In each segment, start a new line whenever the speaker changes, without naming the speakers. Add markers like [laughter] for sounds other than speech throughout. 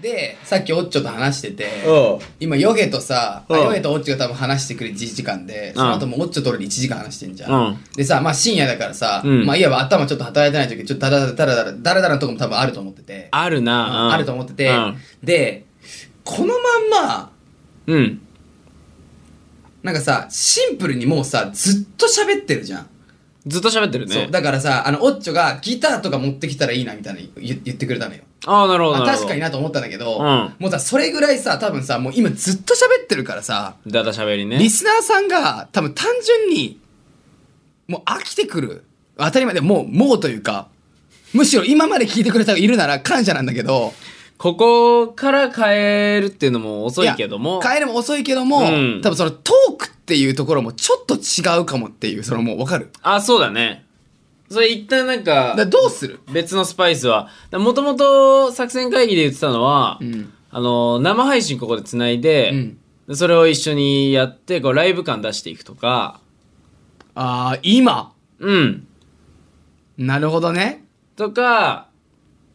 で、さっきオッチョと話してて、
おう
今ヨゲとさ、あ
うん
ヨゲとオッチョが多分話してくれ1時間で、その後もオッチョと俺で1時間話してんじゃん。
うん
でさ、まあ深夜だからさ、
うん
まあいわば頭ちょっと働いてない時、ちょっとダラダラダラダラダラダラのとこも多分あると思ってて、
あるな、うん
あると思ってて、
うん
で、このまんま、
うん
なんかさ、シンプルにもうさ、ずっと喋ってるじゃん。
ずっと喋ってる
そう
ね
だからさ、あの、オッチョがギターとか持ってきたらいいなみたいな言言ってくれたのよ。
ああなるほど
あ
なるほ
確
ど
かになと思ったんだけど、
うん
もうさ、それぐらいさ、多分さ、もう今ずっと喋ってるからさ、
だだ喋りね
リスナーさんが多分単純に、もう飽きてくる。当たり前でもう、もうというか、むしろ今まで聞いてくれた人がいるなら感謝なんだけど、
ここから変えるっていうのも遅いけども
いや帰るも遅いけども、
うん
多分そのトークっていうところもちょっと違うかもっていう、そのもうわかる。
あそうだねそれ一旦なん
だ
か
からどうする
別のスパイスはもともと作戦会議で言ってたのは、
うん。
あの生配信ここでつないで、
うん
でそれを一緒にやってこうライブ感出していくとか
ああ、今。
うん
なるほどね。
とか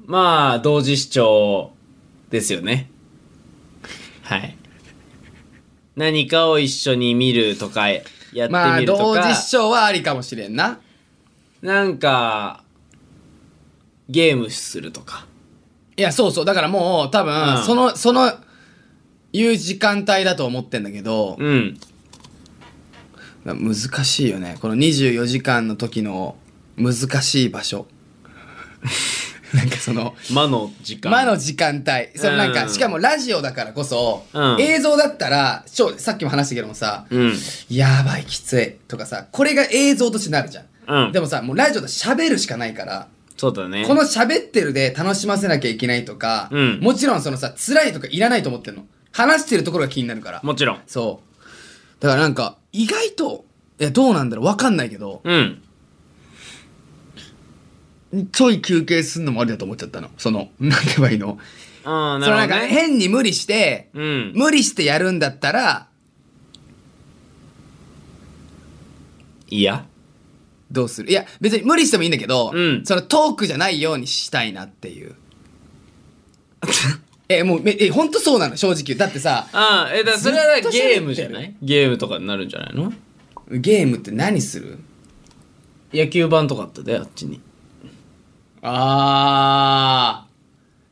まあ同時視聴ですよねはい何かを一緒に見るとかやってみるとか、
まあ、同時視聴はありかもしれんな。
なんかゲームするとか
いや、そうそう。だからもう、多分、
うん
その、その、いう時間帯だと思ってんだけど、
うん
難しいよね。この24時間の時の難しい場所。 [laughs] なんかその、
魔の時間
魔の時間帯。そのなんか、
うん
しかもラジオだからこそ、
うん
映像だったら、ちょさっきも話したけどもさ、
うん
やばい、きつい。とかさ、これが映像としてなるじゃん。
うん
でもさ、もうラジオで喋るしかないから、
そうだね
この喋ってるで楽しませなきゃいけないとか、
うん
もちろんそのさ、辛いとかいらないと思ってんの。話してるところが気になるから。
もちろん
そう。だからなんか、意外と、いや、どうなんだろうわかんないけど、
うん
ちょい休憩すんのもありだと思っちゃったの。その、なんて言えばいいの。
ああ
そ
なる
のなん
ほど
か、
ね
変に無理して、
うん
無理してやるんだったら、
いや
どうするいや、別に無理してもいいんだけど、
うん
そのトークじゃないようにしたいなっていう。 [laughs] え、もう、めえ、ほんとそうなの、正直。だってさ、
ああえだからそれはだ
ず
か
っと喋
ら
ってる
ゲームじゃないゲームとかになるんじゃないの
ゲームって何する
野球盤とかあったであっちに
あ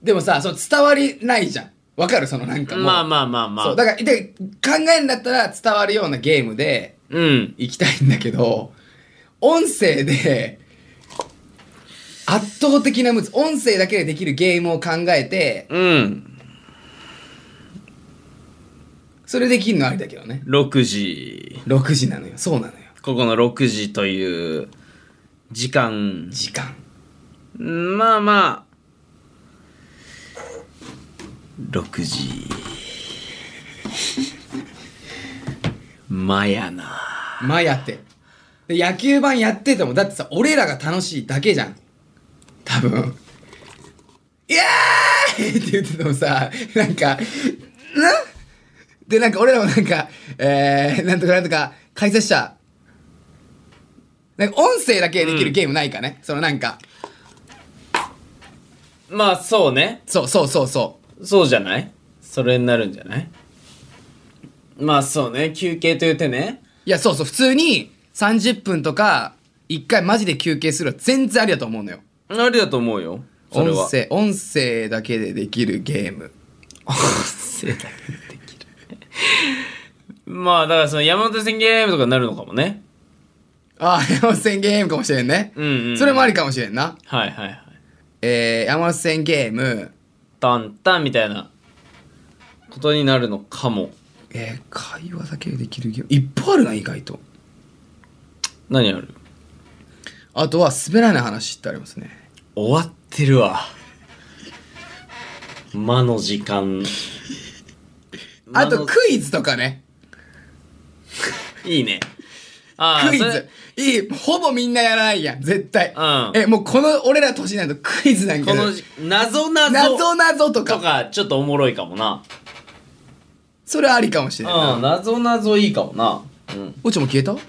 ー。でもさ、その伝わりないじゃん。わかるそのなんかもう。
まあまあまあまあ
そう。だから、で考えるんだったら伝わるようなゲームで
うん
行きたいんだけど、音声で、圧倒的なむず、音声だけでできるゲームを考えて、
うん
それできるのありだけどね。
6時
6時なのよ。そうなのよ。
ここの6時という時間
時間。
まあまあ6時まやな
まあやって。で、野球版やってても、だってさ、俺らが楽しいだけじゃん。多分。イエーイって言っててもさ、なんか、なで、なんか俺らもなんか、えー、なんとかなんとか、解説者。なんか音声だけできるゲームないかね、そのなんか、
まあそうね
そうそうそうそ
そうじゃないそれになるんじゃないまあそうね休憩という手ね
う。いや、そうそう、普通に30分とか、一回マジで休憩するは全然ありだと思うのよ。
あれだと思うよそれは
音声、音声だけでできるゲーム。
音声だけできるまあだからその山手線ゲームとかになるのかもね
あー、山手線ゲームかもしれんね。
うんうんうん
それもありかもしれんな。
はいはいはい
えー、山手線ゲーム、
タンタンみたいなことになるのかも
えー、会話だけでできるゲーム。いっぱいあるな、意外と。
何ある
あとは、滑らない話ってありますね。
終わってるわ魔の時間
あと、
魔の
クイズとかね。
いいねあー
クイ
そ
ズ
れ。
いい、ほぼみんなやらないやん、絶対。
うん
え、もうこの、俺ら年になるとクイズなんか
こ
やる
のじ謎謎
謎謎とか。
とかちょっとおもろいかもな
それはありかもしれんな
うん謎謎いいかもなうん
おちょも消えた
オ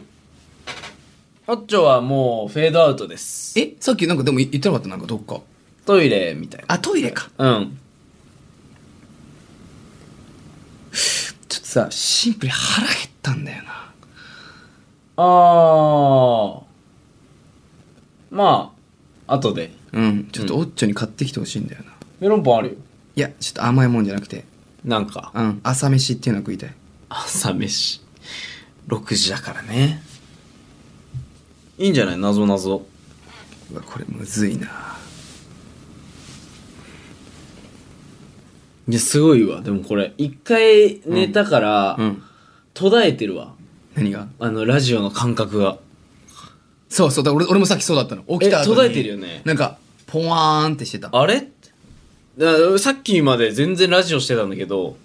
ッチョはもうフェードアウトです
え、さっきなんかでも言ってなかったなんかどっか。
トイレみたい
あ、トイレか。
なうん
ちょっとさ、シンプルに腹減ったんだよな。
ああ。まあ、後で。
うん。ちょっとオッチョに買ってきてほしいんだよな。
メロンパンあるよ。
いや、ちょっと甘いもんじゃなくて、
なんか、
うん。朝飯っていうのは食いたい。
朝飯。6時だからね。いいんじゃない謎謎。
うわ、これむずいな。
いや、すごいわ。でもこれ、一回寝たから、
うん。
途絶えてるわ。
何が
あの、ラジオの感覚が。
そうそう、だから俺俺もさっきそうだったの。起きた後に。
え途絶えてるよね
なんか、ポワーンってしてた。
あれってださっきまで全然ラジオしてたんだけど、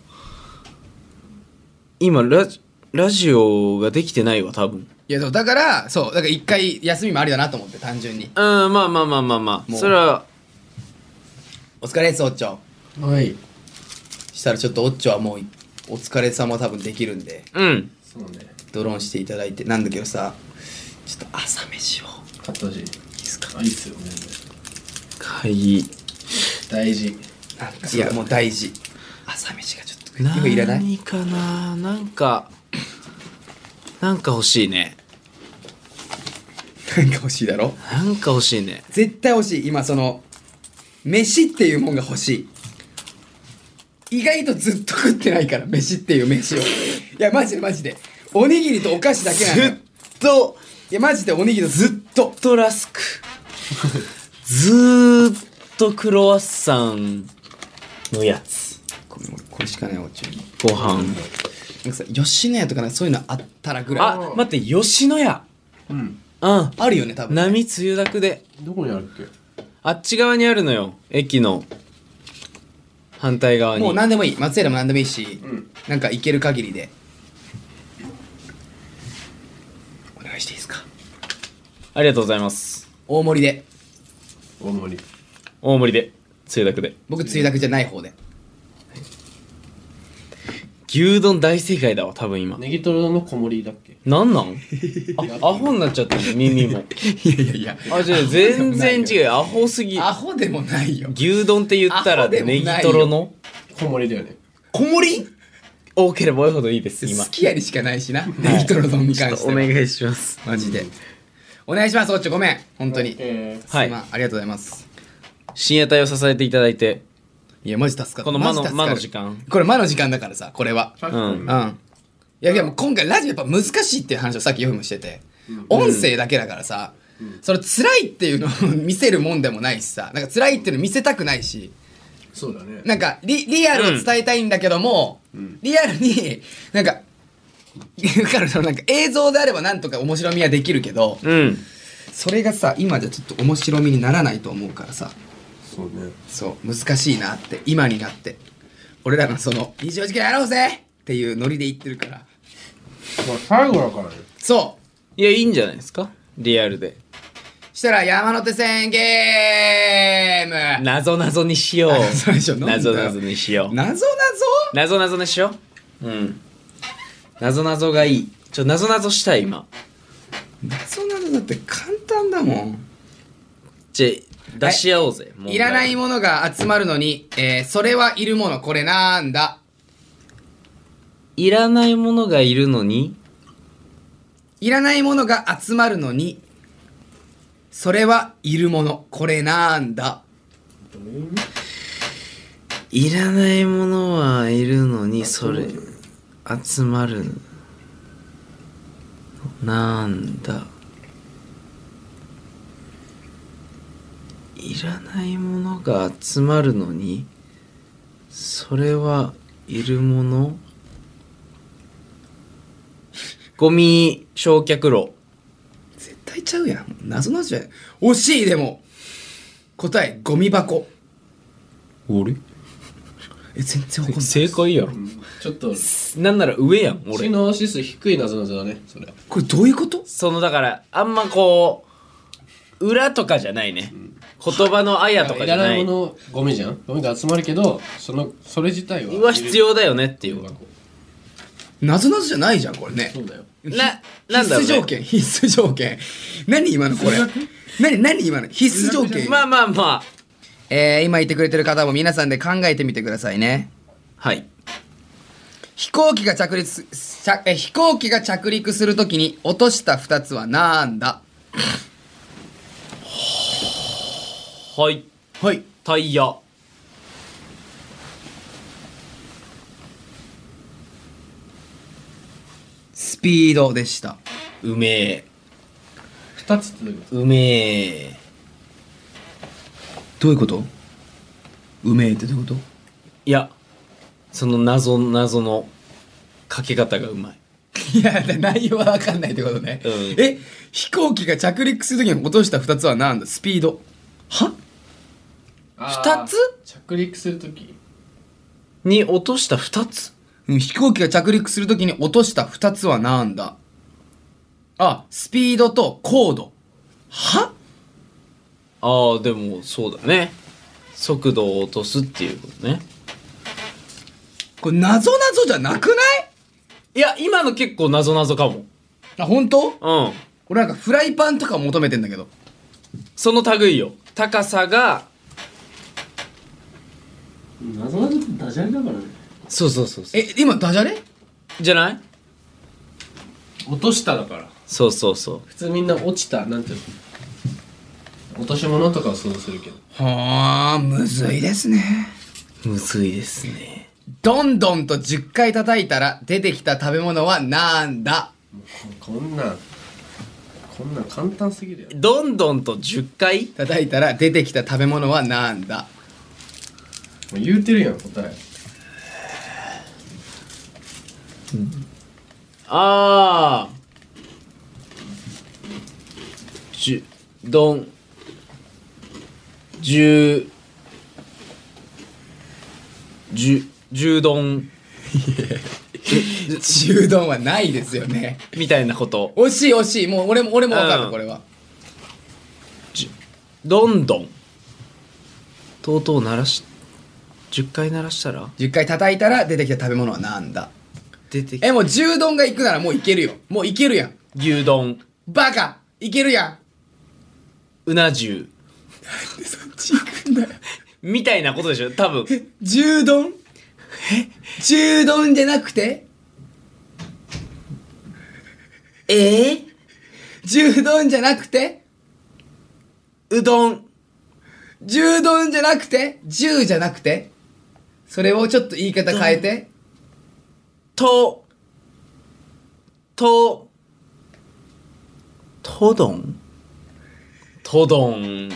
今、ラジ、ラジオができてないわ、多分。
いや、そうだから、そう、だから一回休みもありだなと思って、単純に。
うん、まあまあまあまあまあ。
もう
それは、
お疲れです、オッチョ。
はい
したらちょっとオッチョはもう、お疲れ様多分できるんで、
うん。
そうね
ドローンしていただいて、なんだけどさ、ちょっと朝飯を。
買ったしいいですかいいっすよ全然
会議。
大事
なんかいや、もう大事。朝飯がちょっと食い、今いらない
何かななんか、なんか欲しいね。
なんか欲しいだろ
なんか欲しいね。
絶対欲しい今その飯っていうもんが欲しい意外とずっと食ってないから飯っていう飯をいやマジでマジでおにぎりとお菓子だけなのよ
ずっと、
いやマジでおにぎりとずっと
ずっとラスク。ずーっとクロワッサンのやつ。
これこれしかないお中に
ご
な
飯。
んかさ吉野家とかなんかそういうのあったらぐらいあ
あ、待って、吉野家。
うん
うん。
るよね多分
波梅雨だくで。
どこにあるっけ
あっち側にあるのよ。駅の。反対側に。
もう何でもいい松枝も何でもいいし、
うん
なんか行ける限りでお願いしていいですか
ありがとうございます。
大盛りで
大盛り
大盛りで。梅雨だくで。
僕つゆだくじゃない方で
牛丼大正解だわ、多分今。
ネギトロの小盛りだっけ
なんなんあ、アホになっちゃったね耳も。
いやいやいや
あ、じゃあ全
[laughs]
然違う。アホすぎ。
アホでもないよ。
牛丼って言った
ア
ら
ホでもな
ネ
い
ギ
よ
トロの
小盛りだよね
小盛り
多ければ多いほどいいです、今
好。きやりしかないしな。ネギトロ丼に関しては。
お願いします。
マジで。お願いします、おっちょ。ごめん。本当に。すい
えー
はい
ませんありがとうございます。
深夜帯を支えていただいて、
いや、マジ助かる。
この魔の
マジ助かる
魔の時間。
これ魔の時間だからさ、これは。
確かに
う。
うん
ね
いや、でも今回ラジオやっぱ難しいっていう話をさっきよくもしてて
うん。
音声だけだからさ、その辛いっていうのを見せるもんでもないしさ、なんか辛いっていうの見せたくないし、
そうだね
なんかリリアルを伝えたいんだけども、リアルになんかわかるそのなんか映像であればなんとか面白みはできるけど
うん。
それがさ今じゃちょっと面白みにならないと思うからさ
そうね
そう難しいなって今になって俺らのその「24時間やろうぜ!」っていうノリで言ってるから
まあ最後だからね
そう
いや、いいんじゃないですかリアルで。
したら山手線ゲーム
なぞなぞにしよ
あそうでしょ
う。
なんだよ
なぞなぞにしよう。
謎謎
なぞなぞにしよう。うん。なぞなぞがいい。ちょ、なぞなぞしたい、今。
謎謎だって簡単だもん
じゃ、出し合おうぜ。問題
いらないものが集まるのに、えーそれはいるもの、これなんだ。
いらないものがいるのに、
いらないものが集まるのに、それはいるもの、これなんだ。
いらないものはいるのに、それ、集まる。なんだ。いらないものが集まるのに、それはいるものゴミ焼却炉。
絶対ちゃうやん。謎のじゃん。惜しい、でも。答え、ゴミ箱。
俺
え、全然わかんない。
正解やろ。
ちょっと
なんなら上やん、
知
俺。
能指数低いなぞなぞだねそれ
これどういうこと
そのだからあんまこう裏とかじゃないね、言葉のあやとか
い
じゃ
ら
な
ないいものゴミじゃんゴミが集まるけどそのそれ自体は
うわ必要だよねっていう
謎謎じゃないじゃん、これね
そ。うだよ
ななんだろう、ね、
必須条件、必須条件。何今のこれ。何、何今の必須条件。
まあまあまあ
えー今いてくれてる方も皆さんで考えてみてくださいね。
はい
飛行機が着陸す、着え飛行機が着陸するときに落とした二つはなんだ
はい。
はい。
タイヤ。
スピードでした。
うめえ。
二つってどういうこ
うめえ。
どういうことうめえってどういうこと
いや、その謎、謎のかけ方がうまい。
[laughs] いや、内容はわかんないってことね。
うん
え、飛行機が着陸するときに落とした二つはなんだスピード。は
と
二つ
着陸するとき
に落とした二つ
うん飛行機が着陸するときに落とした二つはなんだあ、スピードと高度。は
ああ、でもそうだね。速度を落とすっていうことね。
これ謎謎じゃなくない
いや、今の結構謎謎かも。
あ、本当
うん。
俺なんかフライパンとか求めてんだけど。
その類よ。高さが、
なぞなぞってダジャレだからね
そうそうそうそう。
え、今ダジャレ
じゃない
落としただから
そうそうそう。
普通みんな落ちたなんていうの落とし物とかを想像するけど
はあ、むずいですね。
むずいですね。
どんどんと10回叩いたら出てきた食べ物はなんだ
もうここんなんこんなん簡単すぎるよ
どんどんと10回
叩いたら出てきた食べ物はなんだ
もう言うてるやん答え
ああ。じゅ、どん、じゅ、じゅ、じゅうどん、
中丼はないですよね。
みたいなこと。
惜しい惜しい。もう俺も俺もわかる、
うん
これは。
どんどん。とうとう鳴らし、10回鳴らしたら
10回叩いたら出てきた食べ物はなんだ
出てき
え、もう中丼が行くならもういけるよ。もういけるやん。
牛丼、
バカいけるやん。
うな重、
で、そっち行くんだよ。
みたいなことでしょ多分。
中丼え中丼じゃなくて
ええ
中丼じゃなくて
うどん、
中丼じゃなくて銃じゃなくてそれをちょっと言い方変えて。
と、と、とどんとどん、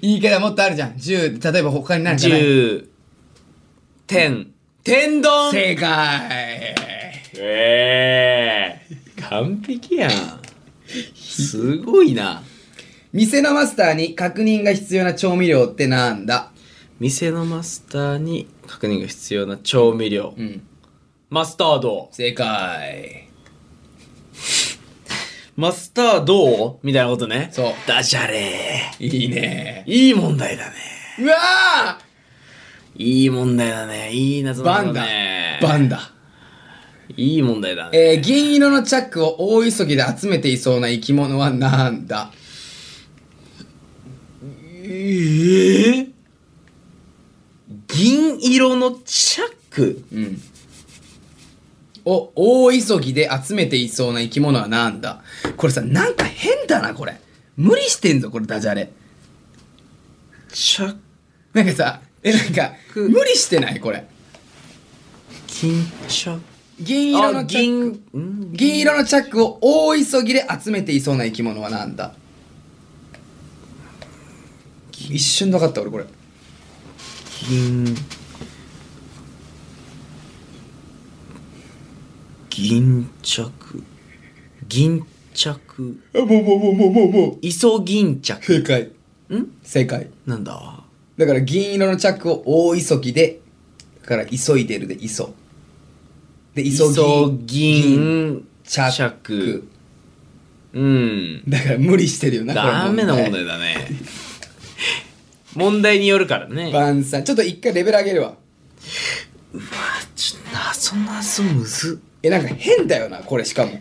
言い方もっとあるじゃん。銃、例えば他に何かない
十、天、天丼
正解
ええ完璧やん。すごいな。
店のマスターに確認が必要な調味料ってなんだ
店のマスターに確認が必要な調味料。
うん。
マスタード。
正解。
マスタードみたいなことね。
そう
ダジャレ。
いいね。
いい問題だね。
うわ
いい問題だね。いい謎
ーバ
だ
ンだ
ね。。
バンだ。
いい問題だね。
えー、銀色のチャックを大急ぎで集めていそうな生き物はなんだ
ええ銀色のチャック
うん。を大急ぎで集めていそうな生き物はなんだこれさ、なんか変だな、これ。無理してんぞ、これダジャレ。
チャッ
なんかさ、え、なんか、
ク
無理してないこれ。
銀チャッ
銀色
ク。あ、
のチャック。
銀、ん
銀色のチャックを大急ぎで集めていそうな生き物はなんだ一瞬で分かった俺これ
銀。銀着。銀着。
あもうもうもうもうもうもう
イソ銀着。
正解
ん
正解
なんだ
だから銀色のチャックを大急ぎでだから急いでるで急で急ぎ
イソ銀
チャ
チャ
ッ
ッ
ク
クうん。
だから無理してるよな
ダメな問
よ
題だね。問題によるからね。
バンさんちょっと一回レベル上げるわ
ちょ謎謎むずっ。
えなんか変だよなこれしかも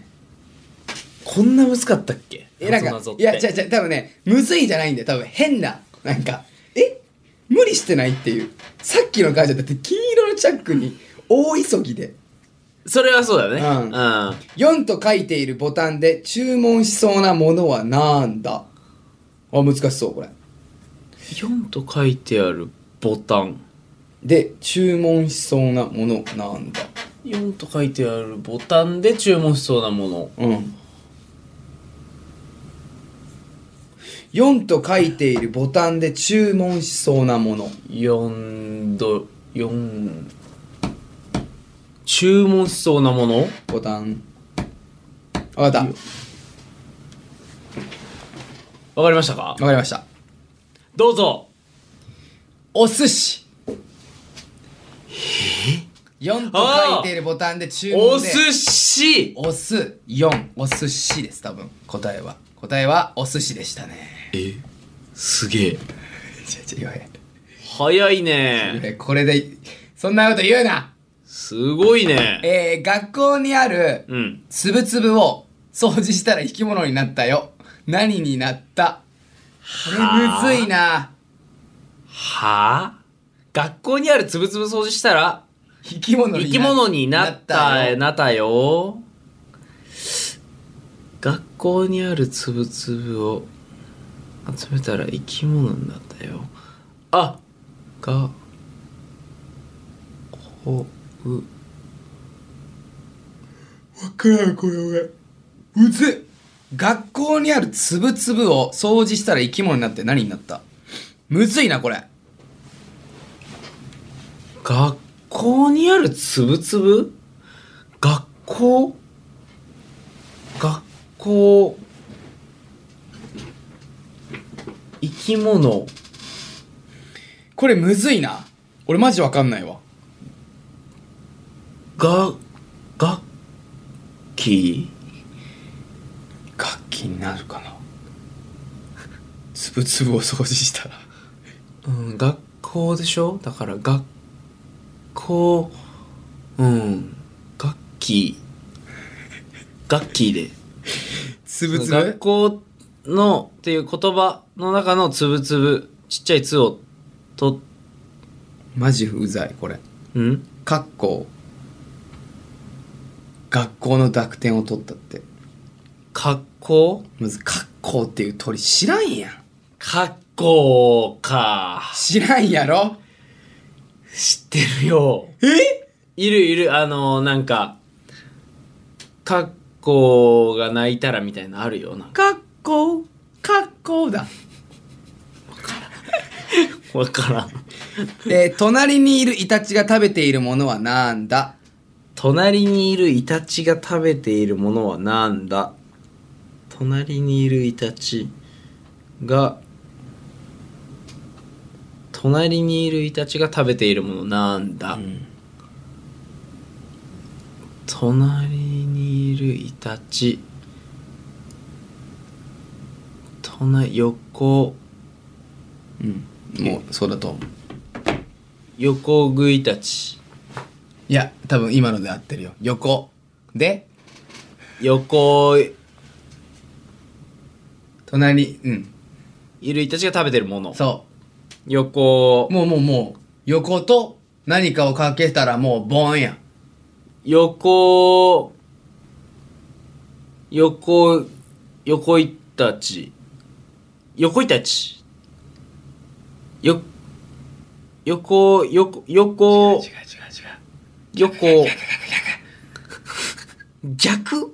こんなむずかったっけ
えなん
謎
か
々っ
い
て
やじゃじゃ多分ねむずいじゃないんだよ多分変ななんかえ無理してないっていうさっきの会社だって金色のチャックに大急ぎで
それはそうだね。
うん
うん
4と書いているボタンで注文しそうなものはなんだあ、難しそう、これ。
4と書いてあるボタン
で、注文しそうなものなんだ
4と書いてあるボタンで注文しそうなもの
うん。4と書いているボタンで注文しそうなもの。
4度4注文しそうなもの
ボタン。わかった。
わかりましたか
わかりました。
どうぞ
お寿司。4と書いているボタンで注
お
文で。
寿司
お酢4お寿司です多分答えは答えはお寿司でしたね
えすげえ
ちょちょ言わへん
早い
言わ
ね
へんこれでそんなこと言うな
すごいね
えー、学校にある
うん
つぶつぶを掃除したら生き物になったよ何になったこ
はあ
れむずいな
はあ学校にあるつぶつぶ掃除したら
生き物にな
生き物になった
な
なたよ学校にあるつぶつぶを集めたら生き物になったよあがこう
からんこれ俺むずい学校にあるつぶつぶを掃除したら生き物になって何になったむずいなこれ
学校にあるつぶつぶ学校学校生き物
これむずいな俺マジわかんないわ
が楽器
楽器になるかなつぶつぶを掃除したら
うん、学校でしょだから学校、うん、楽器、楽器で。
つ
学校のっていう言葉の中のつぶつぶ、ちっちゃいつをと、
マジうざいこれ
ん
かっこ学校の濁点を取ったって
格好
まず「かっこ」っていう鳥知らんやん
格好か。
知らんやろ
知ってるよ。
え
いるいる、あの、なんか、格好が泣いたらみたいなのあるよ。なんか
かっこかっこだ
わからん。
で隣にいるイタチが食べているものはなんだ
隣にいるイタチが食べているものはなんだ隣にいるイタチが隣にいるイタチが食べているものなんだ、隣にいるイタチ隣横
うんもうそうだと思う
横食いたち
いや多分今ので合ってるよ横で
横
隣うん
いるイタチが食べてるもの
そう
横
もうもうもう、横と何かをかけたらもうボーンやん。
横、横、横いたち。横いたち。よ、横、横、横、
う違う。
横。逆
逆逆。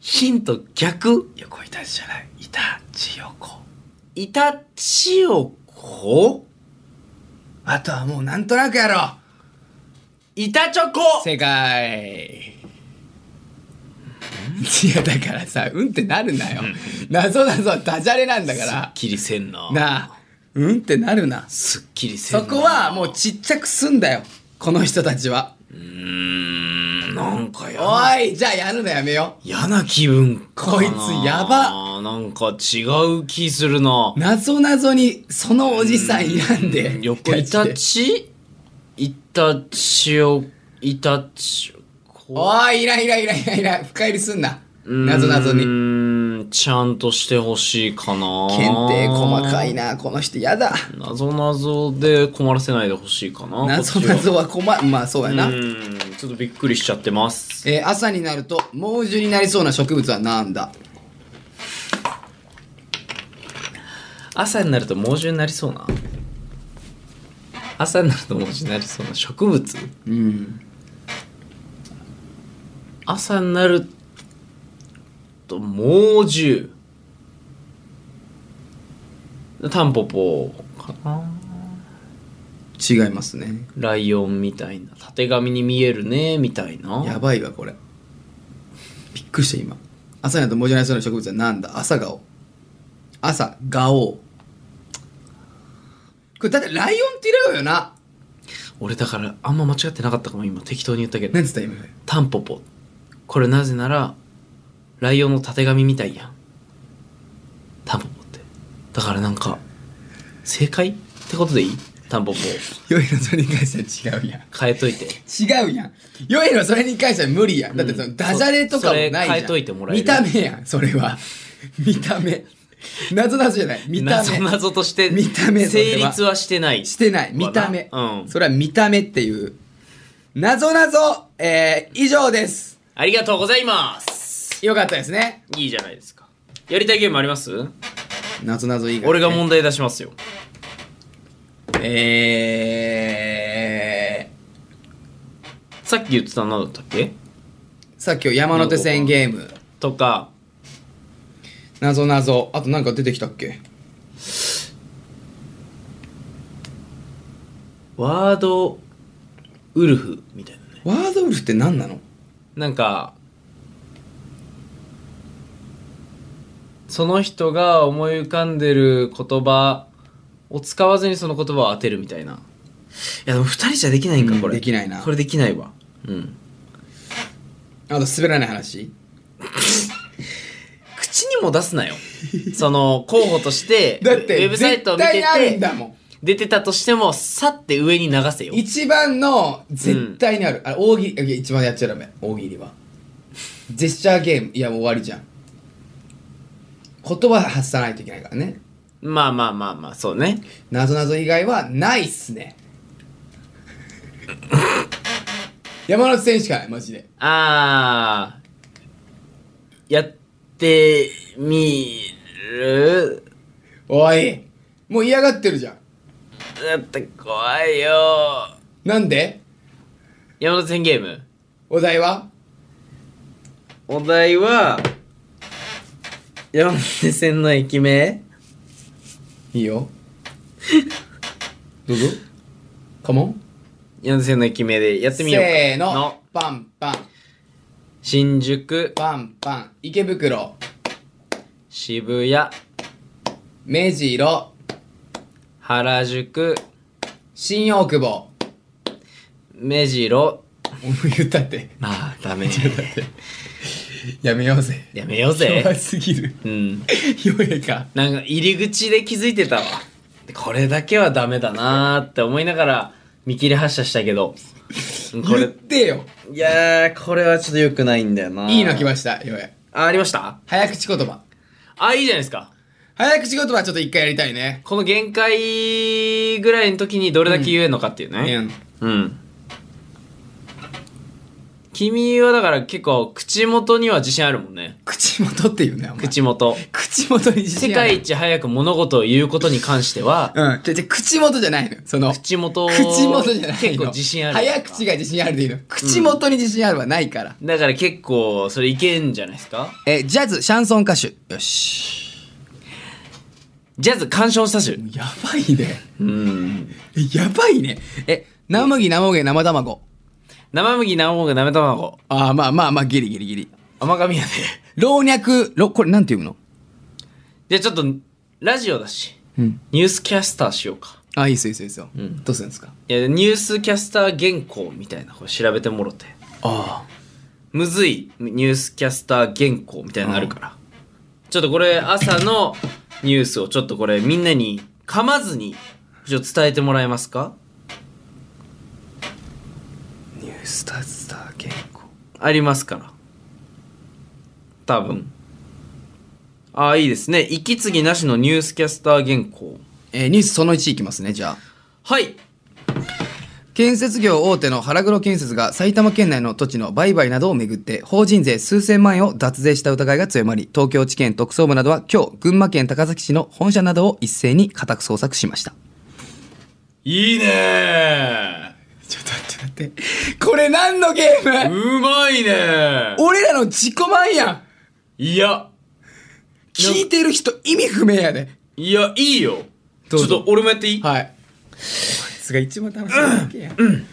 ヒント逆
横いたちじゃない。いたち横。
いたちをこ
あとはもうなんとなくやろ
いたチョコ
う。正解。いやだからさ、うんってなるなよ。なぞなぞはダジャレなんだか
すっ
ら。
きりせんな。
なあ、うんってなるな。
すっきりせん
そ
な。
こはもうちっちゃくすんだよ。この人たちは。
うーん、なんかや
おい、じゃあやるのやめよう。
嫌な気分かな
こいつやば
なんか違う気するな
なぞなぞにそのおじさんいらんで
横イタチイタチをイタチをこ
おいいらんいらんいらんいらんいらん深入りすんな
う
なぞなぞ
う
に
ーんん、ちゃんとしてほしいかな。
検定細かい。なこの人やだ
なぞなぞで困らせないでほしいかな。
なぞなぞは困まあそうや
こっちは。
な、
うん、ちょっとびっくりしちゃってます。
えー朝になると猛獣になりそうな植物はなんだ
朝になると猛獣になりそうな朝になると猛獣になりそうな植物
うん
朝になると猛獣タンポポかな
違いますね
ライオンみたいなたてがみに見えるねみたいな
やばいわこれびっくりした今朝になると猛獣になりそうな植物はなんだ朝顔朝顔これだってライオンって言うよな
俺だからあんま間違ってなかったかも今適当に言ったけど
何つった今
タンポポこれなぜならライオンのたてがみみたいやんタンポポってだからなんか正解ってことでいいタンポポ
よいのそれに関しては違うやん
変えといて
違うやん。よいのそれに関しては無理やん。だってそのダジャレとかもないじゃん。
それ変えといてもらえる
見た目やん、それは。見た目。謎なぞじゃない。見た
なぞ
目。
なぞとして
見た目それ
成
は
立はしてない
してない。見た目。
うん
それは見た目っていう。謎なぞ、えー、以上です。
ありがとうございます
よかったですね。
いいじゃないですかやりたいゲームあります
謎なぞ以外、
俺が問題出しますよ
え
さっき言ってたの何だったっけ
ー、さっき山手線ゲーム。
とか
謎なぞ。あとなんか出てきたっけ
ワードウルフみたいなね
ワードウルフって何なの
なんかその人が思い浮かんでる言葉を使わずにその言葉を当てるみたいないやでも2人じゃできないんか
うん
これ、
できないな
これできないわうん
あと滑らない話
口にも出すな [laughs] よその候補として
だって、
ウェブサイトを見
絶対に
て
あるん
て
だもん。
出てたとしてもさって上に流せよ
一番の絶対にある、あれ大喜利いや一番やっちゃダメ大喜利はジェスチャーゲームいやもう終わりじゃん言葉発さないといけないからね
まあまあまあまあそうね
なぞなぞ以外はないっすね山手線しかないマジで
あーやってみる
おいもう嫌がってるじゃん
だって怖いよ
なんで
山手線ゲーム
お題は
お題は山手線の駅名
いい
[laughs]
よどうぞカモン
山手線の駅名でやってみようか
せーのパンパン
新宿
パンパン池袋
渋谷
目白
原宿
新大久保
目白
もう言ったって
まあダ [laughs] メ
やめようぜ
やめよう
弱
ぜ
すぎる
うん
弱いか
なんか入り口で気づいてたわこれだけはダメだなーって思いながら見切り発車したけ [laughs] どこ
言っ
れ
てよ
いやーこれはちょっと良くないんだよない
いの来
あ
ましたよえ
ありました
早口言葉
あいいじゃないですか
早口言葉ちょっと一回やりたいね
この限界ぐらいの時にどれだけ言えるのかっていうね
うん
うん、君はだから結構口元には自信あるもんね
口元っていうねお前
口元
口元に自
世
信ある
界一早く物事を言うことに関しては
うんじゃじゃ口元じゃないのその
口元を
口元じゃないの
結構自信ある
早口が自信あるでいいの口元に自信あるはないから、
だから結構それいけんじゃないですか
えジャズシャンソン歌手よし
ジャズ鑑賞したし
やばいね
うん
えやばいねえ生麦生麦生卵
生麦生麦生卵
ああまあまあまあギリギリギリ
甘神やで
老若ろこれなんて読むの
じゃあちょっとラジオだし
うん
ニュースキャスターしようか
あいいっすよいいっすよいいっすよ、
ん
どうするんですか
いやニュースキャスター原稿みたいなこれ調べてもろて
あ
むずいニュースキャスター原稿みたいなのあるから、ちょっとこれ朝のニュースをちょっとこれみんなに噛まずにちょっと伝えてもらえますか
ニュースタスター健康
ありますから多分ああ、いいですね。息継ぎなしのニュースキャスター原稿。
えーニュースその1いきますね、じゃあ。
はい
建設業大手の腹黒建設が埼玉県内の土地の売買などをめぐって法人税数千万円を脱税した疑いが強まり東京地検特捜部などは今日群馬県高崎市の本社などを一斉に家宅捜索しました
いいね
ちょっと待って待ってこれ何のゲーム
うまいね
俺らの自己満やん
いや、
聞いてる人意味不明やで
いや、いいよ。ち
ど
ょ
うぞ
っと俺もやっていい
はいこいつが一番楽しいわけや、うん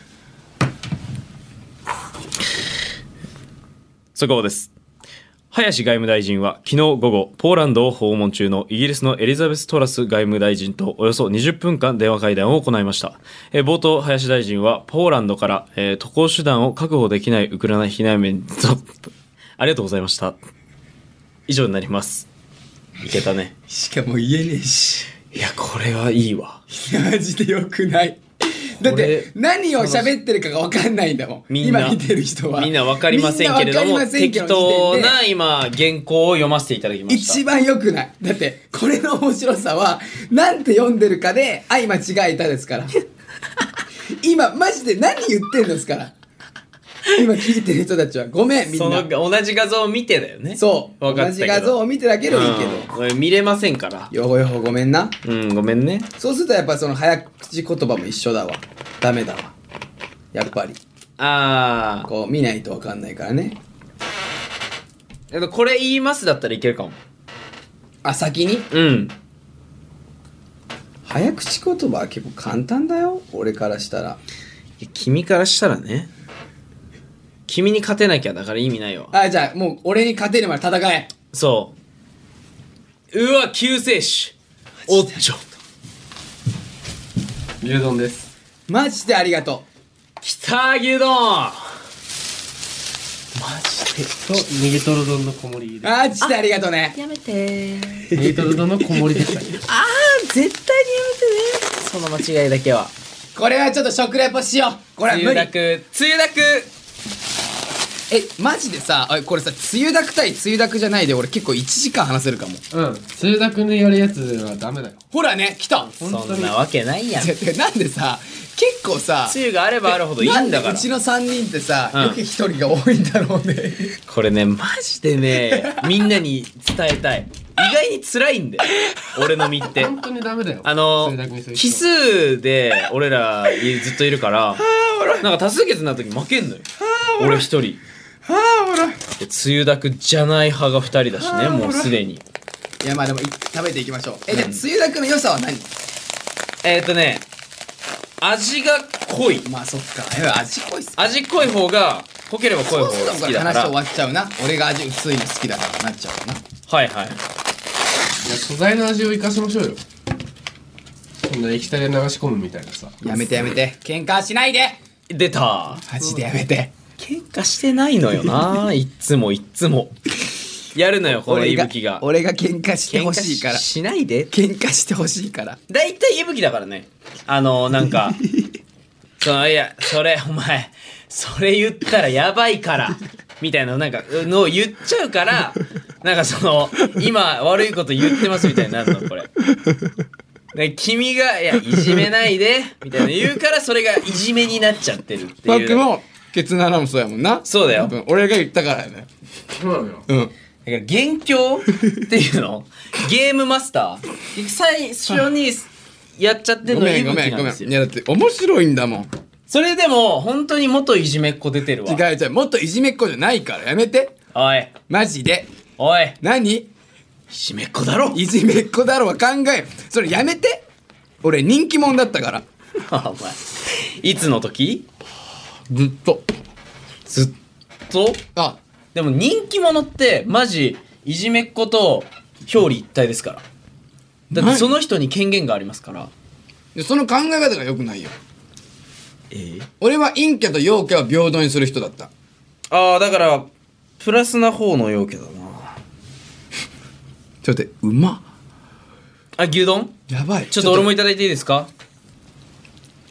速報です。林外務大臣は昨日午後、ポーランドを訪問中のイギリスのエリザベス・トラス外務大臣とおよそ20分間電話会談を行いました。えー冒頭、林大臣はポーランドから、えー渡航手段を確保できないウクライナ避難民と、 [laughs] ありがとうございました。以上になります。いけたね。
しかも言えねえし
いや、これはいいわ。
いやマジでよくないだって何を喋ってるかが分かんないんだもん
みんな
今見てる人は
みんなわかりませんけれど
みな
も、
わかりませんけ
適
ど
当
時点で
な今、原稿を読ませていただきました。
一番良くないだってこれの面白さはなんて読んでるかで「愛間違えた」ですから [laughs] 今マジで何言ってんですから今聞いてる人たちはごめんみ
そ
んな
の同じ画像を見てだよね
そう
分か
同
った
じ
けど
画像を見てだけでもいいけど、
うん俺見れませんから
よほよほごめんな
うんごめんね
そうするとやっぱその早口言葉も一緒だわダメだわやっぱり
あ
こう見ないと分かんないからね
あこれ言いますだったらいけるかも
あ先に
うん
早口言葉は結構簡単だよ俺からしたら
君からしたらね君に勝てなきゃだから意味ないわ
あじゃあもう俺に勝てるまで戦え
そううわ救世主おっちょ
牛丼です
マジでありがと
きた牛丼
マジでとネギトロ丼の子守
うマジでありがとうね
やめてー
ネギトロ丼の子守でしたね
あー絶対にやめてね
その間違いだけは
これはちょっと食レポしようこれは
梅
無
雨
理
だく梅雨だく
えマジでさあこれさ梅雨だく対梅雨だくじゃないで俺結構1時間話せるかも
うん通学のやるやつはダメだよ
ほらね来た [laughs]
本当
そ
に
んなわけないやん [laughs]
いや
梅
てかなんでさ結構さ
雨があればあるほどいいんだ
な
か
ん
ら
でうちの3人ってさ、
うん
よく1人が多いんだろうね
これねマジでねみんなに伝えたい意外に辛いんだよ俺の身って
本当にダメだよ
あの
通学にする人
奇数で俺らいずっといるからなんか多数決になった時負けんのよ俺一人で
ああほらい
梅雨だくじゃない派が二人だしねもうすでに
やまあでもい食べていきましょうえじゃあ梅雨だくの良さは何
えっ、ー、とね味が濃い
まあそっかやばい味濃いっす
味濃い方が濃ければ濃い
そう
方
する
が
と
好
こ
き
れ
だか
話
ら
終わ
は
っちゃうな俺が味薄いの好きだからなっちゃうない
はい
いや素材の味を生かしましょうよそんな液体で流し込むみたいなさ
やめてやめて喧嘩しないで
出た
マジでやめて
喧嘩してないの
[laughs]
よないっつもいっつもやるのよこのいぶきが
俺が喧嘩してほしいから
喧嘩しないで
喧嘩してほしいから
大体いぶきだからねあのなん
[laughs]
かそのいやそれお前それ言ったらやばいからみたいななんかのを言っちゃうからなんかその今悪いこと言ってますみたいになるのこれで君が「いやいじめないで」みたいな言うからそれがいじめになっちゃってるって
バ
い
ック
うだか
もケツの穴もそうやもんな
そうだよ
多分俺が言ったからやね
そうなのよ
うん
ら元凶っていうのゲームマスター最初にやっちゃってる
ご
のが
め
い
んご
ぶ
め
き
ん
な
ご
ん
め
で
ん
す
い
よ
やだって面白いんだもん
それでも本当に元いじめっ子出てるわ
違う違うもっといじめっ子じゃないからやめて
おい
マジで
おい
何
いじめっ子だろ
いじめっ子だろは考えそれやめて俺人気者だったから
お前いつの時
ずっと
ずっと
あ
でも人気者ってマジいじめっ子と表裏一体ですからだってその人に権限がありますから
でその考え方が良くないよ
ええ
俺は陰キャと陽キャを平等にする人だった
ああだからプラスな方の要件だな
ちょっと待ってうまっ
あ牛丼
やばい
ちょっと俺もいただいていいですか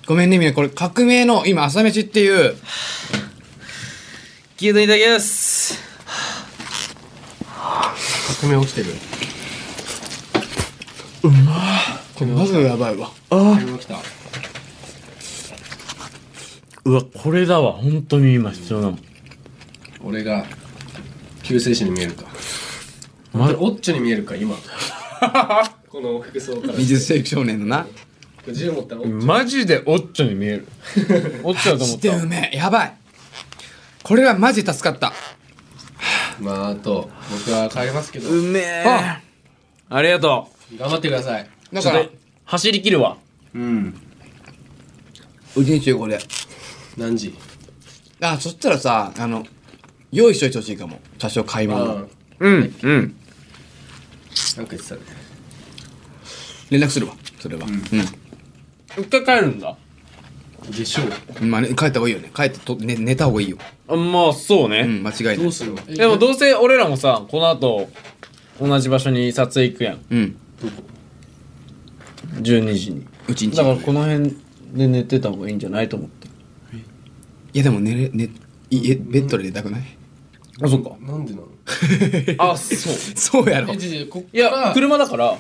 ごめんねみんなこれ革命の今朝飯っていう
牛丼いただきます
革命起きてるこれ
マジでやばいわ
これは来た
うわこれだわ本当に今必要なの
俺が救世主に見えるか
ま
オッチョに見えるか今この服装から
水世紀少年のな
銃持ったらオッチョ
マジでオッチョに見 [laughs] えるオッチョだと思
知っ
ってた
うめえやばいこれはマジ助かった
まああと僕は帰りますけど
うめえ
あ
ありがと
頑張ってくださいう
だから
ちょっと走り切るわ
うん
うちに中これ
何時
あそしたらさあの用意しといてほしいかも多少買い
ああ
物
うんうん
なんか言ってたね
連絡するわそれはう
一回帰るんだ
でしょ
んまあね帰った方がいいよね帰ってとね寝た方がいいよ
あまあそうね、
うん間違いな
ど
いう
するの
でもどうせ俺らもさこの後同じ場所に撮影行くやん
うん
12時に
うちに
だからこの辺で寝てた方がいいんじゃないと思って
いやでも寝れ寝家ベッドで寝たくない [laughs]
あそっか
なんでなの
あそう
そうやろ
えじゃこっ
いや
から
車だから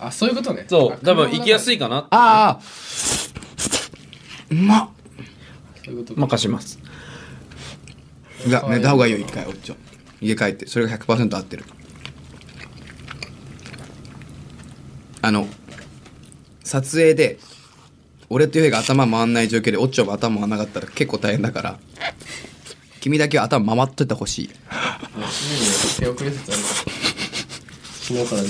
あそういうことね
そう多分行きやす
い
いかな
ああうまっ
そういうことか
任します
いや寝た方がいいよ一回おっちょ家帰ってそれが100%合ってるあの撮影で俺とゆへが頭回んない状況でおっちょも頭回んなかったら結構大変だから君だけは頭回っといてほしい
手遅れ説あるから昨日から出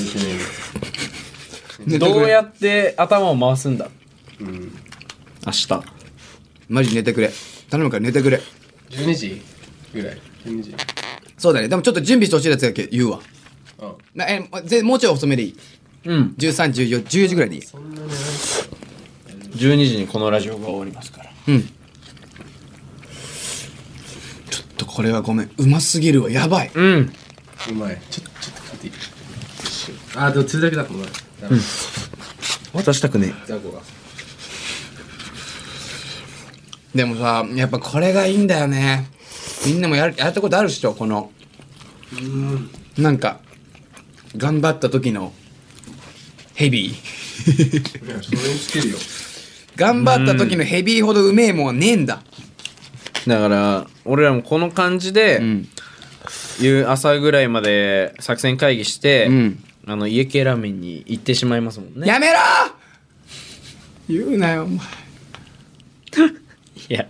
てね
どうやって頭を回すんだ
えのうん
明日
マジ寝てくれ頼むから寝てくれ
12時ぐらい12時
そうだねでもちょっと準備してほしいやつだけ言うわ
あ
なえぜもうちょい遅めでいい
うん
131410時ぐらいでいい
そんなにあ
12時にこのラジオが終わりますから
うんちょっとこれはごめんうますぎるわやばい
うん
るうまいちょちょっと食っていいあでもつるだけだうまい
渡したくね
ザコが
でもさやっぱこれがいいんだよねみんなもやるやったことあるっしょこのなんか頑張った時のヘビー [laughs]
いやそれにつけるよ
頑張った時のヘビーほどうめえもんはねえんだ
だから俺らもこの感じで、
うん
夕朝ぐらいまで作戦会議して、
うん
あの家系ラーメンに行ってしまいますもんね
やめろ言うなよお前
いや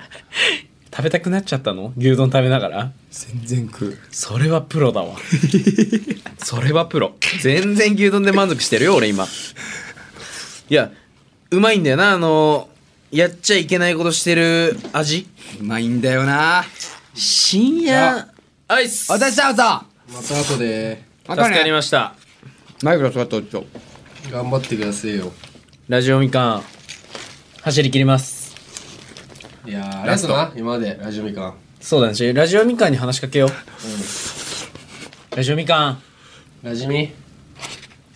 食べたくなっちゃったの牛丼食べながら
全然食う
それはプロ
[laughs]
だわそれはプロ全然牛丼で満足してるよ俺今いやうまいんだよなあのやっちゃいけないことしてる味
うまいんだよな
深夜アイス
私だぞ
また後で
ま
助
た
かり
ね
ました
マイクロ座っておっちょ
頑張ってくださいよ
ラジオみかん走り切ります
いやーありがとうな今までラジオみかん
そうだねしラジオみかんに話しかけよう、ラジオみかん
ラジミ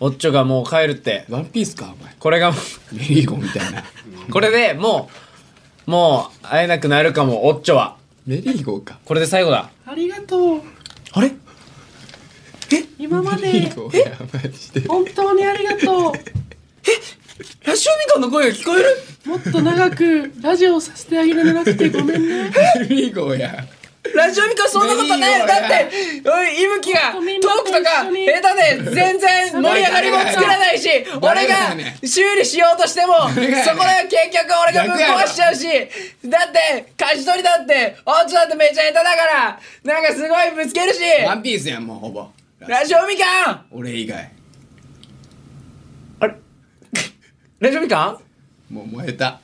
おっちょがもう帰るって
ワンピースかお前
これが
メリーゴーみた [laughs] いな
これでもうもう会えなくなるかもおっちょは
メリーゴーか
これで最後だ
ありがとう。
あれ
今ま
メリ
で
ーゴーやばいして
本当にありがと
ラジオみかんの声が聞こえる
う。もっと長くラジオをさせてあげられなくてごめんね。
メリーゴーや
ラジオみかんそんなことない
いいよ
だっておいいぶきがト
ごめんなさい
ークとか
一緒に
下手で全然盛り上がりも作らないし
誰
俺
が
が
やねん
修理しようとしてもそこ
誰
で
がやねん
結局俺がぶっ壊しちゃうしだって貸し取りだっておうちだってめちゃ下手だからなんかすごいぶつけるし
ワンピースやんもうほぼ
ラジオみかん
俺以外
ラジオみかん
もう燃えた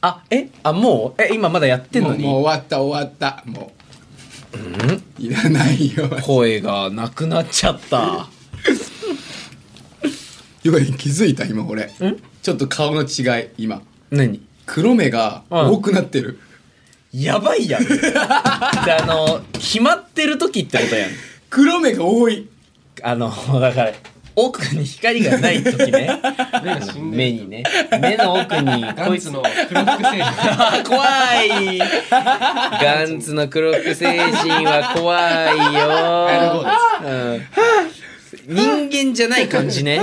あえあもうえ今まだやってん
も
の
うもう
に
終わった終わったもういらないよ
声がなくなっちゃった
よい気づいた今俺ちょっと顔の違い今
何
黒目が
うん
多くなってる
やばいやんであの決まってる時ってことやん
黒目が多い
あのだから奥に光がない時ね
目が死んでる
目にね目の奥に
ガ
こ
ン
い
ツ
つ
の黒服星人
あ怖いガンツの黒く星人は怖いよ、うん人間じゃない感じね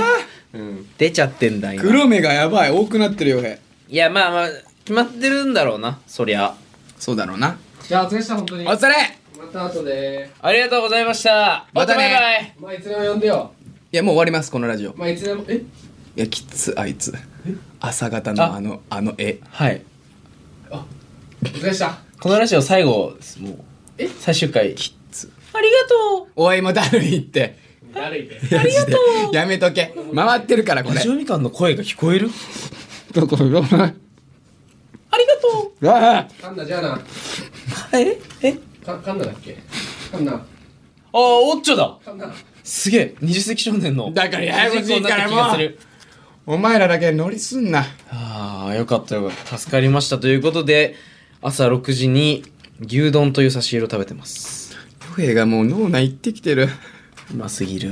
うん
出ちゃってんだ今
黒目がやばい多くなってるよへ
いやまあまあ決まってるんだろうなそりゃ
そうだろうな
[laughs] じゃあお疲れでした本当に
お疲れ
また後で
ありがとうございました
またね
バイバイ
まあいつでも呼んでよ
いやもう終わりますこのラジオい
まあいつでもえ
やきつあいつ朝方の
あ
あのあの絵
はい。
お疲れでした
このラジオ最後です、もう。え最終回。
きつ
ありがと
おいもだるいって
誰いて
ありがとうやめとけ回ってるからこれ
ラジオみかんの声が聞こえる
どこどこ
ありがと
ああ
カンナじゃあな
うええ
かカンナだっけカンナ
ああ、オッチョだ
カンナ
すげえ二十世紀少年の。
だからややこしいからもう
主人公になった気がする
[laughs] お前らだけ乗りすんな
ああ、よかったよかった。助かりました。ということで、朝6時に牛丼という差し入れを食べてます。
ヨヘがもう脳内行ってきてる
うますぎる。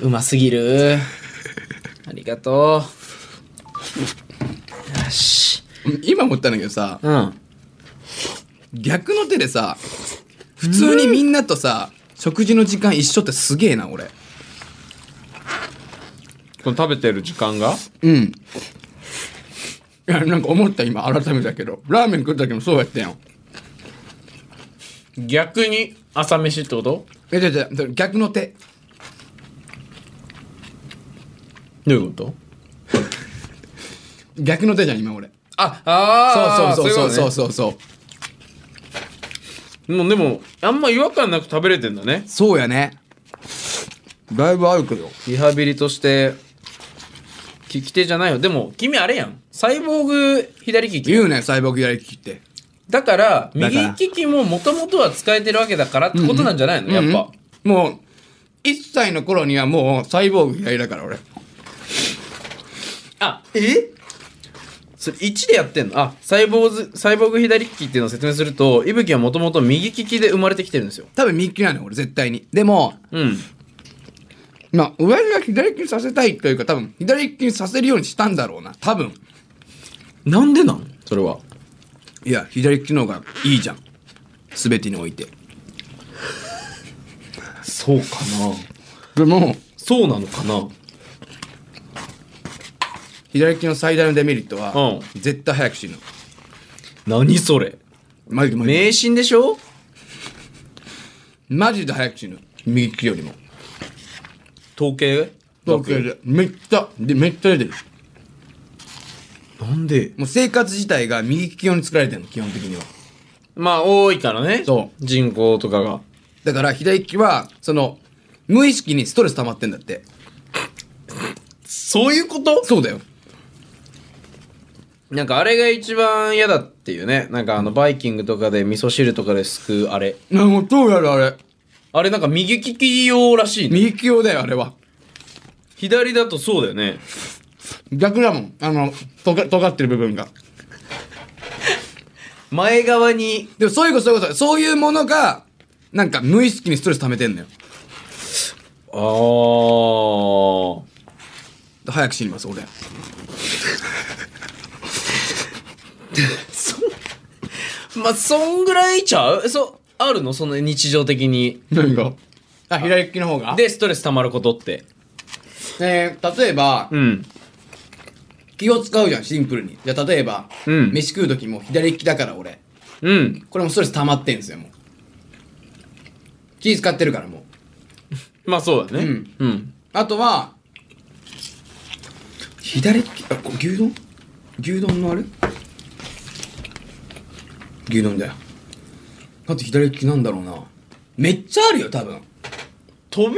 うますぎる。ありがとう。よし。
今思ったんだけどさ
うん。
逆の手でさ普通にみんなとさ食事の時間一緒ってすげえな俺
この食べてる時間が
うんいやなんか思った今改めたけどラーメン食った時もそうやってんよ
逆に朝飯ってこと
えじゃじゃ逆の手
どういうこと
逆の手じゃん今俺
ああ
そうそうそうそうそ
そ
うそう
うもうでもあんま違和感なく食べれてんだね
そうやねだいぶあるけど
リハビリとして利き手じゃないよでも君あれやんサイボーグ左利き
言うねサイボーグ左利きって
だから
ら
右利きももともとは使えてるわけだからってことなんじゃないの、やっぱ、
うんもう1歳の頃にはもうサイボーグ左だから俺
あえそれ1でやってんのあサイボーグサイボーグ左利きっていうのを説明するといぶきはもともと右利きで生まれてきてるんですよ
多分右利きなのよ俺絶対にでも
うん
まあ親父が左利きにさせたいというか多分左利きにさせるようにしたんだろうな多分
なんでなんそれはい
や左利きの方がいいじゃん全てにおいて
そうか
で
な
も
そうなのかな
左利きの最大のデメリットは、
う
絶対早く死ぬ
何それ
マジでマジで
迷信でしょ
マジで早く死ぬ右利きよりも
統計
東京でめっちゃでめっちゃ出てる
なんで
もう生活自体が右利き用に作られてるの基本的には
まあ多いからね
そう
人口とかが
だから左利きはその無意識にストレス溜まってんだって
そういうこと
そうだよ
なんかあれが一番嫌だっていうねなんかあのバイキングとかで味噌汁とかですくうあれ
なもうどうやるあれ
あれなんか右利き用らしいね
右利き用だよあれは
左だとそうだよね
逆だもんあのとが尖ってる部分が
前側に
でもそういうことそういうことそういうものがなんか無意識にストレス溜めてんのよ
ああ
早く死にます俺
まあそんぐらいちゃうそあるのその日常的に
何があ左利きの方がで、
でストレス溜まることって
えー例えば
うん
気を使うじゃんシンプルにじゃあ例えば、
うん
飯食う時も左利きだから俺
うん
これもストレス溜まってんすよもう気使ってるからもう
まあそうだね。
うん。
うん。
あとは左利きあこれ牛丼牛丼のあれ牛丼だよだって左利きなんだろうなめっちゃあるよ多分
扉、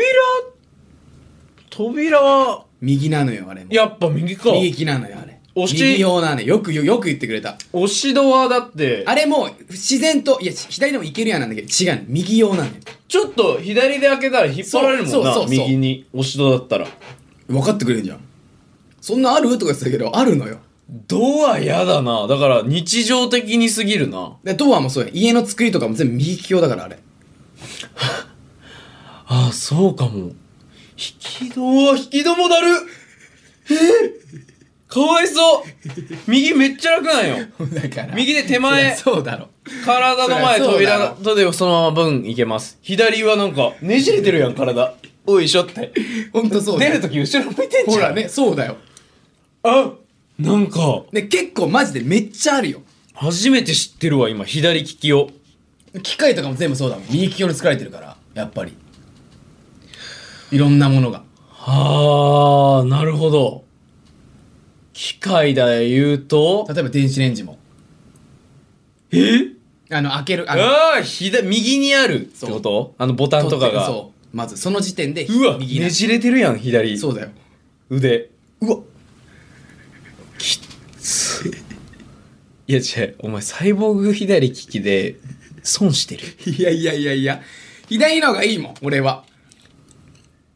扉は、
右なのよあれも
やっぱ右か。
右利きなのよあれ
押し
右用なのよよく言うよく言ってくれた
押し戸はだって、
あれも自然といや左でもいけるやんなんだけど違うの右用なのよ
ちょっと左で開けたら引っ張られるもんな。
そうそうそうそう
右に押し戸だったら。
分かってくれるじゃんそんなあるとか言ってたけどあるのよ
ドアやだな。だから日常的にすぎるな。
でドアもそうや家の作りとかも全部右利き用だからあれ
ああ、そうかも。引き戸は引き戸もだるえーかわいそう右めっちゃ楽なんよ
だから
右で手前
そうだろ
体の前
そりゃそうだ
扉
ろ
とでそのまま分いけます左はなんかねじれてるやん体おいしょって。
ほんとそうだ
出
よ
るとき後ろ向いてんじゃ
ほ
ん。
ら。ねそうだよ
あなんか、
で結構マジでめっちゃあるよ
初めて知ってるわ、今、左利きを。
機械とかも全部そうだもん右利き用に作られてるからやっぱりいろんなものが
はあ、なるほど。機械だよ、言うと。
例えば電子レンジも
え
あの開けるあの
ああ、左、右にあるってことあのボタンとかが。
取ってそうまずその時点で
うわ、
右
ねじれてるやん、左。
そうだよ
腕。
うわ
きっつ。いや、違う、お前、サイボーグ左利きで、損してる。
いやいやいやいや左の方がいいもん俺は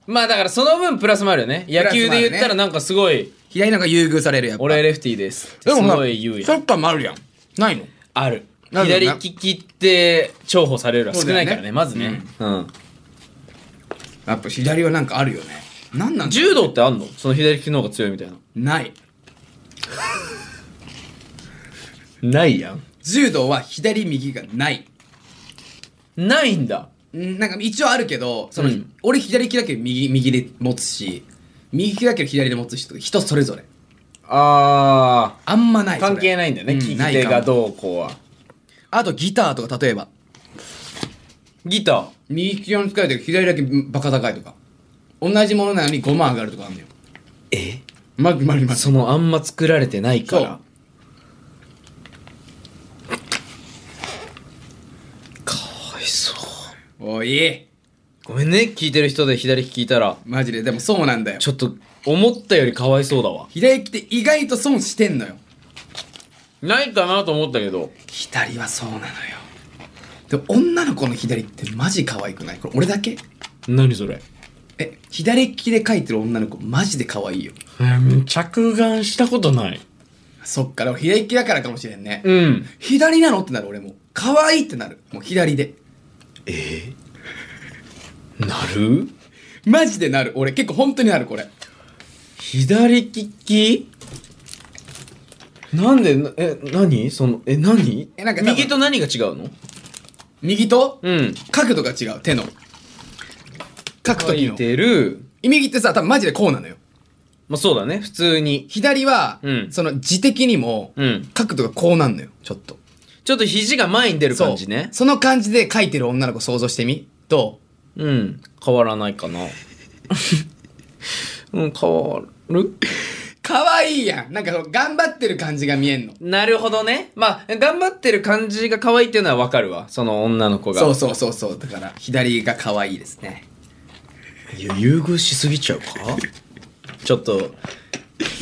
まあ、だから、その分プラスもあるよね。野球で言ったら、なんかすごい、
左の方が優遇されるやっぱ
俺レフティーですって。
ですも
ごい言うやん
サ。ッカーもあるやんないの
ある。
なるよね
左利きって重宝されるのは少ないから
そうだよ
ね、
ね
まずね。うん。
やっぱ左はなんかあるよねなんなん
柔道ってあんのその左利きの方が強いみたいな。
ない
ないやん。
柔道は左右がない
ないんだ。
うんなんか一応あるけどその、
うん
俺左利きだけど右右で持つし右利きだけど左で持つ人人それぞれ
あ
あんまな
ー。
い
関係ないんだよね、
うん
利き
ない
手
かも
がどうこうは。
あとギターとか例えば
ギター。
右利き用に使えてるけど左だけバカ高いとか同じものなのに5万上がるとかあるのよ
え
まるまるまる
[laughs] そのあんま作られてないから。かわいそう。
おい
ごめんね、聞いてる人で左利きいたら。
マジででもそうなんだよ
ちょっと、思ったよりかわいそうだわ。
左利きって意外と損してんのよ
ないかなと思ったけど。
左はそうなのよでも女の子の左ってマジ可愛くないこれ俺だけ
何それ
え左利きで描いてる女の子マジで可愛いよ
着眼したことない。
そっかでも左利きだからかもしれんね、
うん。
左なのってなる俺も可愛いってなるもう左で
なる
マジでなる俺結構本当になるこれ
左利きなんで、なえ、何その、え、何
えなんか多分
右と何が違うの
右と
うん。
角度が違う手の書く
書
時
い
の
てる。
右ってさ多分マジでこうなのよ
まあ、そうだね。普通に。
左は、
うん
その字的にも、
うん。
角度がこうなんのよちょっと
ちょっと肘が前に出る
そう
感じね。
その感じで書いてる女の子想像してみど
うん。変わらないかな。 [laughs] うん、変わる
う可愛いやんなんかその頑張ってる感じが見えんの
なるほどね。まあ、頑張ってる感じが可愛いっていうのはわかるわ。その女の子が。
そうそうそうそうだから左が可愛いですね
いや優遇しすぎちゃうか [laughs] ちょっと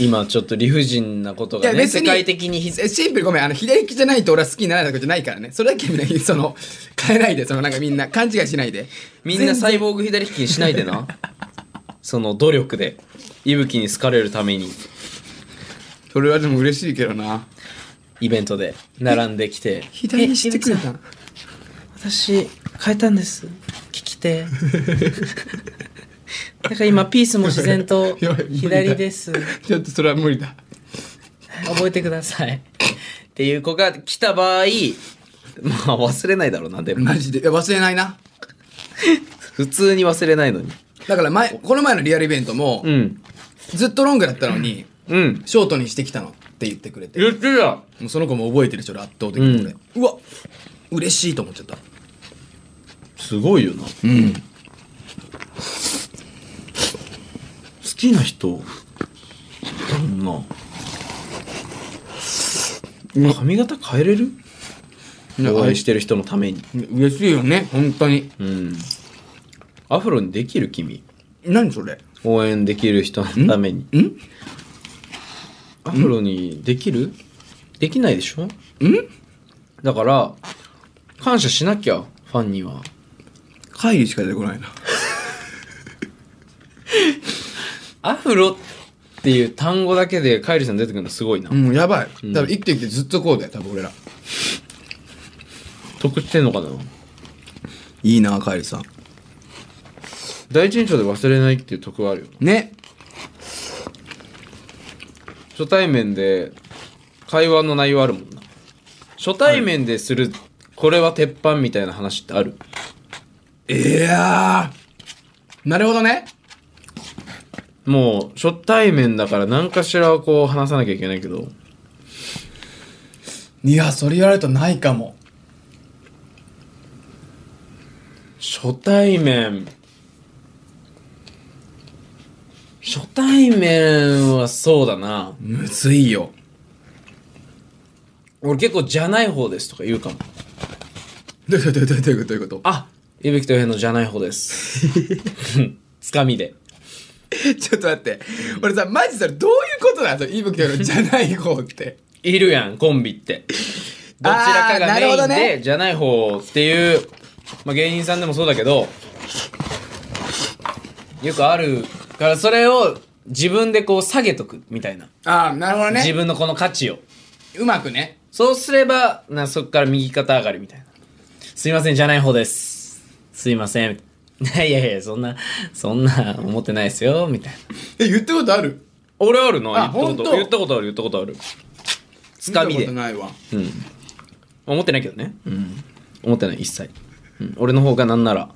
今ちょっと理不尽なことが
いや
ね
別に
世界的にひ
えシンプルごめんあの左利きじゃないと俺は好きにならないとかじゃないからねそれだけみんなその変えないでそのなんかみんな勘違いしないで
みんな
全
サイボーグ左利きにしないで [laughs] なその努力で息吹に好かれるために
それはでも嬉しいけどな
イベントで並んできて
左にしてくれた
私変えたんです聞き手だから今ピースも自然と
やばい無理だ左ですちょっとそれは無理だ
覚えてくださいっていう子が来た場合まあ忘れないだろうなでも
マジでいや忘れないな
普通に忘れないのに
だから前この前のリアルイベントも、
うん
ずっとロングだったのに
うん
ショートにしてきたのって言ってくれて
言ってるよ
もうその子も覚えてるでしょ俺圧倒的に俺、うわ嬉しいと思っちゃった
すごいよな好
うん
きな人だもんな髪型変えれる応援してる人のために
嬉しいよね本当に
うんアフロにできる君
何それ
応援できる人のために
んん
アフロにできるできないでしょだから感謝しなきゃファンには
会議しか出てこないな
アフロっていう単語だけでカイリさん出てくるのすごいな、
うんやばい多分生きてきてずっとこうだよ多分俺ら
得してんのかない
いなカエルさん
第一印象で忘れないっていう得はあるよな
ね
初対面で会話の内容あるもんな初対面でする、これは鉄板みたいな話ってある
いやなるほどね。
もう初対面だから何かしらこう話さなきゃいけないけど
いや、それ言われるとないかも。
初対面初対面はそうだな
むずいよ。
俺結構じゃない方ですとか言うかも
どういうことどういうことどういうこと
あいぶきとへのじゃない方です [laughs] つかみで
ちょっと待って。俺さ、マジそれどういうことなのいぶきよりじゃない方って。
いるやんコンビってどちらかが
あ
メイ
ーなるほど
ンで、
ね
じゃない方っていう、まあ、芸人さんでもそうだけどよくあるからそれを自分でこう下げとくみたいな、
ああ、なるほど
自
ね。
分のこの価値を
うまくね。
そうすればなそっから右肩上がりみたいなすいませんじゃない方ですすいません [laughs] いやいやいやそんなそんな思ってないですよみたいな
え、言ったことある
俺あるな言
あ
ったこ
本
と
当
言ったことある言ったことあるつかみ
見
で
たことないわ。
うん。思ってないけどね。うん。思ってない、一切。うん、俺の方がなんなら、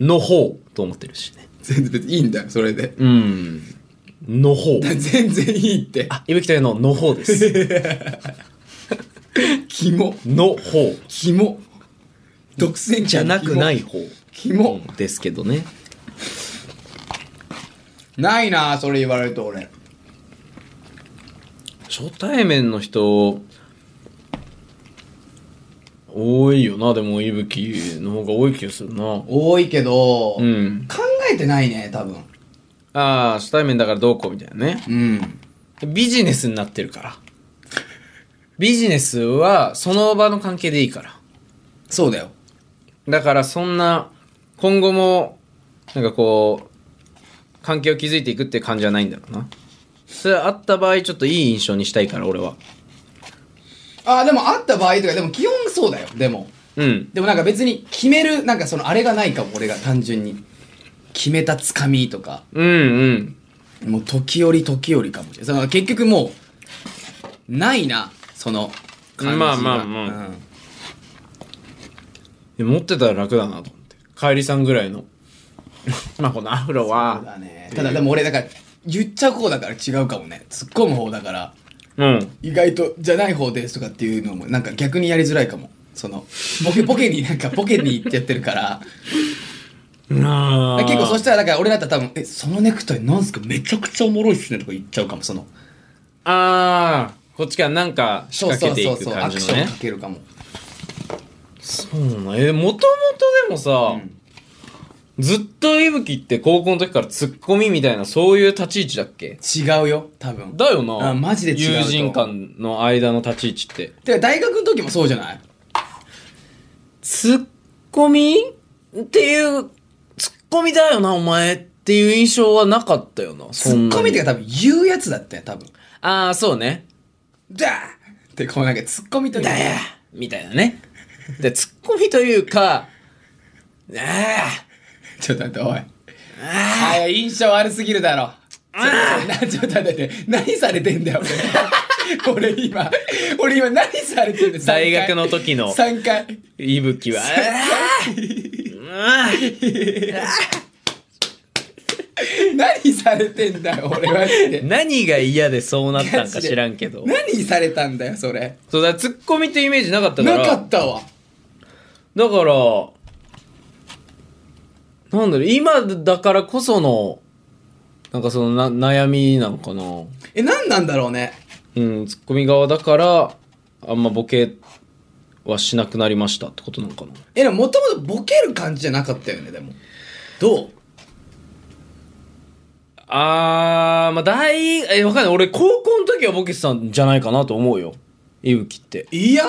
の方と思ってるしね。
全然別にいいんだよ、それで。
うん。の
[laughs]
方。
全然いいって。
あ、いぶきというのの方 [laughs] です。
キモ。
の方。
キモ。独占。
じゃなくないい方。
キモ。
ですけどね。
ないなそれ言われると俺。
初対面の人、多いよな、でも、いぶきの方が多い気がするな。
多いけど、
うん。
考えてないね、多分。
ああ、初対面だからどうこうみたいなね。
うん。
ビジネスになってるから。ビジネスはその場の関係でいいから。
そうだよ。
だからそんな、今後も、なんかこう、関係を築いていくっていう感じはないんだろうな。それあった場合、ちょっといい印象にしたいから、俺は。
ああ、でも会った場合とか、でも基本そうだよ、でも。
うん。
でもなんか別に決める、なんかそのあれがないかも、俺が単純に。決めたつかみとか、
うんうん。
もう時折時折かもしれない。その結局もう、ないな、その感じが。
まあまあまあ
うん
いや持ってたら楽だなと思って。帰りさんぐらいの。 [laughs] まあこのアフロ
そう
は、
だね。ただでも俺、だから、言っちゃう方だから違うかもね。突っ込む方だから、
うん。
意外とじゃない方ですとかっていうのも、なんか逆にやりづらいかも。その、ボケ、ボケに、なんかボケに行ってやってるから。
[laughs] な
結構そしたたらだから俺だったら多分「えそのネクタイなんすかめちゃくちゃおもろいっすね」とか言っちゃうかもその
あー、こっちからなんか仕
そう
掛
そ
け
うそ
ていうく
そう
感
ア
じ
ク
のね。
ションかけるかも
そうなんえもともとでもさ、
ん
ずっといぶきって高校の時からツッコミみたいなそういう立ち位置だっけ
違うよ多分
だよな
あマジで違うと
友人間の間の立ち位置って
てか大学の時もそうじゃない
ツッコミっていうツッコミだよなお前っていう印象はなかったよな
ツッコミって
て
いうか多分言うやつだったよ多分
ああそうね
「だー!」ってこうなんかツッコミという
だよみたいなねでツッコミというかああ
ちょっと待っておいああ印象悪すぎるだろちょちょなちょっと待って何されてんだよ俺俺今俺今何されてんだよ
大学の時の
3回
いぶきはああああ
何されてんだよ俺マジで
何が嫌でそうなったんか知らんけど。
何されたんだよそれ
そうだ、ツッコミってイメージなかったから。
なかったわ
だから、なんだろう、今だからこその、なんかそのな悩みなんかな。
え何なんだろうね
うん、ツッコミ側だから、あんまボケはしなくなりましたってことなのかな。
えでももともとボケる感じじゃなかったよねでもどう
あー、まあ大、え、わかんない。俺、高校の時はボケてたんじゃないかなと思うよ。いぶきって。
いや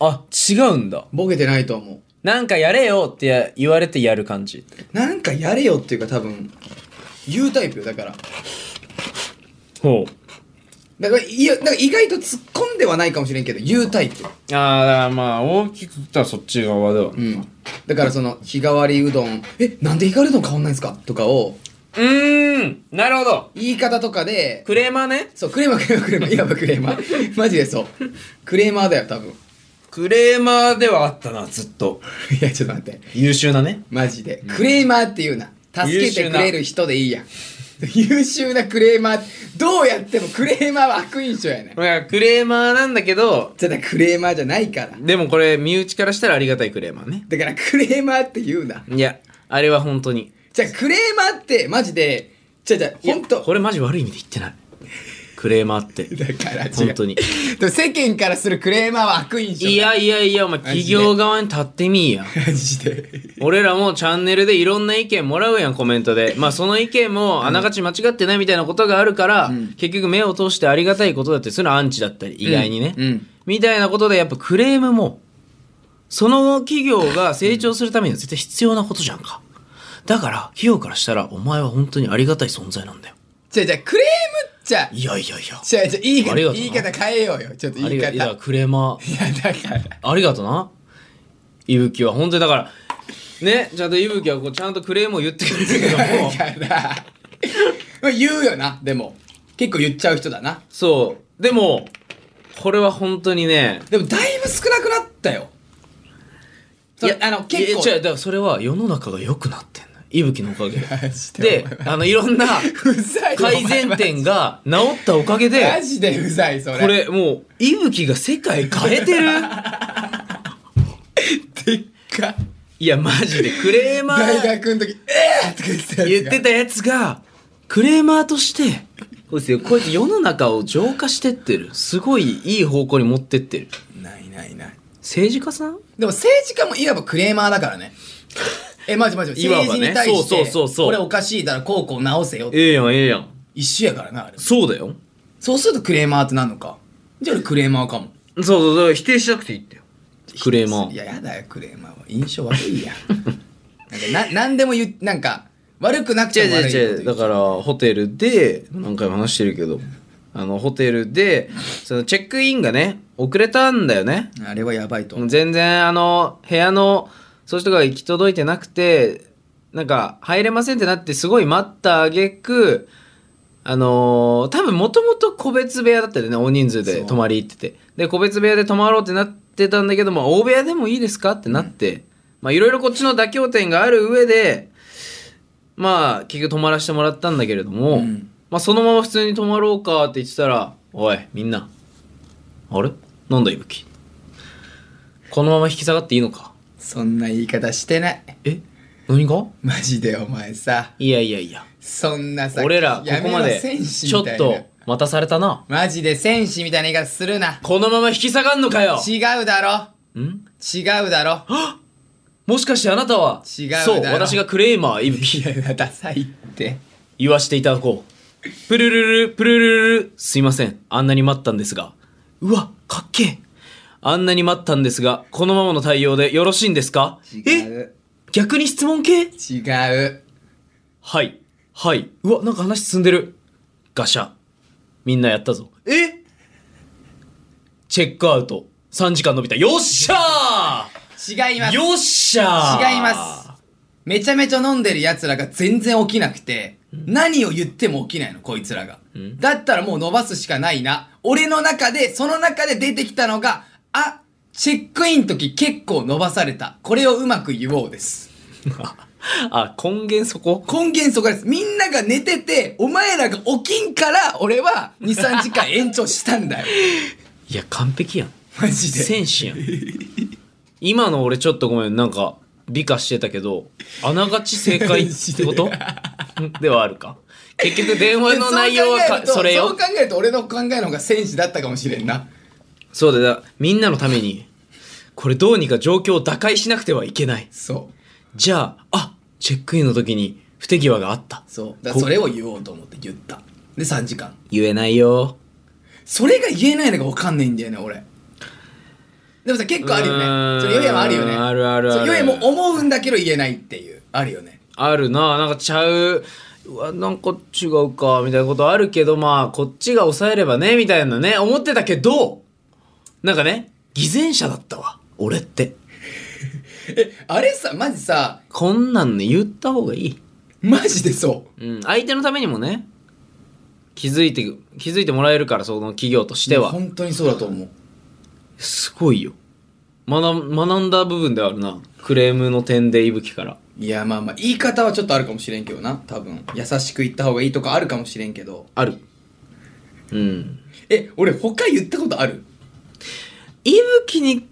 あ、違うんだ。
ボケてないと思う
なんかやれよってや言われてやる感じ。
なんかやれよっていうか多分言うタイプよだから
ほう。
だからいやだから意外と突っ込んではないかもしれんけど言うタイプ
ああ、だからまあ、大きく言ったらそっち側では。
う
う
んだからその日替わりうどんえなんで日替わりうどん変わんないんですかとかを
ーん、なるほど。
言い方とかで
クレーマーね。
[laughs] そうクレーマークレーマークレーマーいわばクレーマーマジでそうクレーマーだよ多分 [laughs]
クレーマーではあったなずっと
いやちょっと待って
優秀なね
マジでクレーマーっていうな助けてくれる人でいいやん [laughs] 優秀なクレーマーどうやってもクレーマーは悪印象やねん
いやクレーマーなんだけど
ただクレーマーじゃないから
でもこれ身内からしたらありがたいクレーマーね
だからクレーマーって言うない
やあれは本当に
じゃあクレーマーってマジでじゃあじゃあほんと
これマジ悪い意味で言ってないクレーマーって
だから違う
本当に
でも世間からするクレーマーは悪印象
いやいやいやお前
マジで
企業側に立って
[laughs]
みいや
マジで
俺らもチャンネルでいろんな意見もらうやんコメントでまあその意見もあながち間違ってないみたいなことがあるから、結局目を通してありがたいことだってそのアンチだったり意外にね、
うんうん
みたいなことでやっぱクレームもその企業が成長するためには絶対必要なことじゃんかだから企業からしたらお前は本当にありがたい存在なんだよ
じゃあじゃあクレームっちゃ
いやいやいや
じゃあじゃあ言い
あ
方
りがとう
言い方変えようよちょっと
あ
言い
りが
方
い
いや
やクレーマー
だから
ありがとな。いぶきは、本当にだから、ね、ちゃんといぶきはこうちゃんとクレームを言ってくれるけ
[laughs]
ど
だ
も、
からまあ言うよなでも結構言っちゃう人だな
そう。でも、これは本当にね、
でもだいぶ少なくなったよいやあの結構
いや違う、だからそれは世の中が良くなってんの。いぶきのおか
[laughs]
げで
マジ。で
で、あの、いろん
[laughs]
な
うざいよ
改善点が治ったおかげ
マ
で、
ジでうざいそれ
これもう、いぶきが世界変
[laughs]
えてる
でっか
いや、マジでクレーマー。
大学の時「えー!」とか言ってたやつが
[laughs] 言ってたやつがクレーマーとしてこうですよこうやって世の中を浄化してってるすごいいい方向に持ってってる
ないないない
政治家さん
でも政治家もいわばクレーマーだからね [laughs] えマジマジマジ
いわばね
政治に対して
そうそうそうそう
これおかしいだからこうこう直せよって
ええやんええやん
一緒やからなあれ
そうだよ
そうするとクレーマーってなんのかじゃあ俺クレーマーかも
そうそうそう否定しなくていいってよクレーマ
い
ー
ややだよクレーマーは印象悪いやんなんかな何でも言うなんか悪くなく
違
て
う
も悪いこと
違う違
言
う
う
だからホテルで何回も話してるけどあのホテルでそのチェックインがね遅れたんだよね
あれはやばいと思う
全然あの部屋のそういう人が行き届いてなくてなんか入れませんってなってすごい待った挙句あのー多分もともと個別部屋だったよね大人数で
そう
泊まり行っててで個別部屋で泊まろうってなってたんだけども大部屋でもいいですかってなって、まあいろいろこっちの妥協点がある上でまあ結局泊まらせてもらったんだけれども、
うん
まあそのまま普通に泊まろうかって言ってたら「おいみんなあれなんだいぶきこのまま引き下がっていいのか
そんな言い方してない
え何が
マジでお前さ
いやいやいや
そんなさ
俺らこ
や
こ
めろ
まで
戦士
ちょ
み
った
いな
と待たされたな
マジで戦士みたいな言い方するな
このまま引き下がんのかよ
違うだろ
ん
違うだろ
もしかしてあなたは
違うだろ
そう私がクレーマーいぶき
いやダサいって
言わしていただこうプルルルプルルルすいませんあんなに待ったんですがうわかっけえあんなに待ったんですがこのままの対応でよろしいんですか
違
え
う
逆に質問系
違う
はい。はい。うわ、なんか話進んでる。ガシャ。みんなやったぞ。えチェックアウト。3時間伸びた。よっしゃ
違いま
ー
す
よっしゃー
違いますめちゃめちゃ飲んでる奴らが全然起きなくて、何を言っても起きないのこいつらが、だったらもう伸ばすしかないな俺の中でその中で出てきたのがあチェックイン時結構伸ばされたこれをうまく言おうです
[laughs] あ、根源そこ
根源そこです。みんなが寝てて、お前らが起きんから、俺は2、3時間延長したんだよ。
いや、完璧やん。
マジで。
戦士やん。今の俺ちょっとごめん、なんか、美化してたけど、あながち正解
[laughs]
ってこと [laughs] ではあるか。結局電話の内容は
そう考え
か
ると
それ
そう
よ
考。えると俺の考えの方が戦士だったかもしれんな。
そうだよだから、みんなのために、これどうにか状況を打開しなくてはいけない。
そう。
じゃあ、あ、チェックインの時に不手際があった。
そう。だからそれを言おうと思って言った。で、3時間。
言えないよ。
それが言えないのが分かんないんだよね、俺。でもさ、結構あるよ
うー
ね。
ん
それ、ヨエもあるよね。
あるあるある
そうヨエも思うんだけど言えないっていう。あるよね。
あるな、なんかちゃう。うわ、なんか違うか、みたいなことあるけど、まあ、こっちが抑えればね、みたいなね、思ってたけど、なんかね、偽善者だったわ。俺って。
え、あれさ、マジさ、
こんなんね、言った方がいい。
マジでそう。
うん、相手のためにもね、気づいて、気づいてもらえるから、その企業としては。
本当にそうだと思う。
すごいよ。学ん学んだ部分ではあるなクレームの点でいぶきから
いやまあまあ言い方はちょっとあるかもしれんけどな多分優しく言った方がいいとかあるかもしれんけど
あるうん
え俺他言ったことある
いぶきに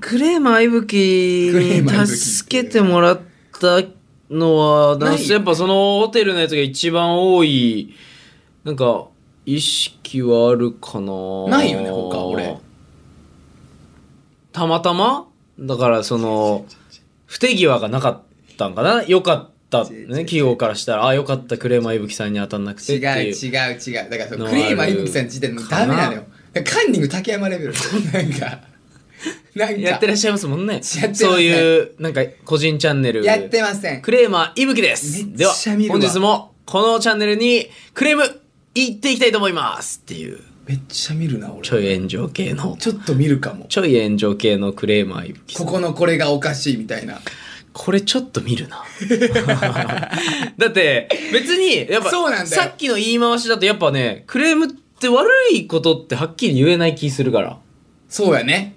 クレーマーいぶき
クレーマーいぶ
に
き
助けてもらったのは
ない
なんかやっぱそのホテルのやつが一番多いなんか意識はあるかな
ないよね他俺
たまたまだからその不手際がなかったんかなよかった
違う違う違う
ね企業からしたらあよかったクレーマーいぶきさんに当たんなく
違
て
う
っていう
違う違うだからその
の
クレーマ
あ
ー
る
いぶきさんの時点でもうダメなのよカンニング竹山レベルなんかなんか
やってらっしゃいますもんね
やってますね
そういうなんか個人チャンネル
やってません
クレーマーいぶきです
めっ
では
ちゃ見るわ
本日もこのチャンネルにクレーム言っていきたいと思いますっていう
めっちゃ見るな俺
ちょい炎上系の
ちょっと見るかも
ちょい炎上系のクレーマーいぶき
ここのこれがおかしいみたいな
これちょっと見
[laughs]
るなだって別にやっぱ
そうなんだよ
さっきの言い回しだとやっぱねクレームって悪いことってはっきり言えない気するから
そうやね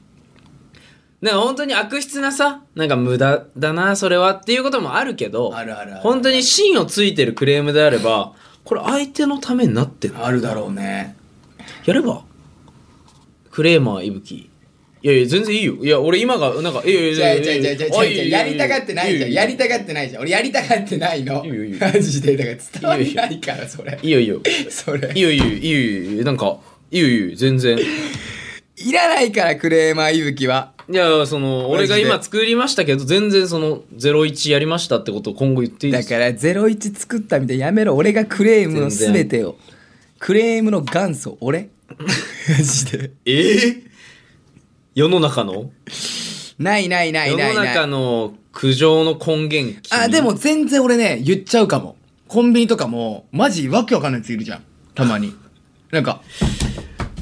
なんか本当に悪質なさ、なんか無駄だな、それはっていうこともあるけど、
あるあるある
本当に芯をついてるクレームであれば、これ相手のためになってる。
あるだろうね
やれば、クレーマーいぶき。いやいや、全然いいよ。いや、俺今が、なんか、いやいや
違う
いやいや
違う違う違う
あい
違
や
う
いや
や
い
りた
やいや
がってないじゃんや
いやいや
りたがってないじゃん俺やりたがってないの
いいよいいよ
マジでだから伝わりないからそれ
いいよいいよ。
それ
いいよいいよいいよいいよいいよ。なんか、いいよいいよ、全然。い
いらないからクレーマーいぶきは
や、その、
マ
俺
ジで
が今作りましたけど、全然その、01やりましたってことを今後言っていいで
だ
すか
から01作ったみたいやめろ俺がクレームの
全然
全てをクレームの元祖
[laughs]
俺マジで
ええ世の中の
ないないない
世
な
の
いない
中の苦情の根源君
あでも全然俺ね言っちゃうかもコンビニとかもマジわけわかんないやついるじゃんたまになんか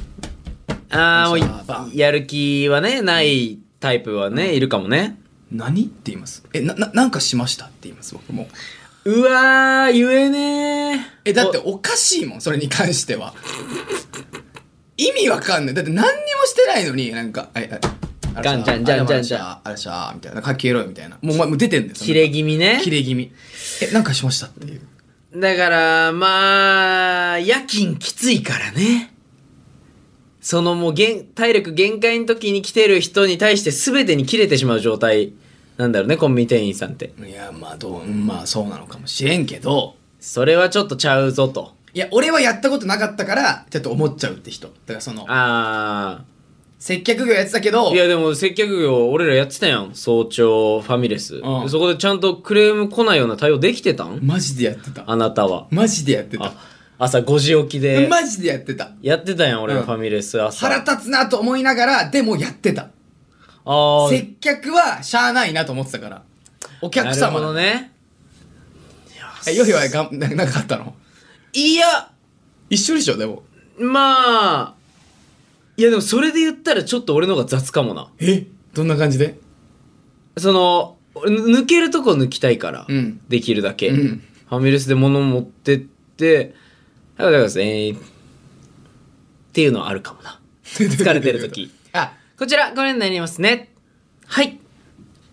さ
あ
あ
ーもうやる気はねないタイプはね、いるかもね
「何?」って言います「えなななんかしました?」って言います僕も
うわー言えねー
えだっておかしいもんそれに関しては意味わかんないだって何にもしてないのになんか「あいああらしゃ
ガンジャンジャンジャンジャン
あらしゃあらしゃみたいな「かけろよ」みたいなもうお前もう出てんだよその
切れ気味ね
切れ気味えなんかしましたっていう
だからまあ夜勤きついからねそのもう限体力限界の時に来てる人に対して全てに切れてしまう状態なんだろうねコンビニ店員さんって
いやまあどううんまあそうなのかもしれんけど
それはちょっとちゃうぞと
いや俺はやったことなかったからちょっと思っちゃうって人だからその
ああ
接客業やってたけど
いやでも接客業俺らやってたやん早朝ファミレス、
うん
そこでちゃんとクレーム来ないような対応できてたん
マジでやってた
あなたは
マジでやってた
あ朝5時起きで
マジでやってた
やってたやん俺
う
ら
ん
ファミレス朝、
腹立つなと思いながらでもやってた
あ
接客はしゃあないなと思ってたからお
客
客
なるほ
様
ど
のね
ね
よりはがん [laughs] ななかったの
いや
一緒でしょでも
まあいやでもそれで言ったらちょっと俺の方が雑かもな
えどんな感じで
その俺抜けるとこ抜きたいから、
うん
できるだけ、
うん
ファミレスで物持ってって「ありがとうございますえーっていうのはあるかもな疲れてる
[laughs]
時
あ
こちらご覧になりますねはい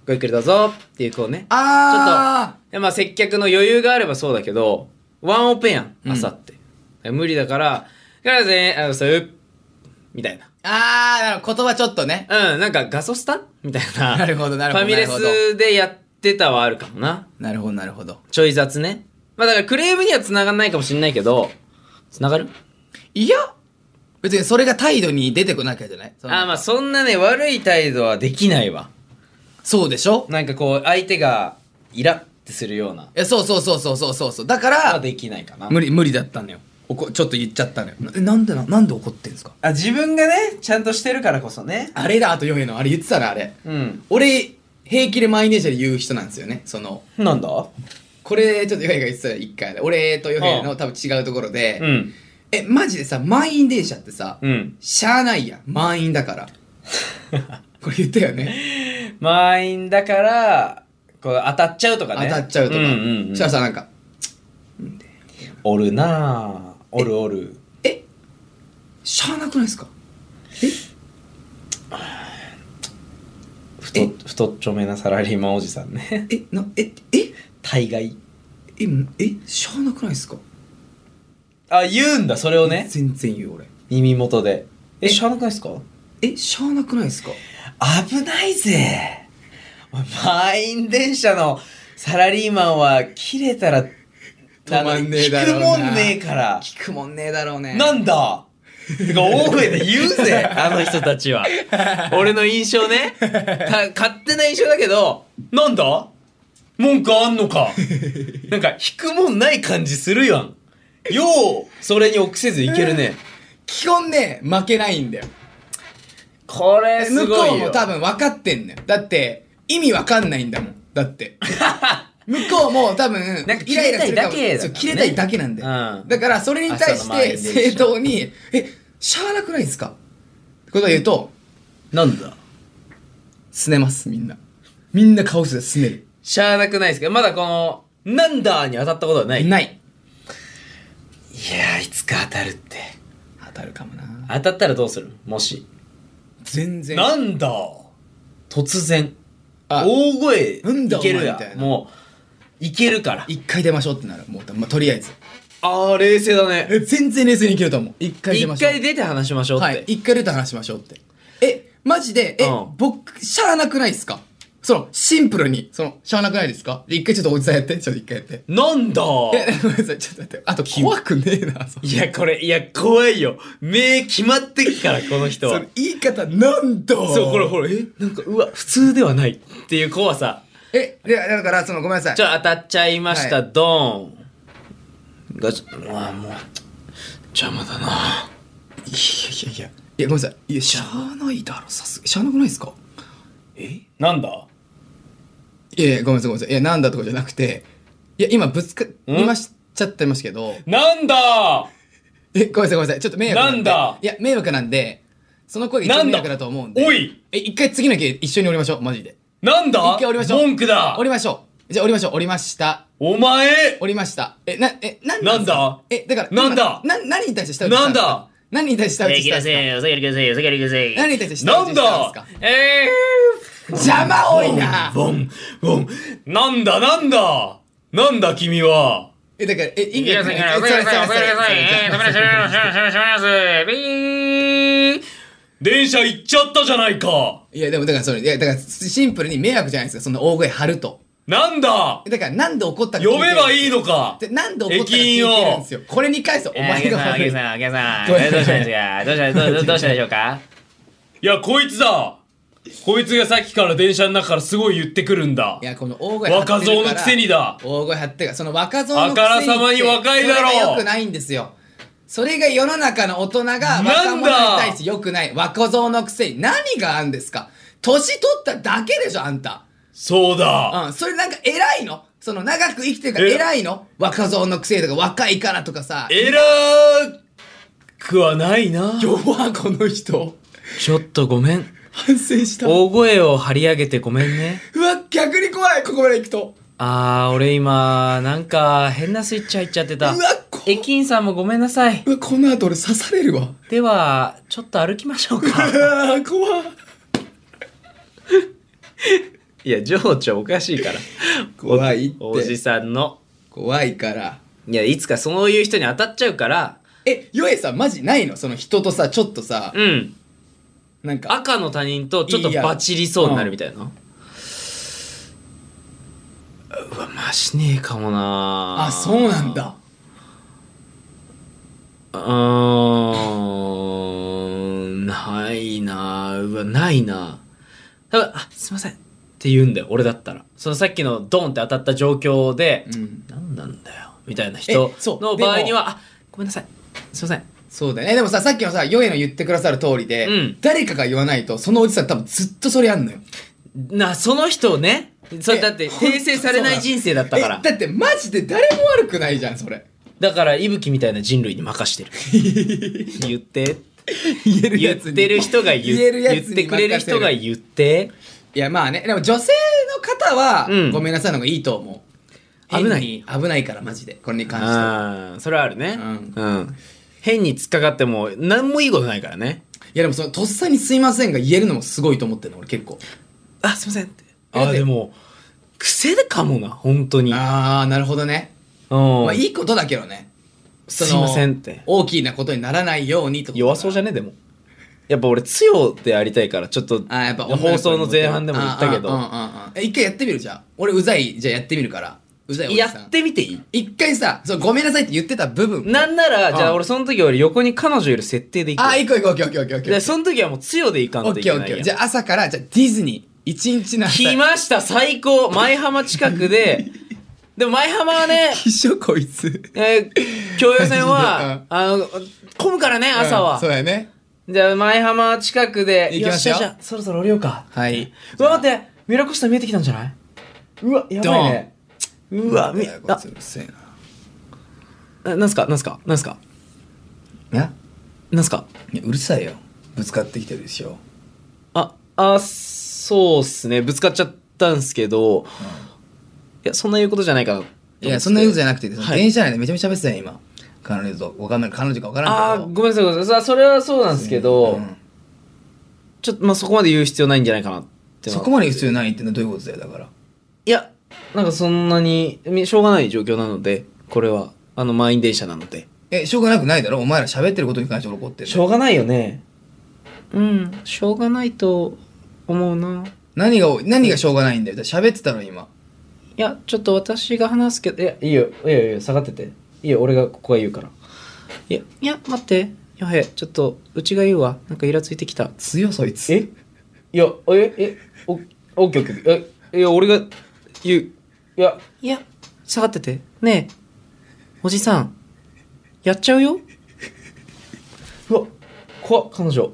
ごゆっくりどうぞっていうこうね
あ
いやまあ接客の余裕があればそうだけどワンオペやん
ん
朝って、無理だから「からぜあのそうみたいな
ーあーなるほど言葉ちょっとね
うんなんかガソスタみたいな
なるほどなるほど
ファミレ
なるほ
スでやってたはあるかもな
なるほどなるほど
ちょい雑ねまあだからクレームには繋がんないかもしんないけど繋がる
いや別にそれが態度に出てこなきゃじゃないその
あまあそんなね悪い態度はできないわ
そうでしょ
なんかこう相手がイラッてするような
えそうそうそうそうそうそうそうだか
は
ら
できないかな
無理無理だったのよおこちょっと言っちゃったのよなえなんでななんで怒ってんすか
あ自分がねちゃんとしてるからこそね
あれだあと4へのあれ言ってたなあれ
うん
俺平気で満員電車で言う人なんですよねその
なんだ
これちょっとヨヘイが言ってたら一回俺とヨヘイ
あ
の多分違うところで、
うん
えマジでさ満員電車ってさ、
うん
しゃあないやん満員だから
[laughs]
これ言ったよね
満員だからこう当たっちゃうとか
当
ね
たっちゃうとか、
んうんうん
そしたらさなんか
おるなあおるおる
えしゃあなくないですか
太っ太っちょめなサラリーマンおじさ
[laughs]
んね
えなええ
大概
ええ知らなくないですか
あ言うんだそれをね
全然言う俺
耳元でえ知らなくないですか
え知らなくないですか
危ないぜお前満員電車のサラリーマンは切れたら
止まんねえだろうな
あの聞くもんねえから
聞くもんねえだろうね
なんだてか大声で言うぜ [laughs] あの人たちは俺の印象ねた勝手な印象だけどなんだ文句あんのかなんか引くもんない感じするやんようそれに臆せずいけるね
基本ね負けないんだよ
これ
向
す
こ
ご
う
い
も
よ
多分分かってんのよだって意味分かんないんだもんだって
[laughs]
向こうも多分
なんか
イライラするかも
切れたいだけだからね
そう切れたいだけなんだよ、
うん
だからそれに対し
朝の満員
て
電車
正当に「えしゃあなくないですか?」ってことを言うと
なんだ
すねますみんなみんな顔してすねる、
しゃあなくないですけどまだこの「なんだ!」に当たったことはないいや
ない
ーいつか当たるって
当たるかもな
当たったらどうするもし
全然
なんだ突然
あ
大声
なんだ
いける
お前み
や
たい
ん
な
もういけるから
一回出ましょうってなるもう、まあ、とりあえず
ああ冷静だね
え全然冷静にいけると思う一回出ま
一
しょう
回出て話しましょうって、
はい一回出て話しましょうってえマジでえ、
うん
僕しゃあなくないですかそのシンプルにそのしゃあなくないですかで一回ちょっとおじさんやってちょっと一回やって
なんだ
え [laughs] ごめんなさいちょっと待ってあと怖くねえなその
いやこれいや怖いよ目決まってっからこの人
そ
は
の言い方なんだ
そうほらほらえなんかうわ普通ではないっていう怖さ
えでだからそのごめんなさい
ちょ当たっちゃいました、
は
ドンガチうわもう邪魔だない
やいやいやいやごめんなさいいやしゃあないだろさすがしゃあなくないですか
えなんだ
いやいやごめんなさいごめんなさいいやなんだとかじゃなくていや今ぶつかりましちゃってますけど
なんだ
え、ごめんなさいごめんなさい。ちょっと迷惑で
なんだ
いや、迷惑なんで、その声が一番迷惑だと思うんで。
なんだおい
え、一回次の日一緒に降りましょう、マジで。
なんだ
一回降りましょう。
文句だ
降りましょう。じゃあ降りましょう、降りました。
お前
降りました。え、な、え、なん
なんだ
え、だから今、
なんだ
な、何に対して下打ちしたんですか
なんだ
何に対して下打ちしたんです
よ、下げてくださいよ、下げてください
何に対して下打
な
ち
ん
したん
だ
です
えー
か邪魔多いな
ボン、ボン、なんだなんだなんだ君は
え、だから、え、意味
皆
わ
さ
か
ん
ん
か
ない
ら、お
え
か
そ
え
れ
りなさい、おかえりなさい、えー、ダメだ、閉めます、閉めます、閉めます、ビー電車行っちゃったじゃないか
いや、でもだからそれ、いや、だからシンプルに迷惑じゃないですか、そんな大声張ると。
なんだ
えだから、なんで怒ったか聞い
呼
てる
べばいいのか
で、なんで怒ったか聞いてるんですよ。これに関してお
お前
前が
が
悪
悪
い
い。さん、お客さん、
ごめん
どうしたんですかどうした、どうどうしたでしょうか
いや、こいつだこいつがさっきから電車の中からすごい言ってくるんだ
いや、この大声
若造のくせにだ
大声張ってか、その若造のくせに。
あからさまに若いだ
そ
ろう
れが良くないんですよ。それが世の中の大人が若者に対して良くない。若造のくせに。何があんですか年取っただけでしょ、あんた。
そうだ
うん。それなんか偉いのその長く生きてるから
え
偉いの若造のくせにとか若いからとかさ。
えらくはないな
弱この人。
ちょっとごめん
反省した。う
大声を張り上げてごめんね
わ、逆に怖い、ここまで行くと。
あー俺今なんか変なスイッチ入っちゃって
う
た
わ、こ、
駅員さんもごめんなさいう
わ、この後俺刺されるわ。 [laughs]
ではちょっと歩きましょうか
あー怖い。
[laughs] いや情緒おかしい [laughs] から
怖いって
おじさんの
怖いから。
いやいつかそういう人に当たっちゃうから
え、ヨエさんマジないのその人とさ、ちょっとさ、
うん
なんか、
赤の他人とちょっとバチりそうになるみたいなうわまあしねえかもな
あ、そうなんだ。
うーんないなうわないな多分あすいませんって言うんだよ俺だったらそのさっきのドンって当たった状況で、
うん。
何なんだよみたいな人
えそう
の
でも
場合にはあごめんなさいすいません
そうだよね。でもさ、さっきのさ、ヨエの言ってくださる通りで、
うん
誰かが言わないと、そのおじさん多分ずっとそれやんのよ。
なその人をねそれ
え
だって
ほんと
訂正されない人生だったから
えだってマジで誰も悪くないじゃん、それ。
だから伊吹みたいな人類に任してる [laughs] 言って
言え
言ってる人が言
言えるやつに
言ってくれる人が言って
いや、まあね。でも女性の方は、
うん
ごめんなさいの方がいいと思う。
危ない
変に。危ないから、マジで。これに関しては。
ああそれはあるね
うん
うん変に突っかかっても何もいいことないからね
いや、でもその、とっさにすいませんが言えるのもすごいと思ってるの、俺結構。
あ、すいませんって。あ、でも、癖かもな、本当に。うん。
ああなるほどねまあいいことだけどねその
すいませんって
大きなことにならないようにと
弱そうじゃ
ね
ねでも。やっぱ俺強でありたいから、ちょっと、
あーやっぱ
放送の前半でも言ったけ
あー
ど、
あーあーあーえ一回やってみるじゃあ俺うざいじゃあやってみるからうざいおじ
や
さん
ってみていい
一回さそうごめんなさいって言ってた部分
なんなら、
ん
じゃあ俺その時俺横に彼女いる設定でいく
あ。ー行こう行こう行こう行こう行こう
で、その時はもう強でいかん
オ
と
ッ
い
ケ
け
ーオ
な
ッケ
いやん
ーじゃあ朝からじゃあディズニー一日 [laughs] の朝
来ました最高舞浜近く
[laughs]
ででも舞浜はね、
一緒こいつ、
えー、京葉線は
[laughs]
あの混むからね朝
う
は
ん、そうやね
じゃあ舞浜近くで
行きましょう
よっゃじゃあそろそろ降りようか
はい。
うわ待ってミラコスタ見えてきたんじゃないうわやばいねうわみ
いやこい
あ
つうるせえな。
ななんすかなんすかなんすかなんすか
いやうるさいよ。ぶつかってきてるでしょ。
ああそうっすねぶつかっちゃったんすけど、いやそんな言うことじゃないかない
や、そんな言うことじゃなくて、その
はい
電車内でめちゃめちゃ喋ってたよ、今。彼女と、わかんない、彼女かわからん
あ
け
ー
ど。
ごめんなさいごめんなさいそそれはそうなんですけど、
うん
ちょっとまあそこまで言う必要ないんじゃないかなってのは
そこまで必要ないってのはどういうことだよ、だから。
いやなんかそんなにみしょうがない状況なのでこれはあの満員電車なので
え、しょうがなくないだろお前ら喋ってることに関して俺怒ってる。
しょうがないよねうんしょうがないと思うな
何が、何がしょうがないんだよ。だから喋ってたろ、今。
いやちょっと私が話すけどいやいいよいやいや下がってていいよ俺がここが言うからいやいや待ってヨヘちょっとうちが言うわなんかイラついてきた
強そいつ。
えいや、え、え、お、オッケーオッケー。え、いや、俺が言う。いや、いや、下がってて。ねえ、おじさん、やっちゃうよ。うわ、怖っ、彼女。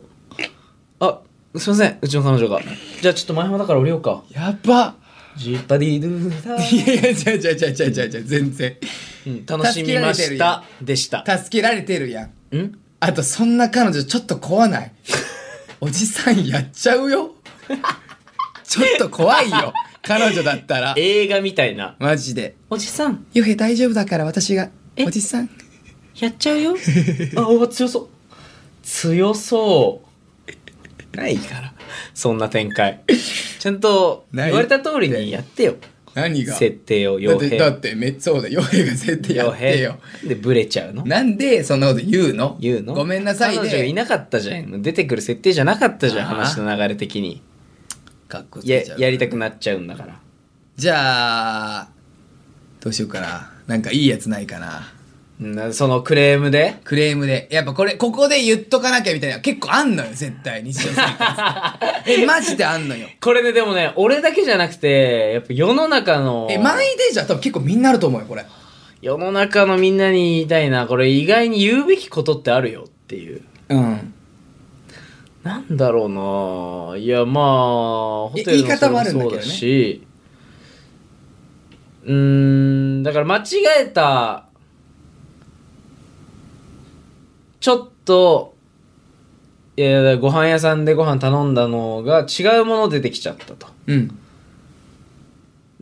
あ、すいません、うちの彼女が。じゃあちょっと前浜だから降りようか。
やば
ジッパディドゥーダー
いやいや、違う違う違う違う違う違う、全然。
うん楽しみま
助けられてる
し
や
た。でした。
助けられてるやん。
ん
あと、そんな彼女ちょっと怖
[laughs]
ない。おじさんやっちゃうよ。ちょっと怖いよ。彼女だったら。
映画みたいな。
マジで。
おじさん、
ヨヘ大丈夫だから私が。おじさん。
やっちゃ
[laughs]
うよ。あ、うわ、強そう。強そう。ないから。そんな展開。ちゃんと
ない
言われた通りにやってよ。
何が
設定を
だ
傭
って、だ
兵。
ってめっそうだ。ヨヘが設定や
傭
って
兵
よ。。
で、ブレちゃうの
なんでそんなこと言うの
言うの
ごめんなさい
彼女がい
で。
なかったじゃん。出てくる設定じゃなかったじゃん。
あー
話の流れ的に。
かっこつ
や
けちゃ、う
やりたくなっちゃうんだから。
じゃあ、どうしようかな。なんかいいやつないかな。
なそのクレームで。
クレームで。やっぱこれ、ここで言っとかなきゃみたいな。結構あんのよ、絶対。日常生
[laughs]
活。え、マジであんのよ。
これね、でもね、俺だけじゃなくて、やっぱ世の中の。
え、満員電車は多分結構みんなあると思うよ、これ。
世の中のみんなに言いたいなこれ意外に言うべきことってあるよっていう
うん。
なんだろうないやまあホテル
い言い方もあるんだけどね
そうだしうーんだから間違えたちょっといやご飯屋さんでご飯頼んだのが違うもの出てきちゃったと
うん。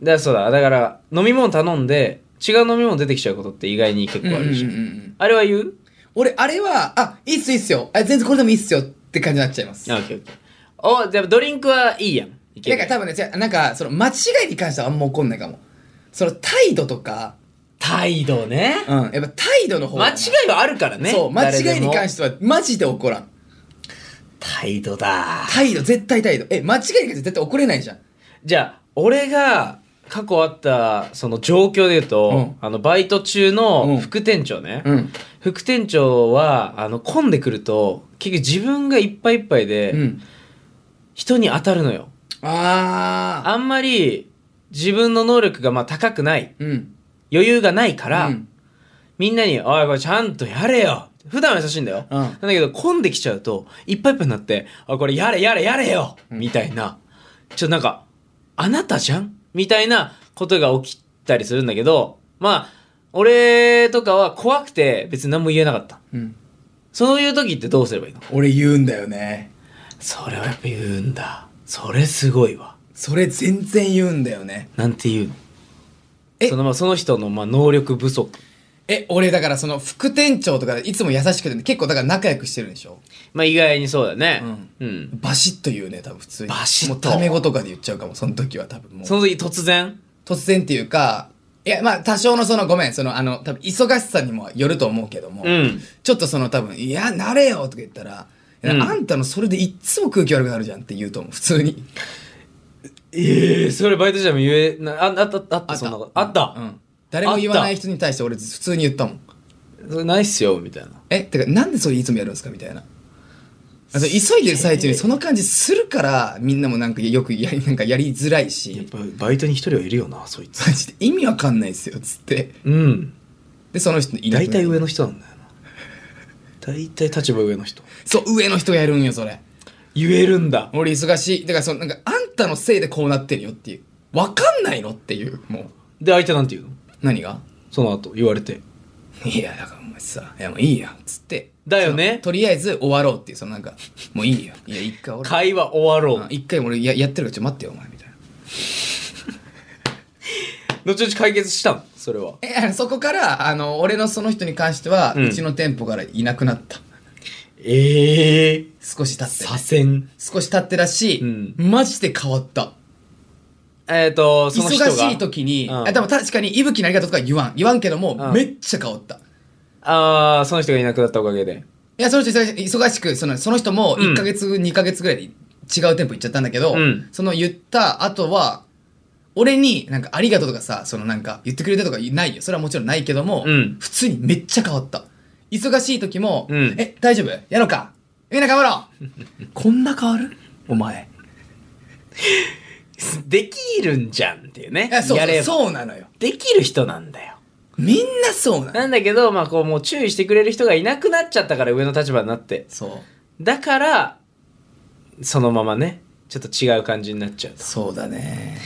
だそうだだから飲み物頼んで違う飲み物出てきちゃうことって意外に結構あるじゃん、
うんうんうんうん
あれは言う
俺、あれは、あ、いいっすいいっすよ。あ、全然これでもいいっすよって感じになっちゃいます。
あオッケーオッケーおじゃあドリンクはいいやんいけ
だ
る
から多分ね、じゃあなんか、その、間違いに関してはあんま怒んないかも。その、態度とか、
態度ね、
うん。やっぱ態度の方
間違いはあるからね
そう、間違いに関
し
して
て
は、マジで怒らん。
態度だ
態度、絶対態度。え、間違いに関して絶対怒れないじゃん。
じゃあ俺が過去あったその状況で言うと、
うん
あのバイト中
うん
の副店長ね、
うん。
副店長はあの混んでくると結局自分がいっぱいいっぱいで、
うん。
人に当たるのよ
ああ。
あんまり自分の能力がまあ高くない
うん。
余裕がないから、
うん
みんなに、おい、これちゃんとやれよ普段は優しいんだよ。
うん
なんだけど、混んできちゃうと、いっぱいいっぱいになって、あ、これやれやれやれよみたいな。ちょっとなんか、あなたじゃんみたいなことが起きたりするんだけど、まあ、俺とかは怖くて別に何も言えなかった。
うん。
そういう時ってどうすればいいの
俺言うんだよね。
それはやっぱ言うんだ。それすごいわ。
それ全然言うんだよね。
なんて言うの
え
そのまあその人のまあ能力不足。
え、俺だからその副店長とかいつも優しくて結構だから仲良くしてるんでしょ
まあ意外にそうだね。うん。
バシッと言うね、多分普通に。
バシッと
もうタメ語とかで言っちゃうかも、その時は多分もう。
その時突然
突然っていうか、いや、まあ多少のそのごめん、そのあの、多分忙しさにもよると思うけども、
うん
ちょっとその多分、いや、なれよとか言ったら、いや
うん
あんたのそれでいっつも空気悪くなるじゃんって言うと思う、普通に。
ええそれバイトじゃも言えなああったあったあったそんなことあった、
うん。誰も言わない人に対して俺普通に言ったもん。
それないっすよみたいな
えてかなんでそれいつもやるんですかみたいなあと急いでる最中にその感じするからみんなもなんかよくやりなんかやりづらいし
ぱバイトに一人はいるよなそいつ
マジで意味わかんないですよつって
うん
でその人いなくな
大
る
体上の人なんだよな大体立場上の人
そう上の人がやるんよそれ
言えるんだ
俺忙しいだからそのなんかあんたのせいでこうなってるよっていうわかんないのっていうもう
で相手なんて言うの
何が
その後言われて
いやだからお前さいやもういいやつって
だよね
そのとりあえず終わろうっていうそのなんかもういいよいや一回俺
会話終わ
う
ろ
ん
う
一回俺ややってるからちょっと待ってよお前みたいな
後々解決したのそれは
えあのそこからあの俺のその人に関しては、う
うん
ちの店舗からいなくなった
ええ
少し経ってね、
左遷
少し経ってらしい、
うん
マジで変わった
えっ、とそ
忙
の人が
しい時に、
うん
あでも確かに伊吹のありがとうとかは言わん言わんけども、
うん
めっちゃ変わったい
ああその人がいなくなったおかげで [laughs]
やその人忙し忙しくそのその人も
うん
1ヶ月、2ヶ月ぐらいで違う店舗行っちゃったんだけど、
うん
その言った後は俺になんかありがとうとかさそのなんか言ってくれたとかないよそれはもちろんないけども、
うん
普通にめっちゃ変わった忙しい時も「
うん
え大丈夫やろうかみんな頑張ろ
[laughs]
う! 」こんな変わるお前
できるんじゃんっていうね
いやそう
やれば
そうなのよ
できる人なんだよ
みんなそうなの
[laughs] なんだけど、まあ、こう、もう注意してくれる人がいなくなっちゃったから、上の立場になって。
そう
だから、そのままね、ちょっと違う感じになっちゃうと。
そうだね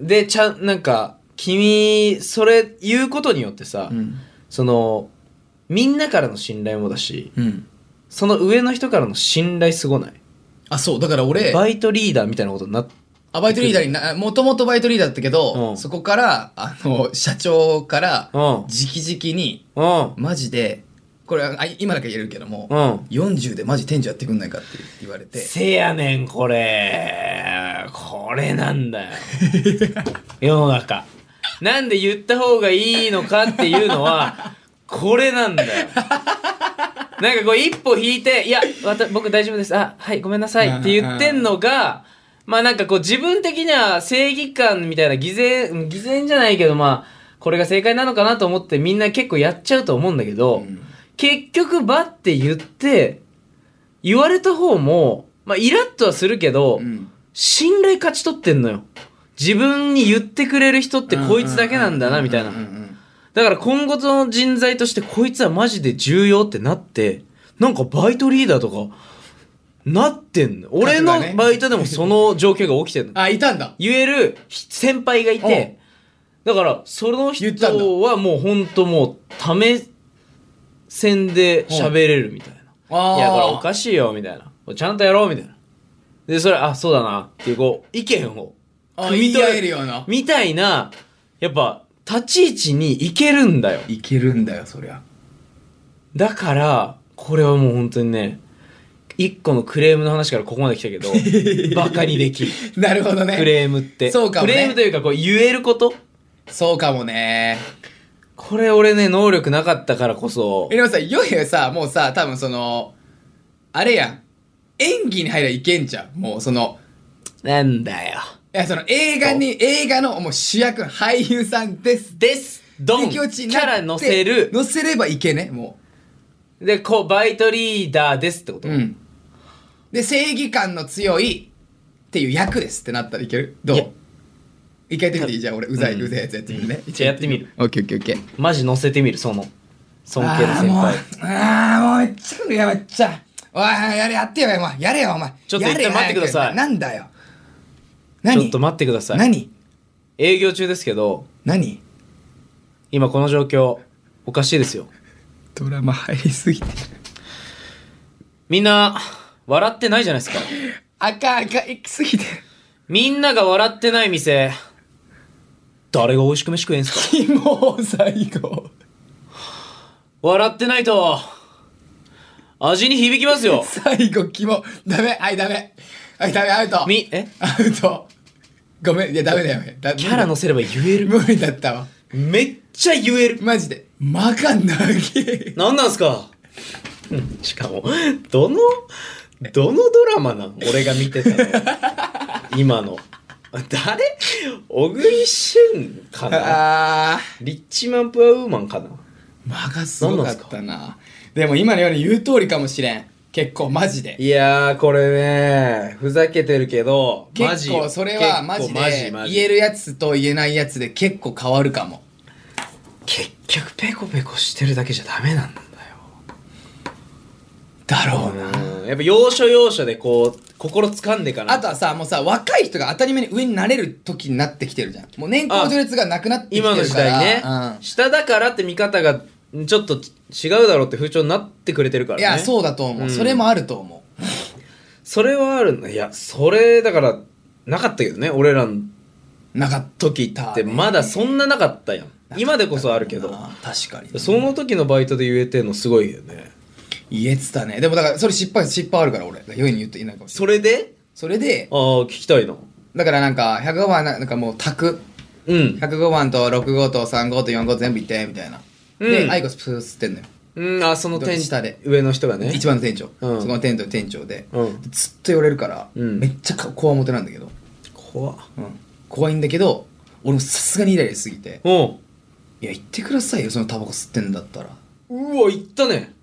で、ちゃん、なんか、君、それ言うことによってさ、
うん
その、みんなからの信頼もだし、
うん
その上の人からの信頼すごない。
あそうだから俺
バイトリーダーみたいなことになっ
あバイトリーダーになもともとバイトリーダーだったけど、
うん
そこからあの社長から
うん
直々に
うん。
マジでこれはあ今だから言えるけども、
うん。
40でマジ店長やってくんないかって言われて
せやねん、これ。これなんだよ。世の中。なんで言った方がいいのかっていうのは、これなんだよ。なんかこう一歩引いて、いや、わた僕大丈夫です。あ、はい、ごめんなさいって言ってんのが、まあなんかこう自分的には正義感みたいな偽善、偽善じゃないけどまあ、これが正解なのかなと思ってみんな結構やっちゃうと思うんだけど、結局ばって言って、言われた方も、まあイラッとはするけど、
うん
信頼勝ち取ってんのよ。自分に言ってくれる人ってこいつだけなんだな、みたいな。
うんうん
だから今後の人材としてこいつはマジで重要ってなって、なんかバイトリーダーとか、なってんの。俺の
格がね
バイトでもその状況が起きてんの。
あいたんだ
言える先輩がいて、だからその
言ったんだ
人はもうほんともう、ため線で喋れるみたいな。
あ
いや、これお
し
かしいよ、みたいな。ちゃんとやろう、みたいな。で、それ、あ、そうだな、っていう、こう、意見を、汲み
み
取
取
れ
れるような
みたいな、やっぱ、立ち位置に行けるんだよ。
いけるんだよそりゃ
だから、これはもう本当にね、一個のクレームの話からここまで来たけ
[laughs]
ど、バカにできる。
なるほどね
クレームって。
そうかもね
クレームというか、こう、言えること。
そうかもね
これ俺ね、能力なかったからこそ
え、でもさヨエはさもうさ多分そのあれやん演技に入りゃいけんじゃんもうその
なんだよ。
いやその映画に映画のもう主役俳優さんです
です、ドン、
激
キ
落ちになっ
ャ
て
ラ乗せる。
乗せればいけねも
で、こう、バイトリーダーですってこと
ううんで正義感の強いっていう役ですってなったらいけるど
いや
う一回やってみていいじゃあ俺うざい、
う
うんざいやつやってみるね
じゃあやってみる
オッケーオッケーオッケー
マジ乗せてみるその尊敬の
あー
先
もう
輩
あーもうめっちゃやめっちゃおいやれやってよお前やれよお前
ちょっと
やれよ
一旦待ってください
なんだよ
ち
何
ょっと待ってください
何
営業中ですけど
何
今この状況おかしいですよ
ドラマ入りすぎて
みんな笑ってないじゃないですか
赤赤いきすぎて
みんなが笑ってない店誰が美味しく飯食え
[laughs]
んすか
キモ最後
笑ってないと、味に響きま
[laughs]
すよ。
最後キモダメはいダメはいダメアウト
み、え
アウトごめんいやダメだよね
キャラ乗せれば言える。
無理だったわ
めっちゃ言える。
マジでマカンだけ
なんなんすかうんしかも、どの、どのドラマなん俺が見てたの。今の。誰小栗旬かな
あ
リッチマンプアウーマンかな
ー間がすごかったなでも今のように言う通りかもしれん結構マジで
いやー、これね、ふざけてるけど、マ
結
ジ
構それはマジで言えるやつと言えないやつで結構変わるかも
結局ペコペコしてるだけじゃダメなんだよ
だろうな
うんやっぱ要所要所でこう心掴んでかな
あとはさもうさ若い人が当たり前に上になれる時になってきてるじゃんもう年功序列がなくなってきてるか
今
ら
の時代ね、下だからって見方がちょっと違うだろうって風潮になってくれてるか
う
ら
ん、
ね
いやそううだと思う、
うん
それもあると思う
それはあるのいやそれだからなかったけどね俺らの
なかった
時ってまだそんななかったやん今でこそあるけど
な確かにね
その時のバイトで言えてんのすごいよね
言えてたねでもだからそれ失敗失敗あるから俺だから世に言っていないかもしれない
それで
それで
ああ聞きたいな
だからなんか105番ななんかもう卓
うん
105番と6号と3号と4号全部行ってみたいな、
うん
でアイコスプースってんのよ
うんあその店
下で
上の人がね
一番の店長、
うん
そこの店長店長で、
うん
ずっと言われるから、
うん
めっちゃかこわもてなんだけど、
怖っ
うん怖いんだけど俺もさすがにイライラしすぎて
おう
「いや言ってくださいよそのタバコ吸ってんだったら
うわ行ったね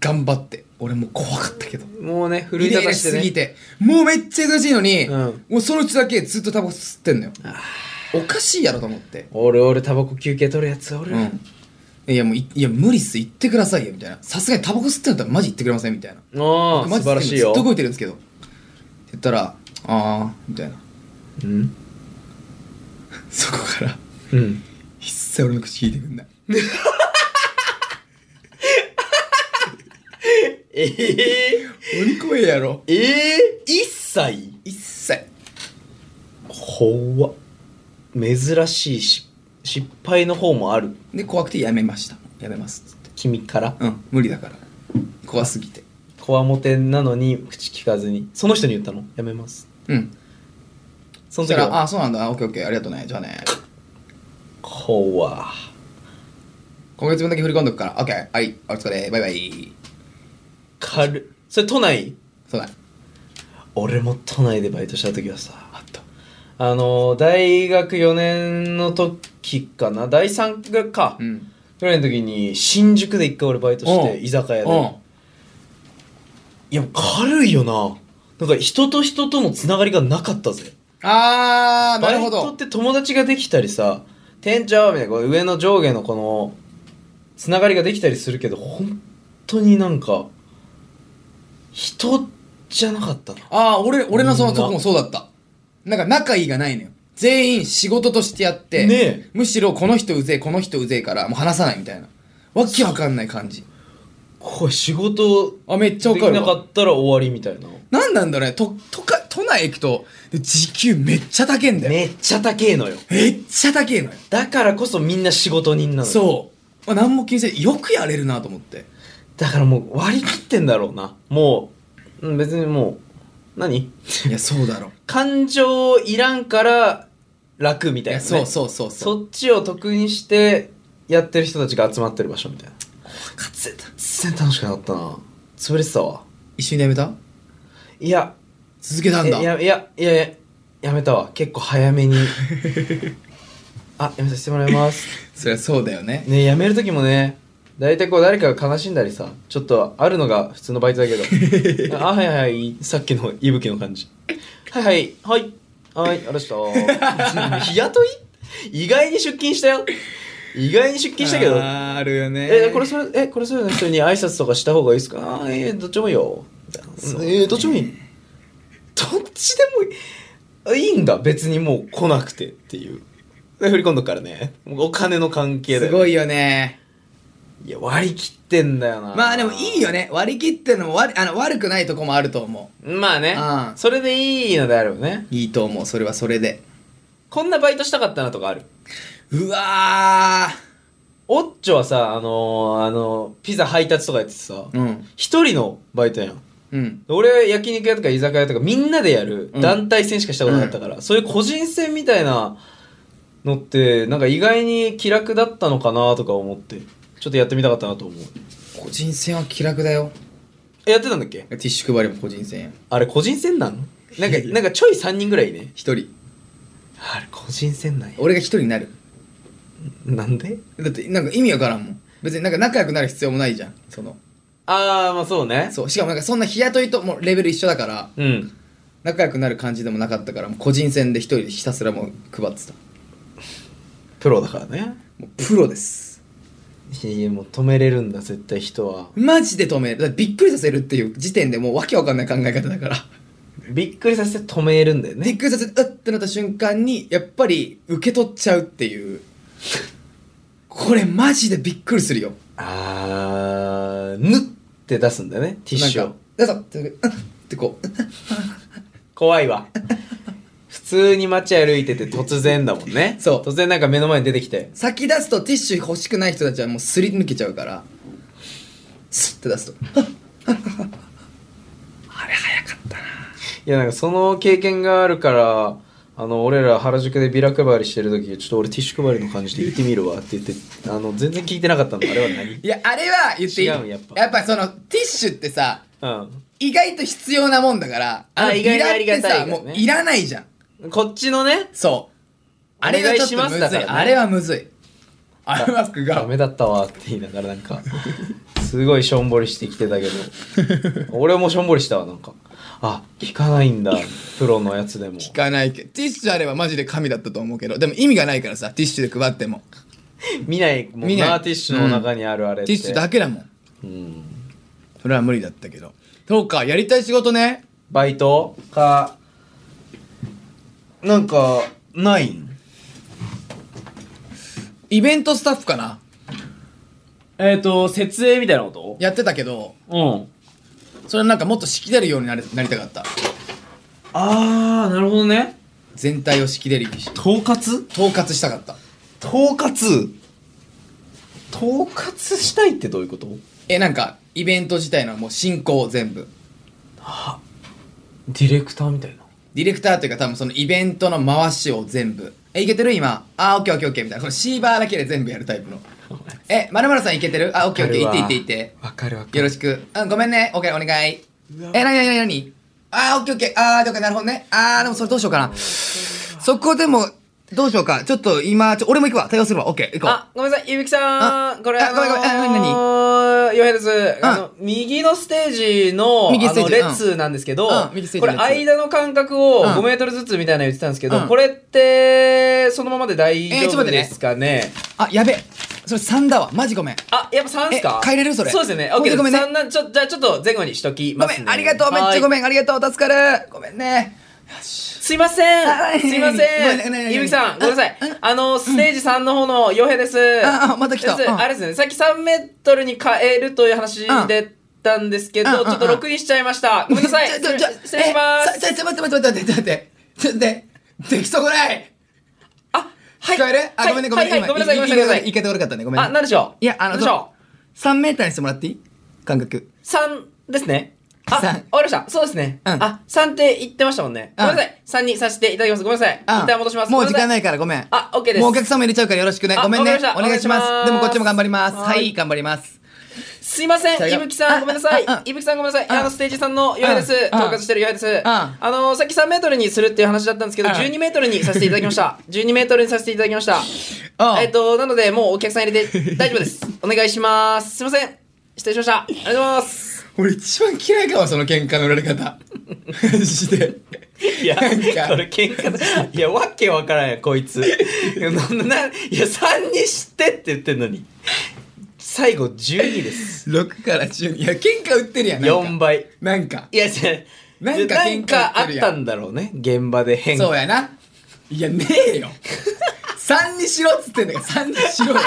頑張って」俺もう怖かったけど
もうね奮
イ
い
ライ
立
ラ
た
し
して
すぎ
ね
てもうめっちゃ忙しいのに、
うん
もうそのうちだけずっとタバコ吸ってんのよおかしいやろと思って
おるおるタバコ休憩取るやつおる、
うん、いやもういいや無理っす言ってくださいよみたいなさすがにタバコ吸ってんだったらマジ言ってくれませんみたいな
ああ
マ
素
ジ
晴らしいよ
ずっと動いてるんですけどって言ったら「ああ」みたいな
うん、
そこから
うん、
一切俺の口聞いてくんない
ええ
鬼怖えやろ
ええ一切
一切
怖っ珍しいし失敗の方もある
で怖くてやめましたやめますっつって
君から
うん無理だから怖すぎて
こわもてなのに口聞かずにその人に言ったのやめます
うん
そ
そ
の
した
時
ら「あ
は
あそうなんだあオッケーオッケーありがとうねじゃあね
怖っ
今月分だけ振り込んどくからオッケーはいお疲れバイバイ
軽っそれ都内
そうだ
俺も都内でバイトした時はさあったあの大学4年の時かな第3学か、
うん
ぐらいの時に新宿で一回俺バイトして
うん
居酒屋で、
うん
いや軽いよななんか人と人とのつながりがなかったぜ
あーなるほ
バイトっ
ど
て友達ができたりさ店長みたいなこう上の上下のこのつながりができたりするけど本当になんか人じゃなかったな
ああ俺俺のそのとこもそうだったなんか仲いいがないのよ全員仕事としてやって、
ねえ
むしろこの人うぜえこの人うぜえからもう話さないみたいなわけわかんない感じ
これ仕事
あめっちゃわ
で
か
き
る
なか
わ
ったら終わりみたいな
なんなんだろうねと都会都内行くとで時給めっちゃ高えんだよ、
めっちゃ高えのよ
めっちゃ高えのよ
だからこそみんな仕事人なのよ
そう、まあ、何も気にせずよくやれるなと思
[laughs]
って
だからもう割り切ってんだろうなもううん別にもう何
いやそうだろう
感情いらんから楽みた
い
いな、
や
ね、
そうそうそうそう
そっちを得にしてやってる人たちが集まってる場所みたいな
かつた
全然楽しくなかったな潰れてたわ
一緒にやめた
いや
続けたんだ
えやいやいやいややめたわ結構
[laughs]
早めにあやめさせてもらいます
そりゃそうだよね
ねやめる時もね大体こう誰かが悲しんだりさちょっとあるのが普通のバイトだけ
[laughs]
どあはいはいはいさっきの息吹の感じはいはいはいはいありがとうございました [laughs] 日雇い意外に出勤したよ意外に出勤したけど
あーあるよね
えこれそれえこれそれの人に挨拶とかした方がいいですかあーえーどっちもいいよみたいな
そう
えーどっちもいいどっちでもいいあいいんだ別にもう来なくてっていうで振り込んどくからねもうお金の関係だ
す
よ
ごいよね
いや割り切ってんだよな
まあでもいいよね割り切ってんのも悪あの悪くないとこもあると思
まあね
うん
それでいいのであればね
ういいと思うそれはそれで
こんなバイトしたかったなとかある
うわ
オッチョはさあのーあのーピザ配達とかやっててさ
ーうん
一人のバイトやん
うん
俺焼肉屋とか居酒屋とかみんなでやる
うん
団体戦しかしたことなかったから、そういう個人戦みたいなのってなんか意外に気楽だったのかなとか思ってちょっとやってみたかったなと思う
個人戦は気楽だよ
えやってたんだっけ
ティッシュ配りも個人戦や
あれ個人戦なのなんかなんかちょい3人ぐらいいね
一人
あれ個人戦なんや
俺が一人になる
なんで
だってなんか意味わからんもん別になんか仲良くなる必要もないじゃんその
ああまあそうね
そうしかもなんかそんな日雇いともうレベル一緒だから
うん
仲良くなる感じでもなかったからもう個人戦で一人でひたすらもう配ってた
プロだからね
もうプロです
いやいやもう止めれるんだ絶対人は
マジで止めるだってびっくりさせるっていう時点でもうわけわかんない考え方だから
びっくりさせて止めるんだよ
びっ
ね
くりさせてうってなった瞬間にやっぱり受け取っちゃうっていうこれマジでびっくりするよ
あーぬって出すんだよねティッシュを
なんかだからうんってこう
怖いわ普通に街歩いてて突然だもんね
そう
突然なんか目の前に出てきて
先出すとティッシュ欲しくない人たちはもうすり抜けちゃうからスッて出すと
いやなんかその経験があるからあの俺ら原宿でビラ配りしてる時ちょっと俺ティッシュ配りの感じで行ってみるわって言ってあの全然聞いてなかったのあれは何
いやあれは言っていい
違うやっぱ
そのティッシュってさ
う
意外と必要なもんだから
あ
の
意外に
ビラ
ありがたいからね
ってさもういらないじゃん
んこっちのね
そうあれがちょっとむず
お願いします
い
だからね
あれはむずいアルマスク
ダ
が
メだったわって言いながらなんかすごいしょんぼりしてきてたけど俺もしょんぼりしたわなんかあ聞かないんだプロのやつでも
聞かないけどティッシュあればマジで神だったと思うけどでも意味がないからさティッシュで配っても
見ないも
見
ん
ない
なティッシュの中にあるあれって、
ティッシュだけだもん
うん
それは無理だったけどそうかやりたい仕事ね
バイトかなんかないん
イベントスタッフかな
えっ、と、設営みたいなこと
やってたけど
うん。
それはなんかもっと仕切れるようになれなりたかった
あー、なるほどね。
全体を仕切れるようにし
統括
統括したかった
統括統括したいってどういうこと
えなんかイベント自体のもう進行を全部
ディレクターみたいな。
ディレクターというか多分そのイベントの回しを全部えいけてる今あーオッケーオッケーオッケーみたいなこのシーバーだけで全部やるタイプのえまるまるさんいけてるあオッケーオッケーいっていっていって
わかるわか
よろしく。うん、ごめんね。オッケー、お願い。え、なになになになにあー、オッケーオッケー。あー、了解、なるほどね。あー、でもそれどうしようかな。そこでも、どうしようか。ちょっと今、ちょ俺も行くわ。対応するわ。オッケー、行こう。
あ、ごめんなさい、ゆびきさん。これ、
あ
あの
ごめんごめんあ
ー、よへです。あの、右のステージの、あ
右ステー
の、
ジ
列なんですけど
うん右ステ、ー
こ
ジ
れ、
の列
間の間隔を
うん
5メートルずつみたいなの言ってたんですけ
うん
ど、これって、そのままで大
えーちょっと待
丈夫
ってね
ですかね。
あ、やべ。それ3だわ。マジごめん。
あ、やっぱ3ですか
え変えれるそれ
そうですよね。
ほんと
OK です。
ごめんね
3なん、ちょ、じゃあちょっと前後にしとき
ご
ま
め
すね。
ん、ありがとう。めっちゃご
ん。
めん、ありがとう。助かる。ごめんね。
すいませ
あ
ん。すいま
ごめんねごめんねご
せ
めん
ん。
ね
ゆびきさん、ごめんなさい
うん。
あの、ステージ3の方のよへです。
あ、あ、また来た。
です
うん
あれですね、さっき3メートルに変えるという話でたんですけど、
うんうんうん
ちょっと6にしちゃいました。ごめんなさい。
ちょ
失
ちょ
礼
ちょ
失礼します。
えさちょ、ちょ、待って待って待って待って。ちょっと待って。できそこない。
あ、はい。
聞こえるあ、
はい
ごめんね、ごめんね。
はいはいごめんなさい、ごめんなさい。
言い方悪かったね。ごめんね
あ、なんでしょう
いや、あの、
なんでしょ
3メーターにしてもらっていい感覚。
う ?3 ですね。あ、
三
終わりました。そうですね。
うん
あ、3って言ってましたもんね。
う
ご
ん
めんなさい。3にさせていただきます。ごめんなさい。一
あ
旦戻します。。
もう時間ないいからごめん。
あ、OK です。
もうお客様入れちゃうからよろしくね。
あ
ごめんね。
わかりました
お願いし
お願いし
ま。
ます
で
す
もこっちも頑張ります。は
はい
い、頑張ります。
すいませ
じゃあ
ん、いぶきさ
あ
ん、ごめんなさい
ああ。
いぶきさん、ごめんなさい。
あ
あの、ステージさんの岩井です。
ああ
統括してる岩井です。
あ
あの、さっき3メートルにするっていう話だったんですけど、
あ
12メートルにさせていただきました。12メートルにさせていただきました。
ああ
えっと、なので、もうお客さん入れて大丈夫 [laughs] です。お願いします。すいません。失礼しました。ありがとうござい [laughs] ます。
俺一番嫌いかも、その喧嘩の売られ方。 [laughs] マジで。
いや、
なんか
これ喧嘩だ。いや、わけわからんや、こいつ。いや、な、な、いや、3にしてって言ってんのに。最後、12です。
6から10。いや、喧嘩売ってるやん。なんか
4。倍。
なんか。
いや、じゃ
な
なんん
か
か
喧嘩売ってるやん
あったんだろうね。現場で変
そう
化。
やな。いや、ねえ
[laughs]
よ。3にしろっつってんだから、3にしろよ。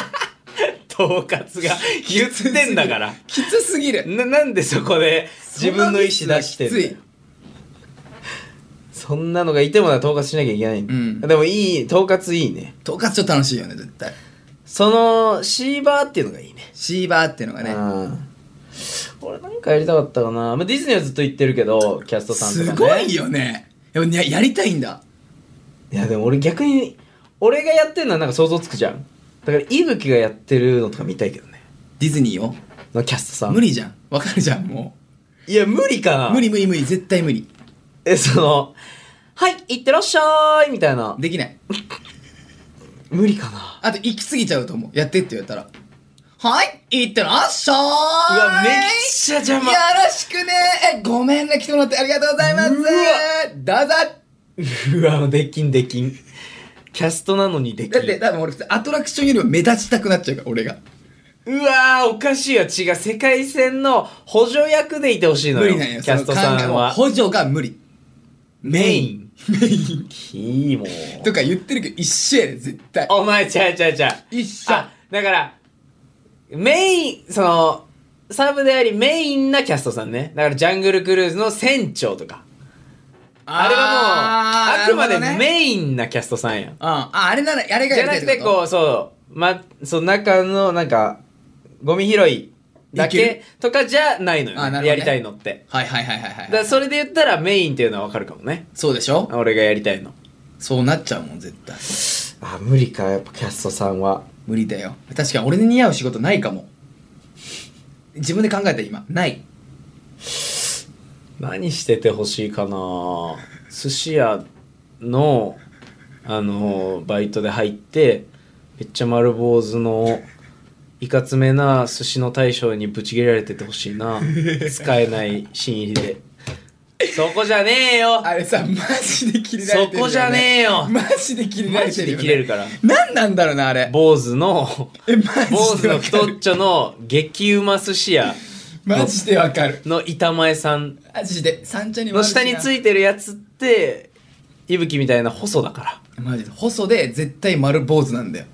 統括が言ってんだから。
きつす
[laughs]
ぎる。
な、なんでそこで自分の意思出してんだよ。そんなのがいてもな統括しなきゃいけない、
ん
でもいい統括いいね
統括ちょっと楽しいよね絶対
そのシーバーっていうのがいいね
シーバーっていうのがね
うん俺なんかやりたかったかな、まあ、ディズニーはずっと行ってるけどキャストさんとか、
す
ね、
ごいよねやっぱややりたいんだ
いやでも俺逆に俺がやってるのはなんか想像つくじゃんだから伊吹がやってるのとか見たいけどね
ディズニーを
のキャストさん
無理じゃんわかるじゃんも
いや無理かな
う無理無理無理絶対無理
えその「はい行ってらっしゃい」みたいな
できない
無理かな
あと行き過ぎちゃうと思うやってって言われたらはい行ってらっしゃーいう
わめっちゃ邪魔
よろしくねえごめんね来てもらってありがとうございますど
う
う
わ
ぞ
[laughs] うわできんできんキャストなのにできん
だって多分俺アトラクションよりも目立ちたくなっちゃうから俺が
うわーおかしいよ違う世界線の補助役でいてほしいの
無
よ
理なんよ
キャストさ
そ
ん
の考えも
は
補助が無理
メインいいもん
とか言ってるけど一緒やで絶対
お前ちゃうちゃうちゃう
一緒
あだからメインそのサブでありメインなキャストさんねだからジャングルクルーズの船長とかあれはもうあくまで
なるほどね
メインなキャストさんやん
うんああれならあれが
じ
や
ゃ
り
な
たい
くてこうそうまその中のなんかゴミ拾いだ
いけ
けとかじゃないのよ、
あなるほどね
やりたいのって
はいはいはいはい
だか
はい
らそれで言ったらメインっていうのはわかるかもね
そうでしょ
俺がやりたいの
そうなっちゃうもん絶対
あ無理かやっぱキャストさんは
無理だよ確かに俺に似合う仕事ないかも自分で考えた今ない
何しててほしいかな寿司屋のあのバイトで入ってめっちゃ丸坊主のいかつめな寿司の大将にぶち切れられててほしいな使えない新入りでそこじゃねえよ
あれさマジで切れられ
そ
てるよ、ね、
こじゃねえよ
マジで切れら
マ
れて
ジ
る
で
よ、ね、
切れるから
何なんだろうなあれ
坊主の
えマ
坊
ジ
主
で
の
わか
太っ
る
ちょの激うま寿司屋
マジでわかる
の板前さん
マジで三茶にもあ
の
るしな
下についてるやつっていぶきみたいな細だから
マジで細で絶対丸坊主なんだよ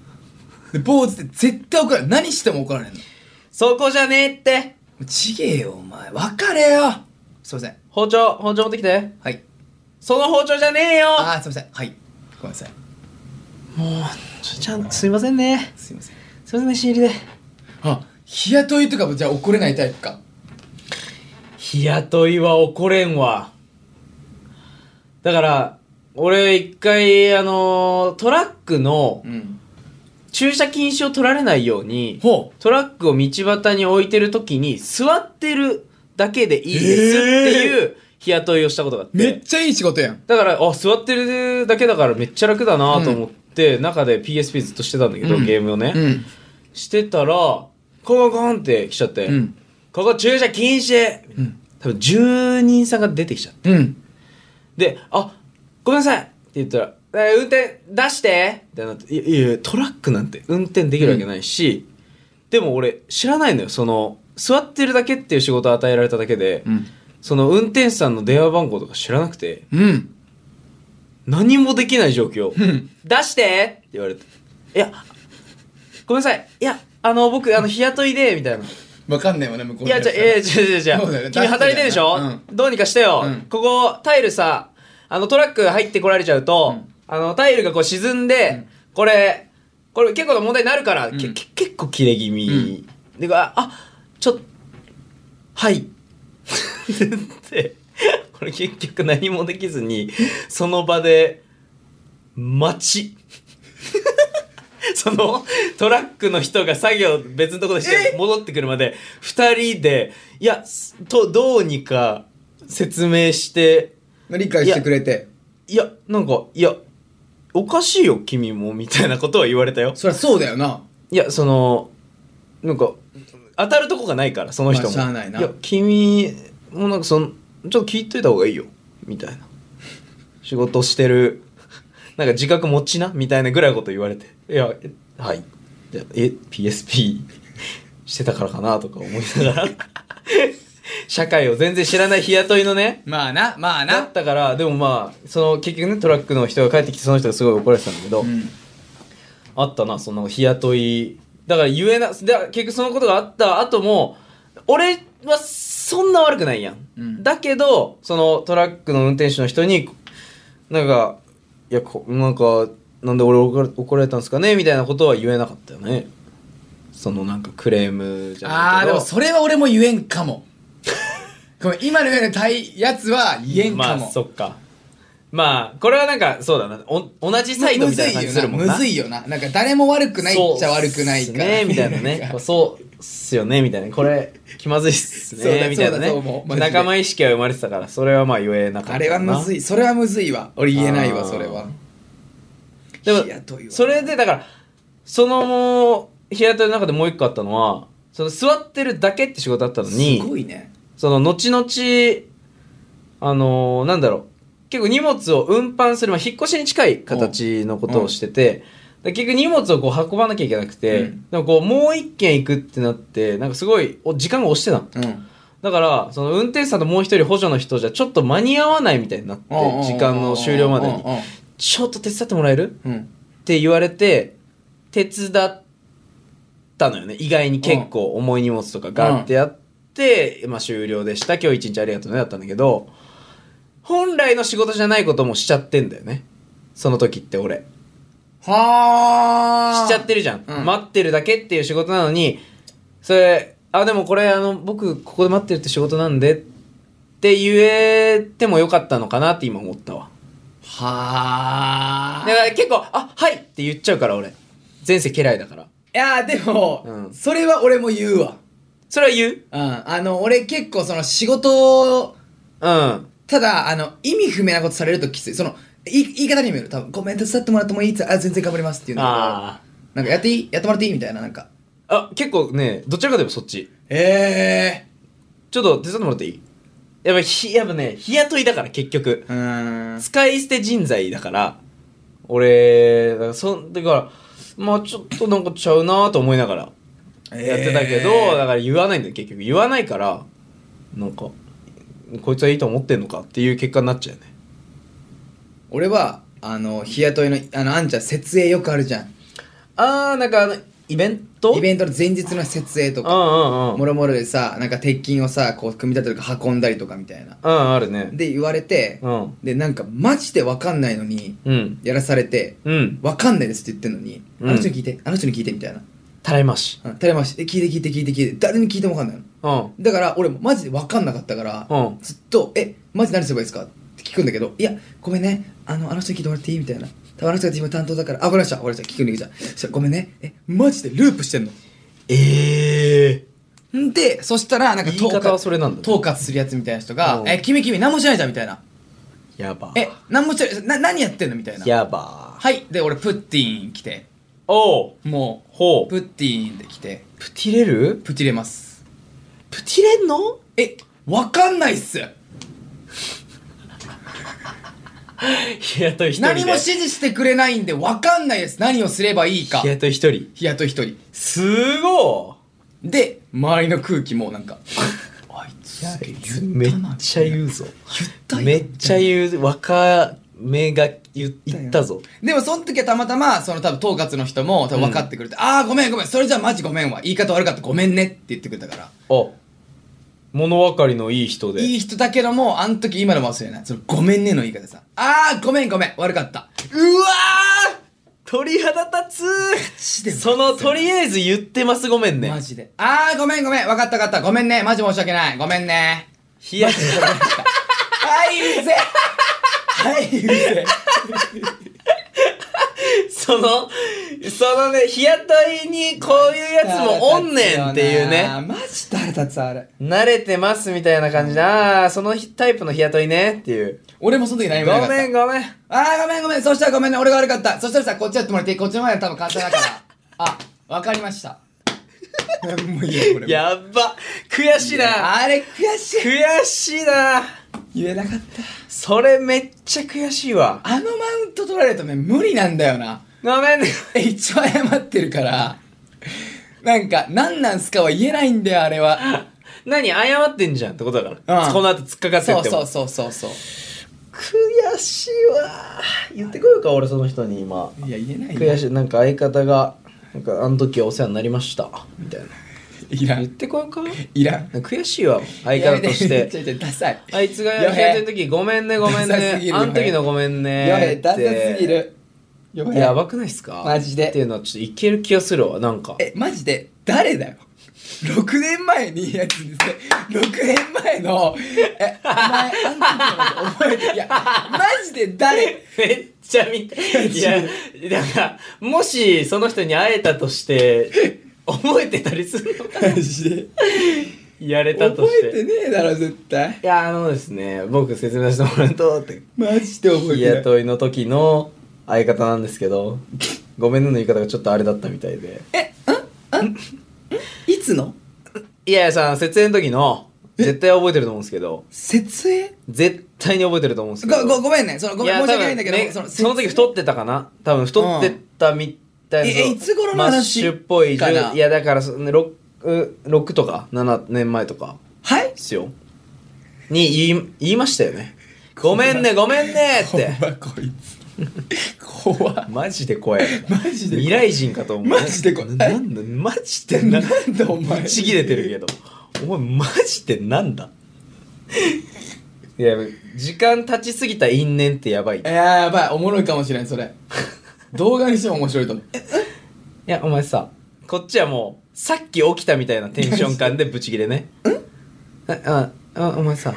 で坊主って絶対怒られる何しても怒られんのも
そこじゃねえって
うちげえよお前別れよすいません
包丁包丁持ってきて
はい
その包丁じゃねえよ
ああすいませんはいごめんなさい
ちょちゃん [laughs] すいませんね
すいません
すいませんね新入りで
あ日雇いとかもじゃあ怒れないタイプか
日雇いは怒れんわだから俺一回あのートラックの
うん
駐車禁止を取られないように
ほ
トラックを道端に置いてる時に座ってるだけでいいですっていう日雇いをしたことがあって
めっちゃいい仕事やん
だからあ座ってるだけだからめっちゃ楽だなと思って、中で PSP ずっとしてたんだけど、
うん
ゲームをね、
ん
してたらコンコンって来ちゃって、
うん
ここ駐車禁止、
うん
多分住人さんが出てきちゃって
うん
で「あごめんなさい」って言ったら「えー運転出して」ってなって「いいやいやトラックなんて運転できるわけないし、でも俺知らないのよその座ってるだけっていう仕事を与えられただけで、
うん
その運転手さんの電話番号とか知らなくて。
うん
何もできない状況
ん
出してって言われて「いやごめんなさいいやあの僕あの日雇いで」みたいな「い
わかんないもんね向こう
やじゃいやいや違う違う
そ
違
うだよ
う
ね
君働いてるでしょ、
出してたよね
どうにかしてよ、
うん
ここタイルさあのトラック入ってこられちゃうと、
うん
あのタイルがこう沈んで、これこれ結構な問題になるから、け
うん
け結構切れ気味、でああちょっはい。で、これ結局何もできずに、その場で、待ち。そのトラックの人が作業別のところでして戻ってくるまで二人でいやすとどうにか説明して
理解してくれて
いやなんかいやおかしいよ君もみたいなことは言われたよ
そりゃそうだよない
やそのなんか当たるとこがないからその
ま
人も、
あしゃあないない
や君もなんかそのちょっと聞いといた方がいいよみたいな仕事してるなんか自覚持ちなみたいなぐらいのこと言われていやえはいいやえ PSP [laughs] してたからかなとか思いながら [laughs] 社会を全然知らない日雇いのね
まあなまあ
だったからでもまあその結局ねトラックの人が帰ってきてその人がすごい怒られてたんだけど、
うん
あったなその日雇いだから言えなで結局そのことがあった後も俺はそんな悪くないやん、
うん
だけどそのトラックの運転手の人になんかいやこなんかなんで俺怒ら怒られたんですかねみたいなことは言えなかったよねそのなんかクレームじゃ
あ
な
あ
い
で
け
も
ど
それは俺も言えんかも [laughs] ごめん今のようなたいやつは言えん
ま
か
あ
も、
そっかまあこれはなんかそうだなお同じサイドみたいな感じするもんな
むずいよなむずいよななんか誰も悪くないっちゃ悪くないから
そうっすねみたいなね
ん
こ
か
う [laughs] そうっすよねみたいなこれ気まずいっす
そうだ
ねみたいな
そうだそう思
ね
うマジで
仲間意識は生まれてたからそれはまあ言えなかったな
あれはむずいそれはむずいわ俺言えないわ
あー
それは
でも
日雇いは
それでだからその日雇いの中でもう一個あったのはその座ってるだけって仕事だったの
す
に
ごいね
その後々あのーなんだろう結構荷物を運搬する、まあ、引っ越しに近い形のことをしてて、で結局荷物をこう運ばなきゃいけなくて、
うん
でもこうもう一軒行くってなってなんかすごいお時間が押してたの
うん
だからその運転手さんともう一人補助の人じゃちょっと間に合わないみたいになって
うんうん
時間の終了まで
うん
にちょっと手伝ってもらえる
うんうん
って言われて手伝ったのよね意外に結構重い荷物とかガーってやって、まあ、終了でした今日一日ありがとうねだったんだけど本来の仕事じゃないこともしちゃってんだよねその時って俺
はあ
しちゃってるじゃん、
うん
待ってるだけっていう仕事なのにそれあでもこれあの僕ここで待ってるって仕事なんでって言えてもよかったのかなって今思ったわ
はあ
だから結構「あはい」って言っちゃうから俺前世家来だから
いやーでも、
うん
それは俺も言うわ、
それは言う
うん、あの俺結構その仕事を
うん
ただあの意味不明なことされるときついそのい言い方にもよる多分ごめん手伝ってもらってもいいっつあ全然頑張りますっていうのが
あ
なんかやっていいやってもらっていいみたいななんか
ああ結構ねどちらかといえばそっち
え
ちょっと手伝ってもらっていいやっぱひやっぱね日雇いだから結局
えー、うーん
使い捨て人材だから俺だからそだからまあちょっとなんかちゃうなと思いながらやってたけど、
えー
だから言わないんだよ結局言わないからなんかこいつはいいと思ってんのかっていう結果になっちゃうよね
俺はあの日雇いのあのあんちゃん設営よくあるじゃん
あーなんかあのイベント
イ
ン
ベントの前日の設営と
う
か
んうんうん
もろもろでさなんか鉄筋をさこう組み立てるか運んだりとかみたいな
うんあるね
で言われて、
うん
でなんかマジで分かんないのに
うん
やらされて
うん
分かんないですって言ってんのに、
うん
あの人に聞いてあの人に聞いてみたいな、
たらいまし
うん、垂れ回しえ聞いて聞いて聞いて聞いて誰に聞いても分かんないの
うん
だから俺もマジで分かんなかったから、
うん
ずっと「えマジ何すればいいですか?」って聞くんだけど「いやごめんねあのあの人に聞いてもらっていい?」みたいな「多分あの人が今担当だからあ分かりました分かりました聞くんだけどじゃあそしたらごめんねえマジでループしてんの
ええ
んでそしたらなんか
言い方はそれなんだね
統括するやつみたいな人が
う
「
ん
え君君何もしないじゃん」みたいな
やば
「え何もしないな何やってんの?」みたいな
やば
はいで俺プッティーン来て
おう
も
ほ
うプッティーンで来て
プティレる
プチれます
プティレんの
えわかんないっす
日雇い一人で
何も指示してくれないんでわかんないです何をすればいいか
日雇い一人
日雇い一人
すご
で周りの空気もなん
[laughs]
かあいつ
いや
言
めっ
ったな
ちゃ言うぞ
たよ
めっちゃ言う若めが言言ったぞ
でもその時はたまたまその多分統括の人も多分分かってくれて「ああごめんごめんそれじゃマジごめんわ言い方悪かったごめんね」って言ってくれたから
あ物分かりのいい人で
いい人だけどもあの時今のも忘れないその「ごめんね」の言い方さ「ああごめんごめん悪かったうわー
鳥肌立
ジで
つそのとりあえず言ってますごめんね
マジで。あー、ごめんごめん。わかったわかった。ごめんね。マジ申し訳ない。ごめんね。
日
[laughs]
雇い
はい、うぜはい、うぜ
そのそのね日雇いにこういうやつもおんねんっていうね
マジ誰立つあれ。
慣れてますみたいな感じで、ああ、そのタイプの日雇いねっていう。
俺もその時
ご
何もなかった。
めんごめん。
あー、ごめんごめん。そしたらごめんね。俺が悪かった。そしたらさ、こっちやってもらっていいこっちの前は多分簡単だから。 [laughs] あ、わかりました。もういいよ、これも。
やっば。悔しいな。
あれ悔しい。
悔しいな。
言えなかった。
それめっちゃ悔しいわ。
あのマウント取られるとね、無理なんだよな。
ごめんね。 [laughs]
え一応謝ってるからなんか何なんすかは言えないんだよあれは
何謝ってんじゃんってことだから。
うん
この後突っかかっ
[laughs]
て
そ
っ
う
て
そ
も。
うそうそうそう
悔しいわ。言ってこようか、俺その人に今。
いや言えないよ
悔しい。なんか相方が、なんかあの時はお世話になりました。みたいな。
いら
言っ
ん
てこようか
いらん
悔しいわ相方とし
やめ
て
ちょいちょいダサい
あいつが
や
野
べ
球やってる時ごめんねごめん
ダサすぎ
ね
る
あの時のごめんね
やべえダサすぎ
っ
るや
て
べえ
やばくないっすか
マジで
っていうのはちょっといける気がするわなんか
えマジで誰だよ6年前にやつですね6年前のえお前あん時のこと覚えていやマジで誰
めっちゃ見たいやだからもしその人に会えたとして覚えてたりするのか
マジで
やれたと
覚
して
えてねえだろ絶対
いやあのですね僕説明してもらうとって
マジで覚
日
えてない
雇いの時の相方なんですけどごめんねの言い方がちょっとあれだったみたいで
いつの
いやいやさ設営の時の絶対覚えてると思うんですけど
設営
絶対に覚えてると思うんですけど
ごごごめんねそのごめん
や
申し訳ないんだけど、
多分ね
そ
そ
の
の
設営
時太ってたかな多分太ってたみたいな
うんええいつ頃の話
マッシュっぽい
かな
10いやだからその 6, 6とか7年前とか
はい
ですよに言い言いましたよねご
[laughs]
めんねごめんねって
ほんまこいつ怖っ
マジで怖い
マジで
未来人かと思う
マジでこれ
なんだマジでな
なんだお前
ぶち切れてるけどお前マジでなんだいや時間経ちすぎた因縁ってやばいい
いやーやばいおもろいかもしれんそ [laughs] れ動画にしても面白いと思う
やお前さこっちはもうさっき起きたみたいなテンション感でブチ切れねうんあああお前さい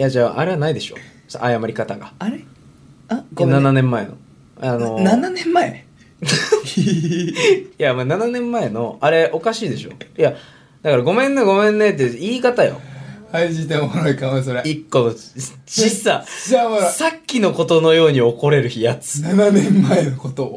やじゃああれはないでしょさ謝り方が
あれあごめん、ね、
7年前のあの
7年前
いや、まあ、7年前の、あれ、おかしいでしょ。いや、だから、ごめんね、ごめんねって言い方よ。
マジでおもろいかもそれ
一個の、ちさ、
じゃあおもろい
さっきのことのように怒れる日やつ。
7年前のことを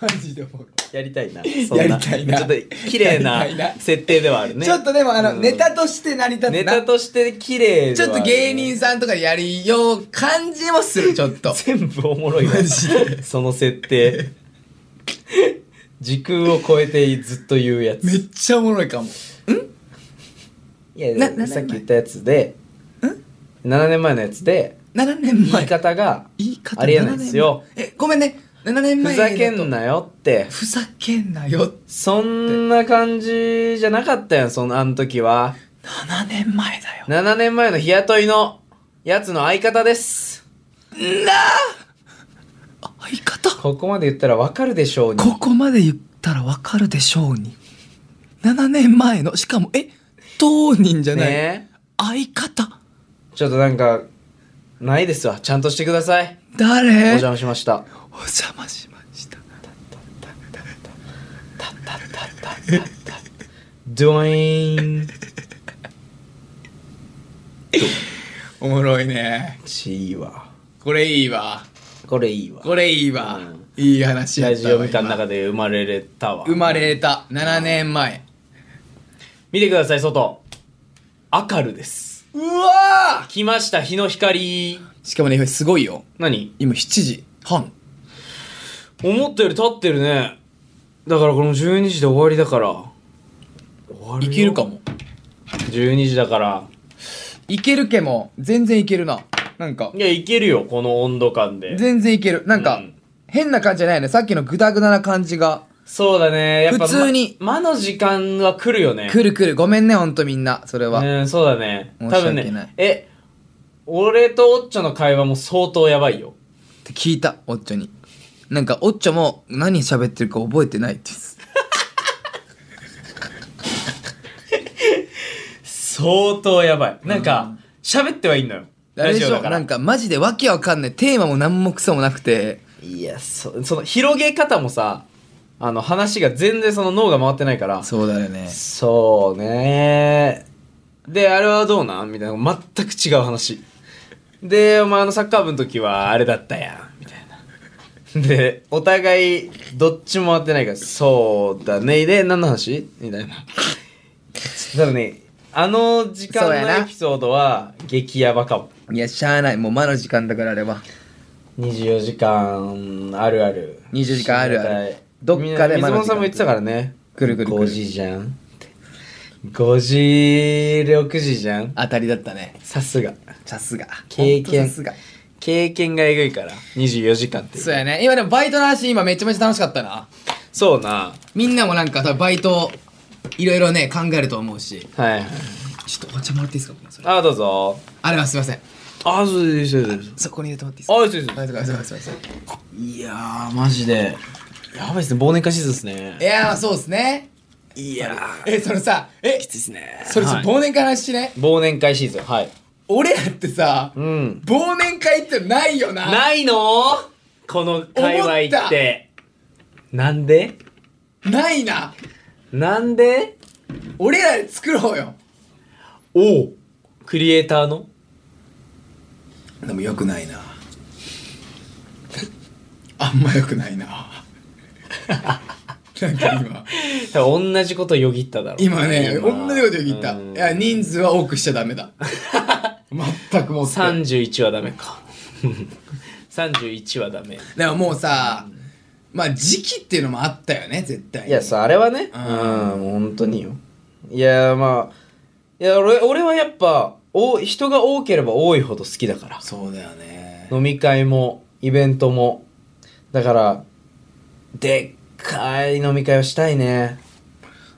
マジでおもろい
やりたいな。そんな
やりたいな
ちょっと、綺麗
や
な
りたいな
設定ではあるね。
ちょっとでもあの、
うん
ネタとして成り立つな
ネタとして綺麗
ち
で
ょっ
はあ
と
るね
芸人さんとかでやりよう感じもするちょっと
全部おもろいわ
マジで
その設定。時空を超えてずっと言うや
め
つ。
っちゃおもろいかも
いや、
なな
さっき言ったやつで、7年前のやつで、
7年
言い
前
方が、
言い方
ありえないですよ
7年前えごめんね7年
ふ
前
ざけんなよって。
ふざけんなよ
そんな感じじゃなかったよ、その、あの時は。
7年前だよ
7年前の日雇いの、やつの相方です。
あ相方
ここまで言ったらわかるでしょうに。
ここまで言ったらわかるでしょうに7年前のしかもえ当人じゃない、
ね
相方
えちょっとなんか、ないですわ。ちゃんとしてください。
誰
お
お
邪魔しました。
邪魔しました
ドイーン。
おもろいね
ちいいわ。
これいいわ
これいいわ。
これいいわ、
うん
いい話や
ラ
った
ジ
わ
オみかんの
今
中で生まれれたわ。
生まれた7年前
見てください、外。アカルです。
うわ
来ました、日の光。
しかもねすごいよ
何
今7時半
思ったより経ってるねだからこの12時で終わりだから終わる
い
よ
けるかも
12時だから
いけるけも全然いけるななんか
いやいけるよこの温度感で
全然いけるなんか、
うん
変な感じじゃないねさっきのグダグダな感じが
そうだねやっぱ
普通に
ま間の時間は来るよ
[laughs]
ね
くるくるごめんねほんとみんなそれは、
うんそうだね
申し
多
訳
分
ない
ねえ俺とオッチョの会話も相当やばいよ
って聞いたおっちょになんかおっちょも何喋ってるか覚えてないって
相当やばいなんか喋ってはいいのよ
あれ
ラ
でし
ジオ
ょ
だか
な
ら
んかマジでわけわかんないテーマも何もクソもなくて
いやそその広げ方もさあの話が全然その脳が回ってないから
そうだよね
そうねであれはどうなんみたいな全く違う話でお前あのサッカー部の時はあれだったやんみたいなでお互いどっちも回ってないからそうだねで何の話みたいな多分ねあの時間
そうや
の
な
エピソードは激ヤバかも
いやしゃあないもう魔の時間だからあれは
24時間あるある
24時間あるある
深夜帯
どっかで
みんな水
まだ時間
本さんも言ってたからね
くるくるくる
5時じゃんって5時6時じゃん
当たりだったね
さすが
さすが
経
ほ
験
んとさすが
経験がえぐいから24時間っていう
そうやね今でもバイトの話今めちゃめちゃ楽しかったな
そうな
みんなもなんかさバイトいろいろね考えると思うし
はいはい。
ちょっとお茶もらっていいですか僕もそれ
あ、どうぞ。
あれはすいません
あ、そうです、そうです。
そこに入れてもらっていいですか
あ、そうです。
あすいませんすいませんすいま
いやー、マジで。やばいですね、忘年会シーズンですね
せん。いやーそうですね
いやー、
えそのさえ
きついですね。
それさ、
はい
忘年会の話しね
忘年会シーズン、はい。
俺らってさ、
うん。
忘年会ってないよな
ないのこの界隈って。なんで
ないな
なんで
俺らで作ろうよ
おうクリエイターの
でもよくないな [laughs] あんまよくない [laughs] ななんか今
多分同じことよぎっただろう
今ね同じことよぎった
うん
いや人数は多くしちゃダメ
[laughs]
だ全くもって
31はダメか [laughs] 31はダメ
でももうさまあ時期っていうのもあったよね絶対に
いやさあれはね
う
うんん本当によいやまあいや俺俺はやっぱお人が多ければ多いほど好きだから
そうだよね
飲み会もイベントもだからでっかい飲み会をしたいね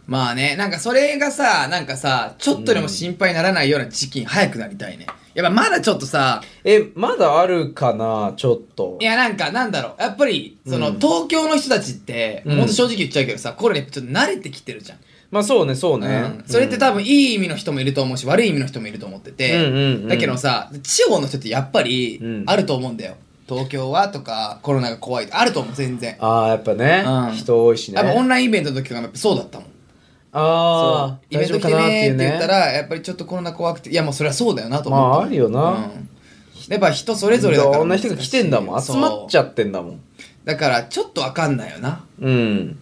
まあねなんかそれがさなんかさちょっとでも心配にならないような時期に早くなりたいねやっぱまだちょっとさ
えまだあるかなちょっと
いやなんかなんだろうやっぱりその、
うん
東京の人たちって
うん
もっと正直言っちゃうけどさ、コロナにちょっと慣れてきてるじゃん、
まあそうねそうね、
うんそれって多分いい意味の人もいると思うし悪い意味の人もいると思ってて、
うんうんうん
だけどさ地方の人ってやっぱり
うん
あると思うんだよ、東京はとかコロナが怖いあると思う全然、
ああやっぱね、
うん
人多いし
や
ね
っぱオンラインイベントの時とかもやっぱそうだったもん
ああ
そうイベント来てね
大丈夫かな
ーって言ったらやっぱりちょっとコロナ怖くていやもうそれはそうだよなと思って
まああるよな
やっぱ人それぞれだから
どんな人が来てんだもん集まっち
ゃ
ゃってんだもん
だからちょっとわかんないよな
うん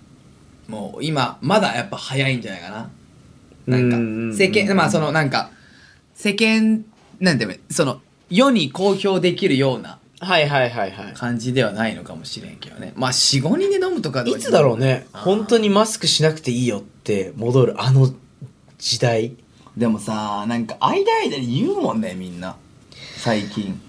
もう今まだやっぱ早いんじゃないかな
う
なん
ん
か世間まあそのなんか世間なんていうのその世に公表できるような
はいはいはいは
感じではないのかもしれんけどねまあ45人で飲むとか
い
で
い
も
つだろうね
あー
本当にマスクしなくていいよって戻るあの時代
でもさなんか間間で言うもんねみんな最近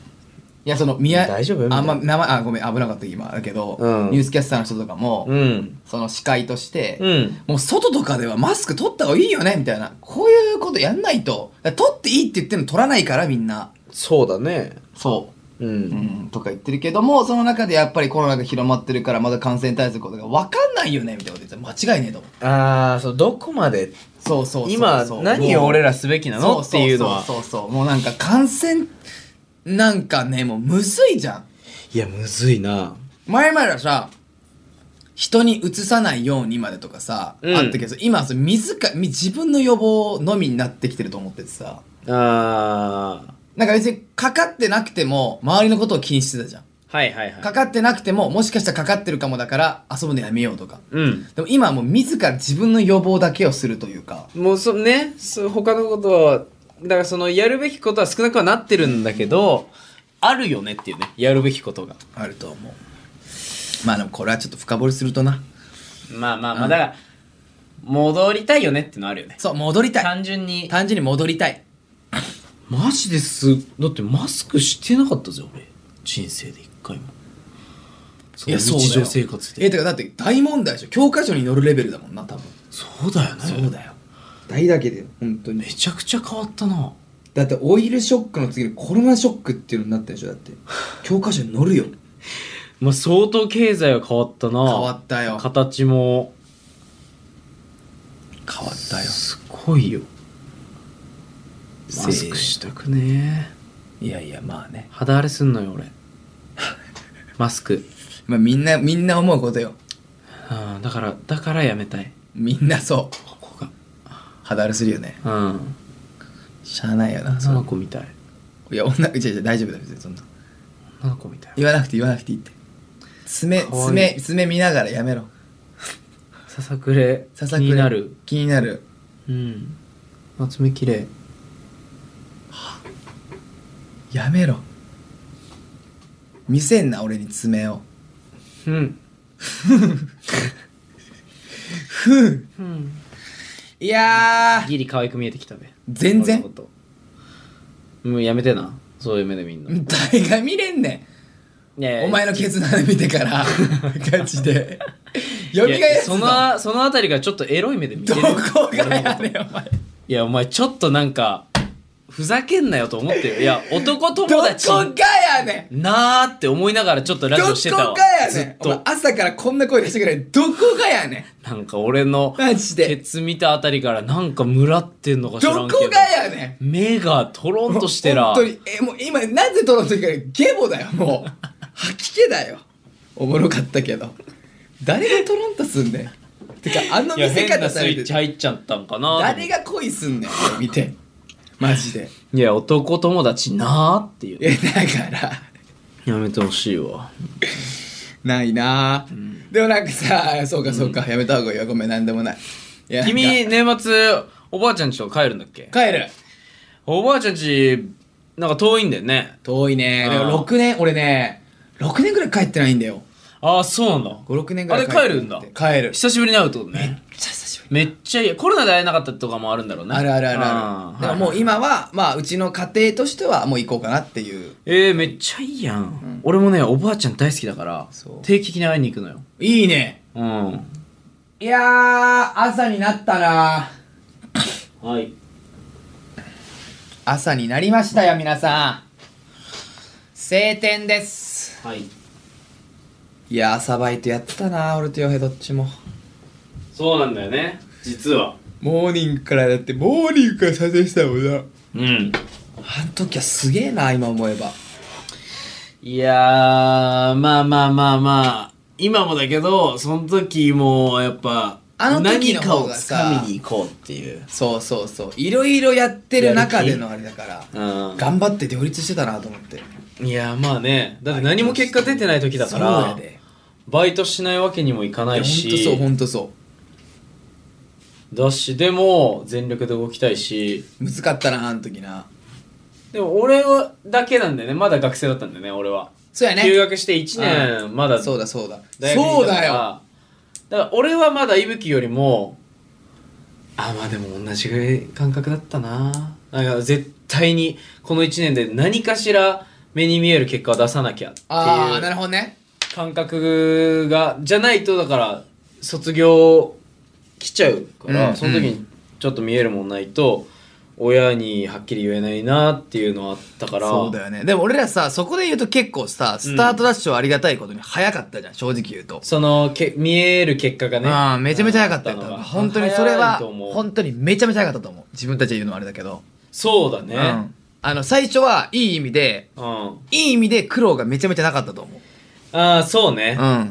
いやその宮
大丈夫みた
あ
い
ん
な
ま名前あごめん危なかった今だけど、
うん
ニュースキャスターの人とかも、
うん
その司会として、
うん
もう外とかではマスク取った方がいいよねみたいなこういうことやんないとだから取っていいって言っても取らないからみんな
そうだね
そうう、うんん、とか言ってるけどもその中でやっぱりコロナが広まってるからまだ感染対策とか分かんないよねみたいなこと言って間違いねえと思う
ああそうどこまで
そうそうそう
今
そう
何を俺らすべきなのっていうのは
そうそうそうそうもうなんか感染なんかねもうむずいじゃん
いやむずいな
前々はさ人にうつさないようにまでとかさ、
うん
あったけど今はその自らみ自分の予防のみになってきてると思っててさ
ああ
なんか別にかかってなくても周りのことを気にしてたじゃん
はいはいはい
かかってなくてももしかしたらかかってるかもだから遊ぶのやめようとか
うん
でも今はもう自ら自分の予防だけをするというか
もうそねそう他のことはだからそのやるべきことは少なくはなってるんだけど、あるよねっていうねやるべきことが
あると思うまあでもこれはちょっと深掘りするとな
まあまあまあ、
うん
だから戻りたいよねっていうのはあるよね
そう戻りたい
単純に
単純に戻りたい
マジですだってマスクしてなかったぜ俺人生で一回も
いやそうだよえてかだって大問題でしょ教科書に載るレベルだもんな多分
そうだよねそうだよ
大だけで本当に
ちゃくちゃ変わったな
だってオイルショックの次にコロナショックっていうのになったでしょだって教科書に載るよ
まあ相当経済は変わったな
変わったよ変わ
形も
ったよ
すごいよ
せー
マスクしたくねえ
いやいやまあね
肌荒れすんのよ [laughs] 俺マスク
まあみんなみんな思うことよ
うんだからだからやめたい
みんなそう
ここ
肌荒れするよね
がうん
しゃあないよな
女
そ
の
う
子みたい
いや女じゃじゃ大丈夫だよ別にそんな
女の子みたい
言わなくて言わなくていいって爪
かわいい
爪爪見ながらやめろ
ささくれ
ささくれ
気になる
気になる
うんまつめきれい
やめろ見せんな俺に爪を
[laughs] うん
いや
ギリ可愛く見えてきたべ
全然
俺のこともうやめてなそういう目でみんな、
[laughs] 誰
[laughs]
が見れんねんお前のケツの穴見てからガチで蘇
い
ら
や
す
そ
の
のそのあたりがちょっとエロい目で見てる
どこがやねんお前
いやお前ちょっとなんかふざけんなよと思ってるいや男
どこ
友達
がやねん
なーって思いながらちょっとラジ
ど
オしてた
こ
わ
がや
ず
ねん
っ
お前
と
朝からこんな声出してくれるどこがやねん
なんか俺の
マジ
ケ
で
ツ見たあたりからなんかムラってんのか知ら
ど
んけど
こがやねん
目がトロンとしてら
本当にえもう今なぜ撮るの時からゲボだよもう吐き気だよおもろかったけど誰がトロンとすんねんてかあの
い
見
や
せ
変な
方
ス
され
イ
て
ッチ入っちゃったんかなと思って
誰が恋すんねん見てマジで
いや男友達なーってい
い
う
やだから
やめてほしいわ
ないなあ、でもなんかさそうかそうか、やめた方がいいわごめんなんでもないいやなんか
君年末おばあちゃんちと帰るんだっけ
帰る
おばあちゃんちなんか遠いんだよね
遠いねで
あー
も6年俺ね6年ぐらい帰ってないんだよ
ああそうなんだ
56年ぐらい
あれ帰るんだ
帰る
久しぶりに会うってことね
めっちゃ久しぶり
めっちゃいいコロナで会えなかったとかもあるんだろうね
あるあるある
あ
あ
ー
るだからもう今はまあうちの家庭としてはもう行こうかなっていう
えー、めっちゃいいやん、俺もねおばあちゃん大好きだから
そう
定期的に会いに行くのよ
いいね
うん
いやー朝になったな
はい
朝になりましたよ皆さん晴天です
はい
いや朝バイトやったな俺とヨヘどっちも
そうなんだよね実は
モーニングからだってモーニングから撮影したもんな
うん
あの時はすげえな今思えば
いやーまあまあまあまあ今もだけどその時もやっぱ
あの時
何
の
か
方
を
が
つ
さ
かみに行こうっていう
そうそうそういろいろやってる中でのあれだから
うん
頑張って両立してたなと思って
いやまあねだって何も結果出てない時だから
そうやで
バイトしないわけにもいかない
いやほんとそうほ
し
んとそ
だしでも全力で動きたいし
うむずかったなあの時な
でも俺はだけなんだよねまだ学生だったんだよね俺は
そうや
休
ね
学して1年まだ
そうだそうだ
大学に
そう
いたから
だよ
だから俺はまだ伊吹よりもあまあでも同じ感覚だったななんか絶対にこの1年で何かしら目に見える結果を出さなきゃって
ああないる
う
ほどね
感覚がじゃないとだから卒業来ちゃうから、
うん
その時にちょっと見えるもんないと親にはっきり言えないなっていうのはあったから
そうだよねでも俺らさそこで言うと結構さスタートダッシュはありがたいことに早かったじゃん正直言うと
そのけ見える結果がね
ああめちゃめちゃ早かったよ
あのあの
本当にそれは
早いと思う
本当にめちゃめちゃ早かったと思う自分たちで言うのもあれだけど、
そうだ
う
ね
ん、あの最初はいい意味で
うん、
いい意味で苦労がめちゃめちゃなかったと思う、
ああそうね、
うん、
ま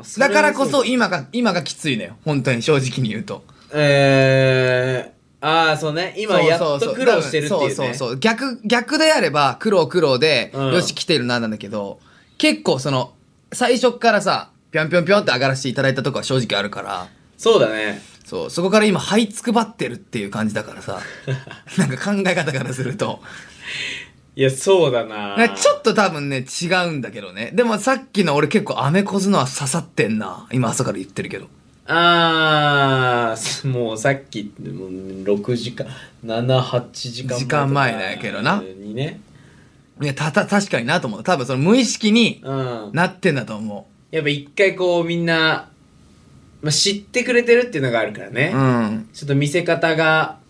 あそれ
だ
は
からこ
う
そ今が今がきついのよ本当に正直に言うと
えー、ああそうね今やっと苦労してるっていうね
そうそうそう逆逆であれば苦労苦労で、
うん
よし来てるななんだけど結構その最初っからさぴょんぴょんぴょんって上がらせていただいたとこは正直あるから
そうだね
そうそこから今這いつくばってるっていう感じだから
[laughs]
さなんか考え方からすると
いやそうだな
なんかちょっと多分ね違うんだけどねでもさっきの俺結構アメこずのは刺さってんな今朝から言ってるけど
ああもうさっきもう6時間78時間
時間前だけどな
にね
いやたた確かになと思う多分その無意識に
うん
なってんだと思
やっぱ一回こうみんな、まあ、知ってくれてるっていうのがあるからね
う、うん
ちょっと見せ方が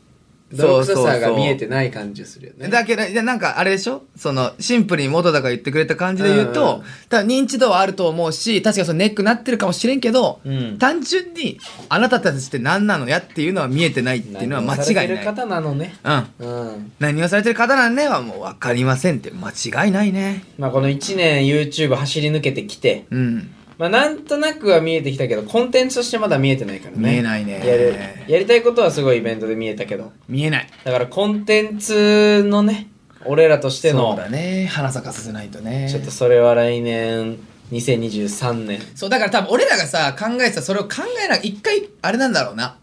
泥臭さが見えてない感じがするよね
だけど、いやなんかあれでしょその、シンプルに元だから言ってくれた感じで言う
うん
と、多分認知度はあると思うし、確かにそのネックなってるかもしれんけど、
うん
単純に、あなたたちって何なのやっていうのは見えてないっていうのは間違い
何をさ
ない。
れてる方なのね
うん。
うん
何をされてる方なんねはもう分かりませんって、間違いないね。
まあこの1年 YouTube 走り抜けてきて
うん。
まあなんとなくは見えてきたけどコンテンツとしてまだ見えてないからね
見えないね
やるやりたいことはすごいイベントで見えたけど
見えない。
だからコンテンツのね俺らとして
そう
の
だね。花咲かさせないとね。
ちょっとそれは来年2023年、
そう、だから多分俺らがさ、考えてたそれを考えな、一回、あれなんだろうな。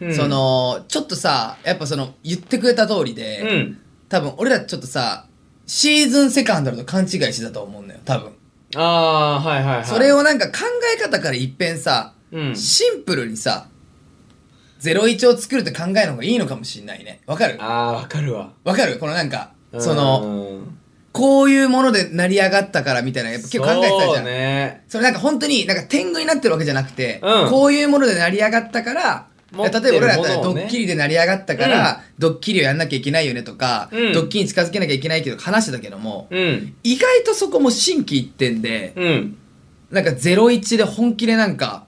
うん
その、ちょっとさ、やっぱその、言ってくれた通りで、
うん
多分俺らちょっとさシーズンセカンドだと勘違いしてたと思うんだよ多分
ああーはいはいはい
それをなんか考え方から一変さ、
うん
シンプルにさ01を作るって考えの方がいいのかもしんないねわかる
ああわかるわ
わかるこのなんかその
うん
こういうもので成り上がったからみたいなやっぱ結構考えてたじゃんそ,、
そうね
れなんか本当になんか天狗にになってるわけじゃなくて、
うん
こういうもので成り上がったから
持って
例えば俺
る
らだったら
もの
ド
をね
ッキリで成り上がったから、ドッキリをやんなきゃいけないよねとか、
うん
ドッキリに近づけなきゃいけないけど話してたけども、
うん
意外とそこも心機一転で、
うん
なんか01で本気でなんか、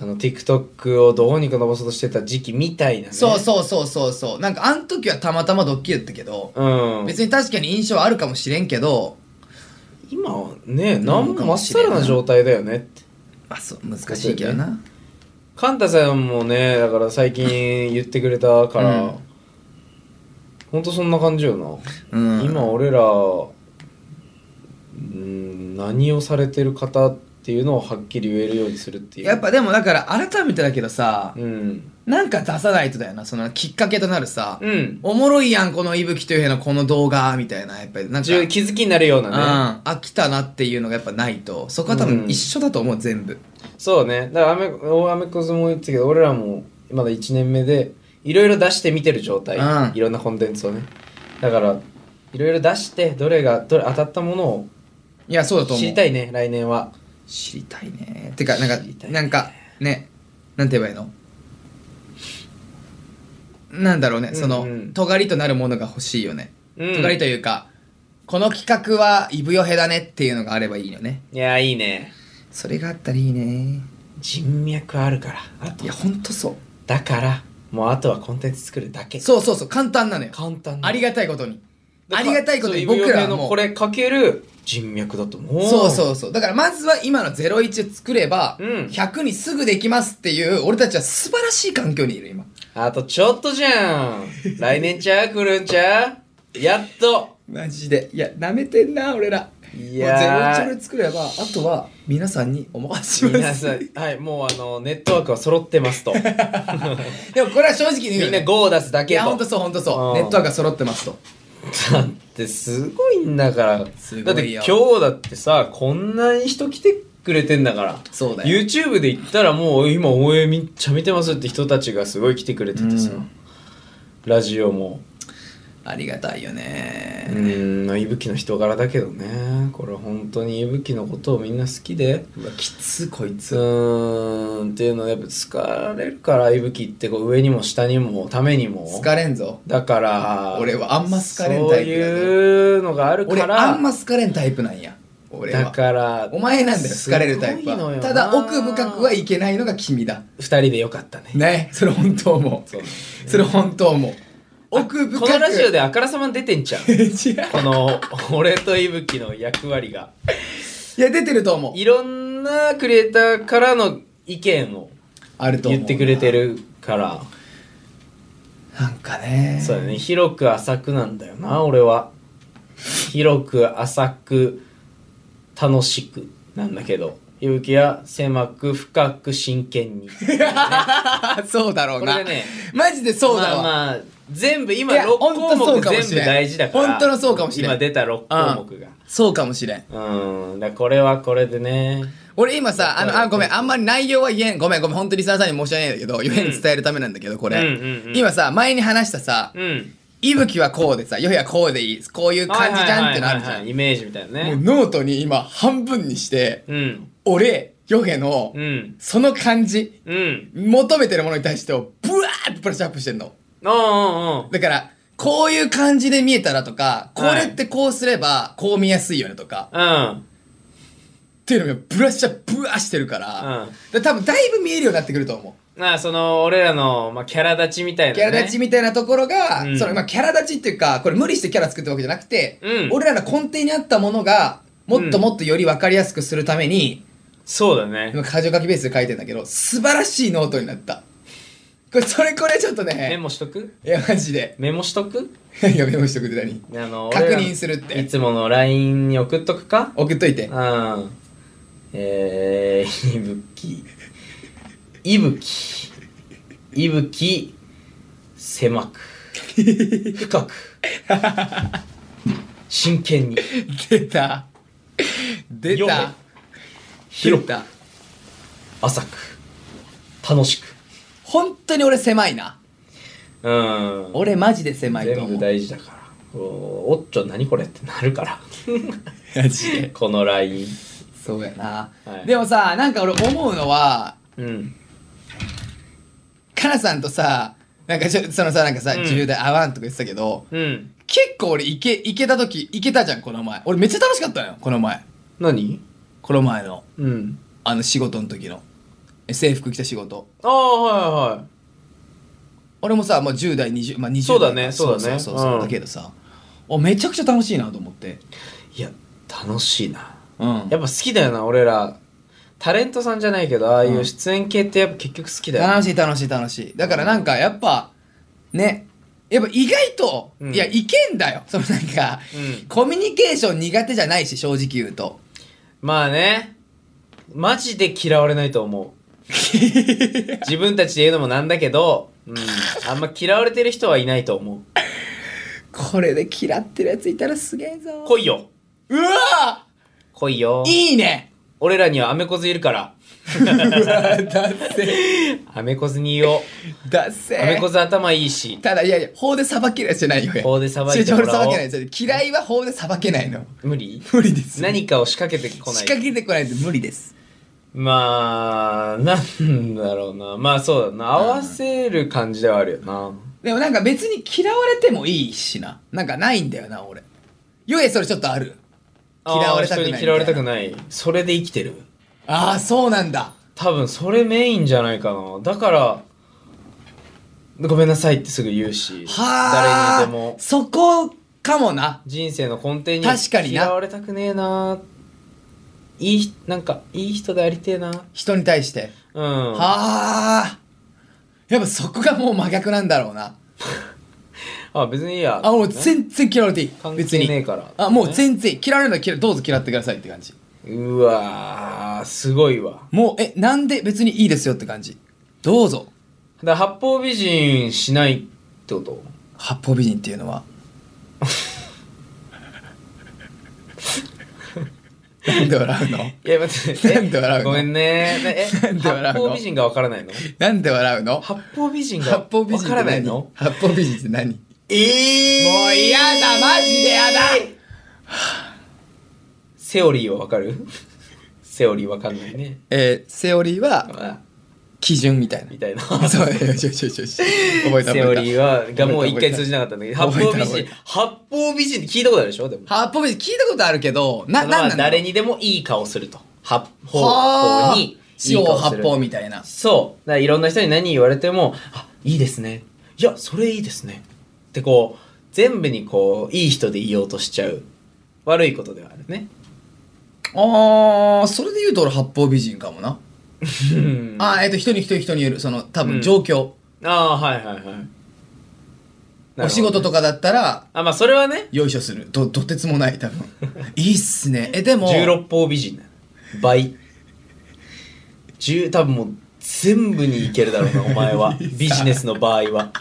あの TikTok をどうにか伸ばそうとしてた時期みたいなね
そうそうそうそうそうなんかあの時はたまたまドッキリだったけど、
うん
別に確かに印象はあるかもしれんけど
今はね
か
何もま
も
っ
し
さ
れん
らな状態だよねって
まあそう難しいけどな、
カンタさんもねだから最近言ってくれたから、
うん
ほんとそんな感じよな
うん
今俺ら、うん、何をされてる方っていうのをはっきり言えるようにするっていう
やっぱでもだから改めてだけどさ、
うん
なんか出さないとだよなそのきっかけとなるさ、
うん
おもろいやんこの伊吹というへのこの動画みたいなやっぱりなんか、
自分気づきになるよう
うん、
なね、
飽きたなっていうのがやっぱないとそこは多分一緒だと思う、全部
そうねだからアメアメコズも言ってたけど俺らもまだ1年目でいろいろ出して見てる状態、
うん
いろんなコンテンツをねだからいろいろ出してどれがどれ当たったものを
いやそうだと思う
知りたいね来年は
知りたいねてかなんか、
知りたいね
なんかねなんて言えばいいのなんだろうね、
うんうん
その尖りとなるものが欲しいよね、
うん
尖りというかこの企画はイブヨヘだねっていうのがあればいいよね
いやいいね
それがあったらいいね
人脈あるからあと
いやほんとそ
だからもうあとはコンテンツ作るだけ
うそうそうそう簡単なのよ
簡単
ありがたいことにありがたいことに
そう
僕らはもう
イブヨヘのこれかける人脈だと思う
そう
う
そうそうだからまずは今の01を作れば、
うん
100にすぐできますっていう俺たちは素晴らしい環境にいる今
あとちょっとじゃん来年ちゃう来るんちゃうやっと
マジでいやなめてんな俺ら
いやー
もうゼロイチ俺作ればあとは皆さんにお任せしま
皆
す
さんはいもうあのネットワークは揃ってま
[laughs]
すと
でもこれは正直に言う
み
よ
ん
ね
な GO を出すだ
い
け
やほん
と
とそうほんとそううんネットワークが揃ってますと
だってすごいんだから
す
だっ
ご
て
いよ
今日だってさこんなに人来てくれてんだから
そうだよ
YouTube で言ったらもう今応援めっちゃ見てますって人たちがすごい来てくれててさ、
うん
ラジオも
ありがたいよ
う
ね
ーん、いぶきの人柄だけどね。これ本当にいぶきのことをみんな好きで。
うわきつこいうつ
ーん、っていうのはやっぱ疲れるから、いぶきってこう上にも下にもために
好
も。
かれんぞ
だから、
俺はあんま好かれんタイプだね
そういうのがあるか
俺
ら、
あんま好かれんタイプなんや俺
だ
は
から、
お前なんだよ好かれるタイプ
すごいのよ
は
な
ただ奥深くはいけないのが君だ
二人でよかったね。
ねそれ本当思う
そうね
それ本当思う奥深く
このラジオであからさまに出てんじゃん。
違う
この、俺といぶきの役割が。
[laughs] いや出てると思う
いろんなクリエイターからの意見を
あると思う
言ってくれてるから。
なんかね
そうだね広く浅くなんだよな俺は広く浅く楽しくなんだけど勇気は狭く深く真剣に
[laughs] あそうだろうな
これね
マジでそうだわ、
まあまあ全部今
いや
6
ほんと
項
そう
目
かもしれん
全部大事だから
ほんとのそうかもしれん
今出た6項目が
そうかもしれん
うんだからこれはこれでね
俺今さあのあごめん
うん
あんまり内容は言えんごめんごめん本当にリスナーさんに申し訳ないんだけど言えん伝えるためなんだけどこれ、
うんうんうん
今さ前に話したさ
うん
「いぶきはこうでさよひはこうでいいこういう感じじゃん」ってのあるじ
はいは
ゃ
いはいは
ん
いイメージみたいな
もう
ね
ノートに今半分にして
うん
俺ヨヘの
うん
その感じ
うん
求めてるものに対してをブワーってプラッシュアップしてんの
おうんうん
だからこういう感じで見えたらとかこれってこうすればこう見やすいよねとか
うん
っていうのがブラッシャーブワーしてるから,、
うん
で多分だいぶ見えるようになってくると思う
まあその俺らの、まあ、キャラ立ちみたいな、ね、
キャラ立ちみたいなところが、
うん
そのまあ、キャラ立ちっていうかこれ無理してキャラ作ったわけじゃなくて、
うん
俺らの根底にあったものがもっともっとより分かりやすくするために、
そうだね
今箇条書きベースで書いてんだけど素晴らしいノートになったこれそれこれちょっと
メ
ね
モしとく
いやマジで [laughs]
メモしとく
いやメモしとくって何
あの
確認
俺らの
するって
いつもの LINE に送っとくか
送っといて
うんえー、いぶきいぶきいぶき狭く深く真剣に
出た出
よ
た
め
出
広く
た
浅く楽しく
本当に俺狭いな
うん
俺マジで狭いと
全
思
部
う
大事だから [laughs] おおっちょ何これってなるから
マジで
この LINE
そうやな、
はい
でもさなんか俺思うのは
うん
かなさんとさなんかちょそのさなんかさ、
うん
10代合わんとか言ってたけど
うん
結構俺行け行けた時行けたじゃんこの前俺めっちゃ楽しかったのよこの前
何
この前の
うん
あの仕事の時のえ制服着た仕事
ああはいはい
俺もさ、まあ、10代20、まあ、20代
そうだねそうだね
そうそうそう
うん
だけどさおめちゃくちゃ楽しいなと思って
いや楽しいな
うん
やっぱ好きだよな俺らタレントさんじゃないけどああいうんう出演系ってやっぱ結局好きだよ、
楽しい楽しい楽しいだからなんかやっぱねやっぱ意外と、
うん
いやいけんだよ [laughs] そのなんか、
うん
コミュニケーション苦手じゃないし正直言うと
まあねマジで嫌われないと [laughs] 思う自分たちで言うのもなんだけど、うん、あんま嫌われてる人はいないと思う
これで嫌ってるやついたらすげえぞ
来いよ
うわ
来いよ
ーいい
[laughs]
ね
俺らにはアメコズいるから
だっせ
アメコズに言おう
だっせ
[laughs] アメコズ頭いいした
だいやいや法で裁けるやつじゃないよ
法で裁いて
も
も
ら
ら
お
おう
嫌いは法で裁けないの [laughs]
無理
無理です
何かを仕掛けてこ
仕
ない
掛けてこないと無理です
まあなんだろうなまあそうだな合わせる感じではあるよな、
でもなんか別に嫌われてもいいしななんかないんだよな俺ゆえそれちょっとある嫌われたくない
あー人に嫌われたくないそれで生きてる
ああそうなんだ
多分それメインじゃないかなだからごめんなさいってすぐ言うし
はあ
誰にでも
そこかもな
人生の根底に
確かにな
嫌われたくねえないいなんかいい人でありてえな
人に対して、
うん
はあやっぱそこがもう真逆なんだろうな
あ別にいいや
あもう全然嫌われていい
関
別
係
に
ねえから
あもう全然嫌われるのは嫌いどうぞ嫌ってくださいって感じ
うわーすごいわ
もうえなんで別にいいですよって感じどうぞ
だから八方美人しないってこと
八方美人っていうのは [laughs] なんで笑うの
いや待
[laughs]
ってえ
なんで笑うの
ごめんねえ
なんで笑う
八
の
方美人がわからないの
なんで笑うの
八方美人が
八方美
わ
人って
からない
何
の
八方美人って何
えー
もう嫌だマジで嫌だ
セオリーはわかるセオリーわかんないね
えー、セオリーは
あ
基準みたいな
みたいな
そう [laughs] よしよしよしよし覚えた覚えた
セオリーはがもう一
覚え
回
た
通じなかったんだけど八
覚えた
方美
覚え
人
た
八方美人って聞いたことあるでしょでも
八方美人聞いたことあるけどな
ま
なん
あ
なん
誰
に
にでもいい顔すると八方
はあ
美人にいい
四方
顔す
八
る
方みたいな
そう。だからいろんな人に何言われても、あ、いいですね。いや、それいいですね。ってこう、全部にこう、いい人でいようとしちゃう。悪いことではあるね。
あーそれで言うと俺八方美人かもな、
うん
あーえっ、と人に人に人によるその多
う
分
ん
状況、
あー、はいはいはいなるほど。
お仕事とかだったら
あ、まあそれはね、
よいしょするどどてつもない多分 [laughs] いいっすねえでも
16方美人だよ倍。10、多分もう、全部にいけるだろうな、お前
[laughs]
は。ビジネスの場合は。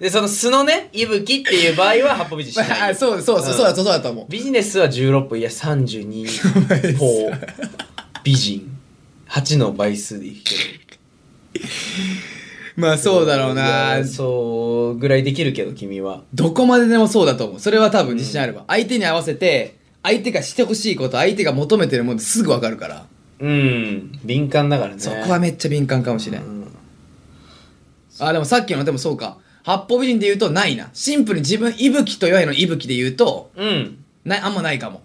で、その素のね、息吹っていう場合は、八方美人しないよ。
[laughs] あそうそうそうそうだとそうだと思う
ビジネスは16歩いや32歩美人8の倍数で生きてる
まあそうだろう
い
な
やそうぐらいできるけど君は
どこまででもそうだと思うそれは多分自信あれば、相手に合わせて相手がしてほしいこと相手が求めてるものすぐ分かるから、
うん敏感だからね
そこはめっちゃ敏感かもしれん、あでもさっきのでもそうか八方美人で言うとないなシンプルに自分息吹と弱いの息吹で言うと
うん
ないあんまないかも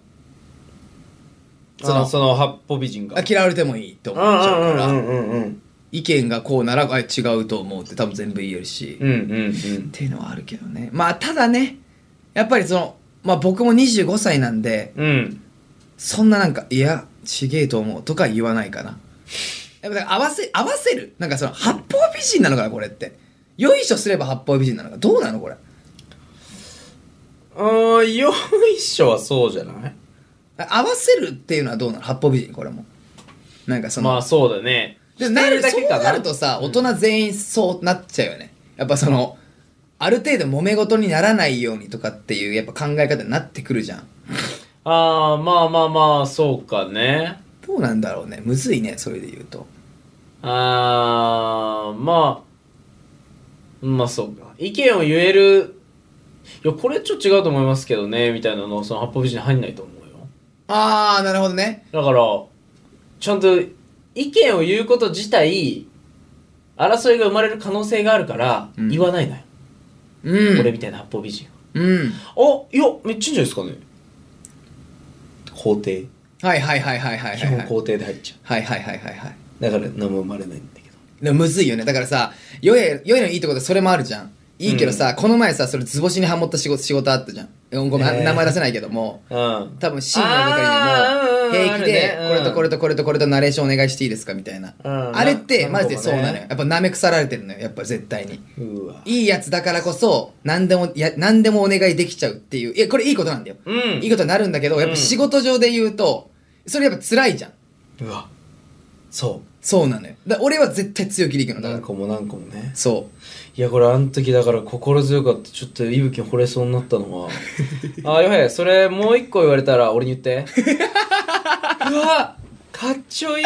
そのその八方美人が
あ嫌われてもいいって思っちゃうから、
うんうんうん
意見がこうならあ違うと思うって多分全部言えるし、
うんうんうん
っていうのはあるけどねまあただねやっぱりその、まあ、僕も25歳なんで
うんうん
そんななんか「いやちげえと思う」とか言わないかなやっぱだから合わせ合わせるなんかその八方美人なのかなこれってよいしょすれば八方美人なのかどうなのこれ
あーよいしょはそうじゃない
合わせるっていうのはどうなの八方美人これもなんかその、
まあそうだね
でなる
して
そう
るだけかな
なるとさ大人全員そうなっちゃうよね、やっぱそのある程度揉め事にならないようにとかっていうやっぱ考え方になってくるじゃん
ああまあまあまあそうかね
どうなんだろうねむずいねそれで言うと
あーまあまあそうか意見を言えるいやこれちょっと違うと思いますけどねみたいなのその八方美人に入んないと思うよ
ああなるほどね
だから、ちゃんと意見を言うこと自体、争いが生まれる可能性があるから、
うん
言わないのよ。
うん
俺みたいな八方美人。
うん
あ、いや、めっちゃいいんじゃないですかね。肯定。
はいはいはいはいはい
基
はい
本
はい
肯定で入っちゃ。
はいはいはいはいはいう
だから何も生まれないんだけど。
でもむずいよねだからさよえよえのいいところでそれもあるじゃんいいけどさ、この前さそれ図星にハモった仕事仕事あったじゃんうんごめん、
えー
名前出せないけども
うん。
多分シーンの中にも
あーうん
平気で
あるねうん
これとこれとこれとこれとナレーションお願いしていいですかみたいな、
うん
あれって
な
マジでそうなのよ、
なるほどね
やっぱ舐め腐られてるのよやっぱ絶対に
うわ。
いいやつだからこそ何でもや何でもお願いできちゃうっていういやこれいいことなんだよ、
うん
いいことになるんだけどやっぱ仕事上で言うとそれやっぱ辛いじゃん
うわ。そ
そうなのよだ俺は絶対強気でいくの
う。
だか
何
ら
個も何個もね。
そう
いやこれあの時だから心強かったちょっといぶき惚れそうになったのは [laughs] あよへそれもう一個言われたら俺に言って [laughs] うわかっちょいい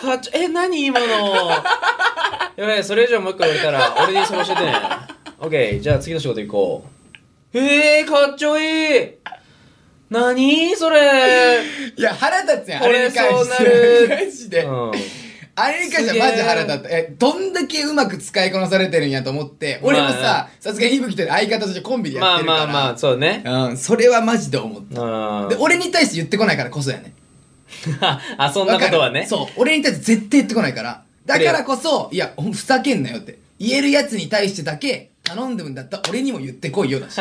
かっちょえ何今のよへそれ以上もう一個言われたら俺にそれ教えてねオッケーじゃあ次の仕事行こうえー、かっちょいい何それ
いや腹立つやんあ
惚
れ
れ
に関
そうに
し
な
て
る
マジで、
うん
あれに関してはマジ腹立ったえどんだけうまく使いこなされてるんやと思って俺も
まあ
ささすがにいぶきと相方としてコンビでや
ま
っ
あ
てるか
ま
ら
あまあそうね
うん、それはマジで思っ
うん
た、で俺に対して言ってこないからこそやね
[laughs] あそんなこと
わ
は
か
ね
るそう俺に対して絶対言ってこないからだからこそいやほんふざけんなよって言えるやつに対してだけ頼んでるんだったら俺にも言ってこいよだ
[laughs]
し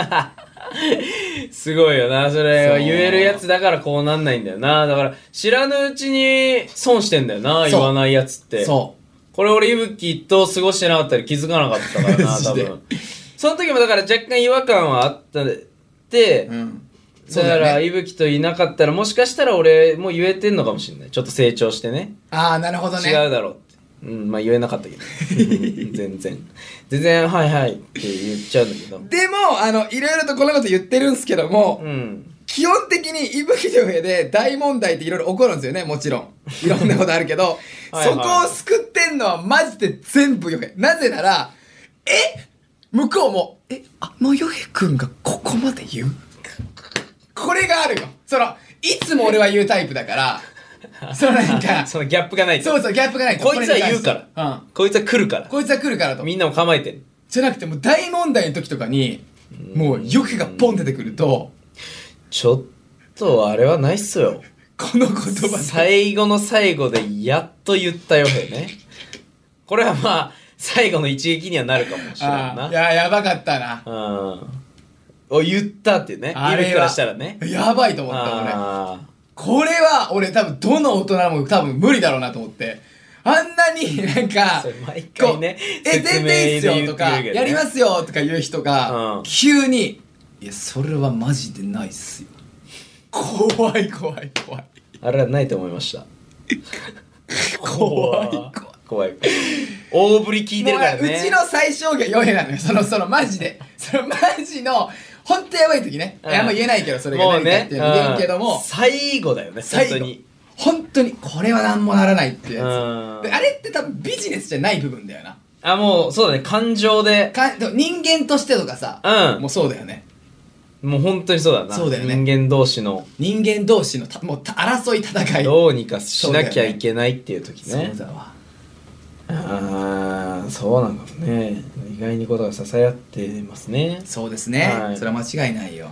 すごいよな、それ
そう
言えるやつだからこうなんないんだよな。だから、知らぬうちに損してんだよな、
そう
言わないやつって。
そ
これ俺、いぶきと過ごしてなかったら気づかなかったからな、
[laughs] マジ
多
で
分。その時もだから若干違和感はあったで、
ううんそ
だ
う
か
だよ
ら、
ね
いぶきといなかったら、もしかしたら俺もう言えてんのかもしれない。ちょっと成長してね。
ああなるほどね
違うだろうって。うん、まあ言えなかったけ
[laughs]
ど。うん全然。全然、はいはいって言っちゃうんだけど。
でもあのいろいろとこんなこと言ってるんすけども、
うん。
基本的にいぶきの上で大問題っていろいろ起こるんですよねもちろ
[laughs]
んいろんなことあるけど
はい
そこを救ってんのはマジで全部ヨヘなぜならえ向こうもえあのヨヘ君がここまで言うこれがあるよそのいつも俺は言うタイプだから
[laughs]
そのなんか
そのギャップがないと。
そうそうギャップがない、
こいつは言うから
うん、
こいつは来るから。
こいつは来るからと
みんなも構えてる。
じゃなくてもう大問題の時とかにもうヨヘがポン出てくると
ちょっとあれはないっすよ。
この言葉で
最後の最後でやっと言ったよへね。これはまあ、最後の一撃にはなるかもしれん
あーい
な。
ややばかったな
うん。お、言ったっていうね。
あ
い
れは
る人からしたらね。
やばいと思った俺
あ
これは俺多分どの大人も多分無理だろうなと思ってあんなになん
あ。
か
それ毎
こ
回
う
ね。
え
説
全
明
然いいっす
で
よ
言って
と
る
か、
けどね
やりますよとか言う人が、
うん
急にいやそれはマジでないっすよ怖い怖い怖い
あれはないと思いました。
[laughs] 怖い怖い
怖い。大振り聞いてるから
もう
ね。
うちの最小限4円なのよそのそのマジでそのマジのほんとやばい時ね、
うん
あんま言えないけどそれが
もう
何か
ね
っていうの言えんけど
う
も
ん最後だよね
最
本当
後
に
本当にこれは何もならないってやつ
うん
であれって多分ビジネスじゃない部分だよな
あもうそうだね感情で
かでも人間としてとかさ、
うん
もうそうだよね
もう本当にそうだな
そうだよね
人間同士の
人間同士のたもうた争い戦い
どうにかしなきゃいけないっていう時
そ
ね
うだわ
ああそうなんだもね意外にことが支え合ってますね
そうですね、
はい
それは間違いないよ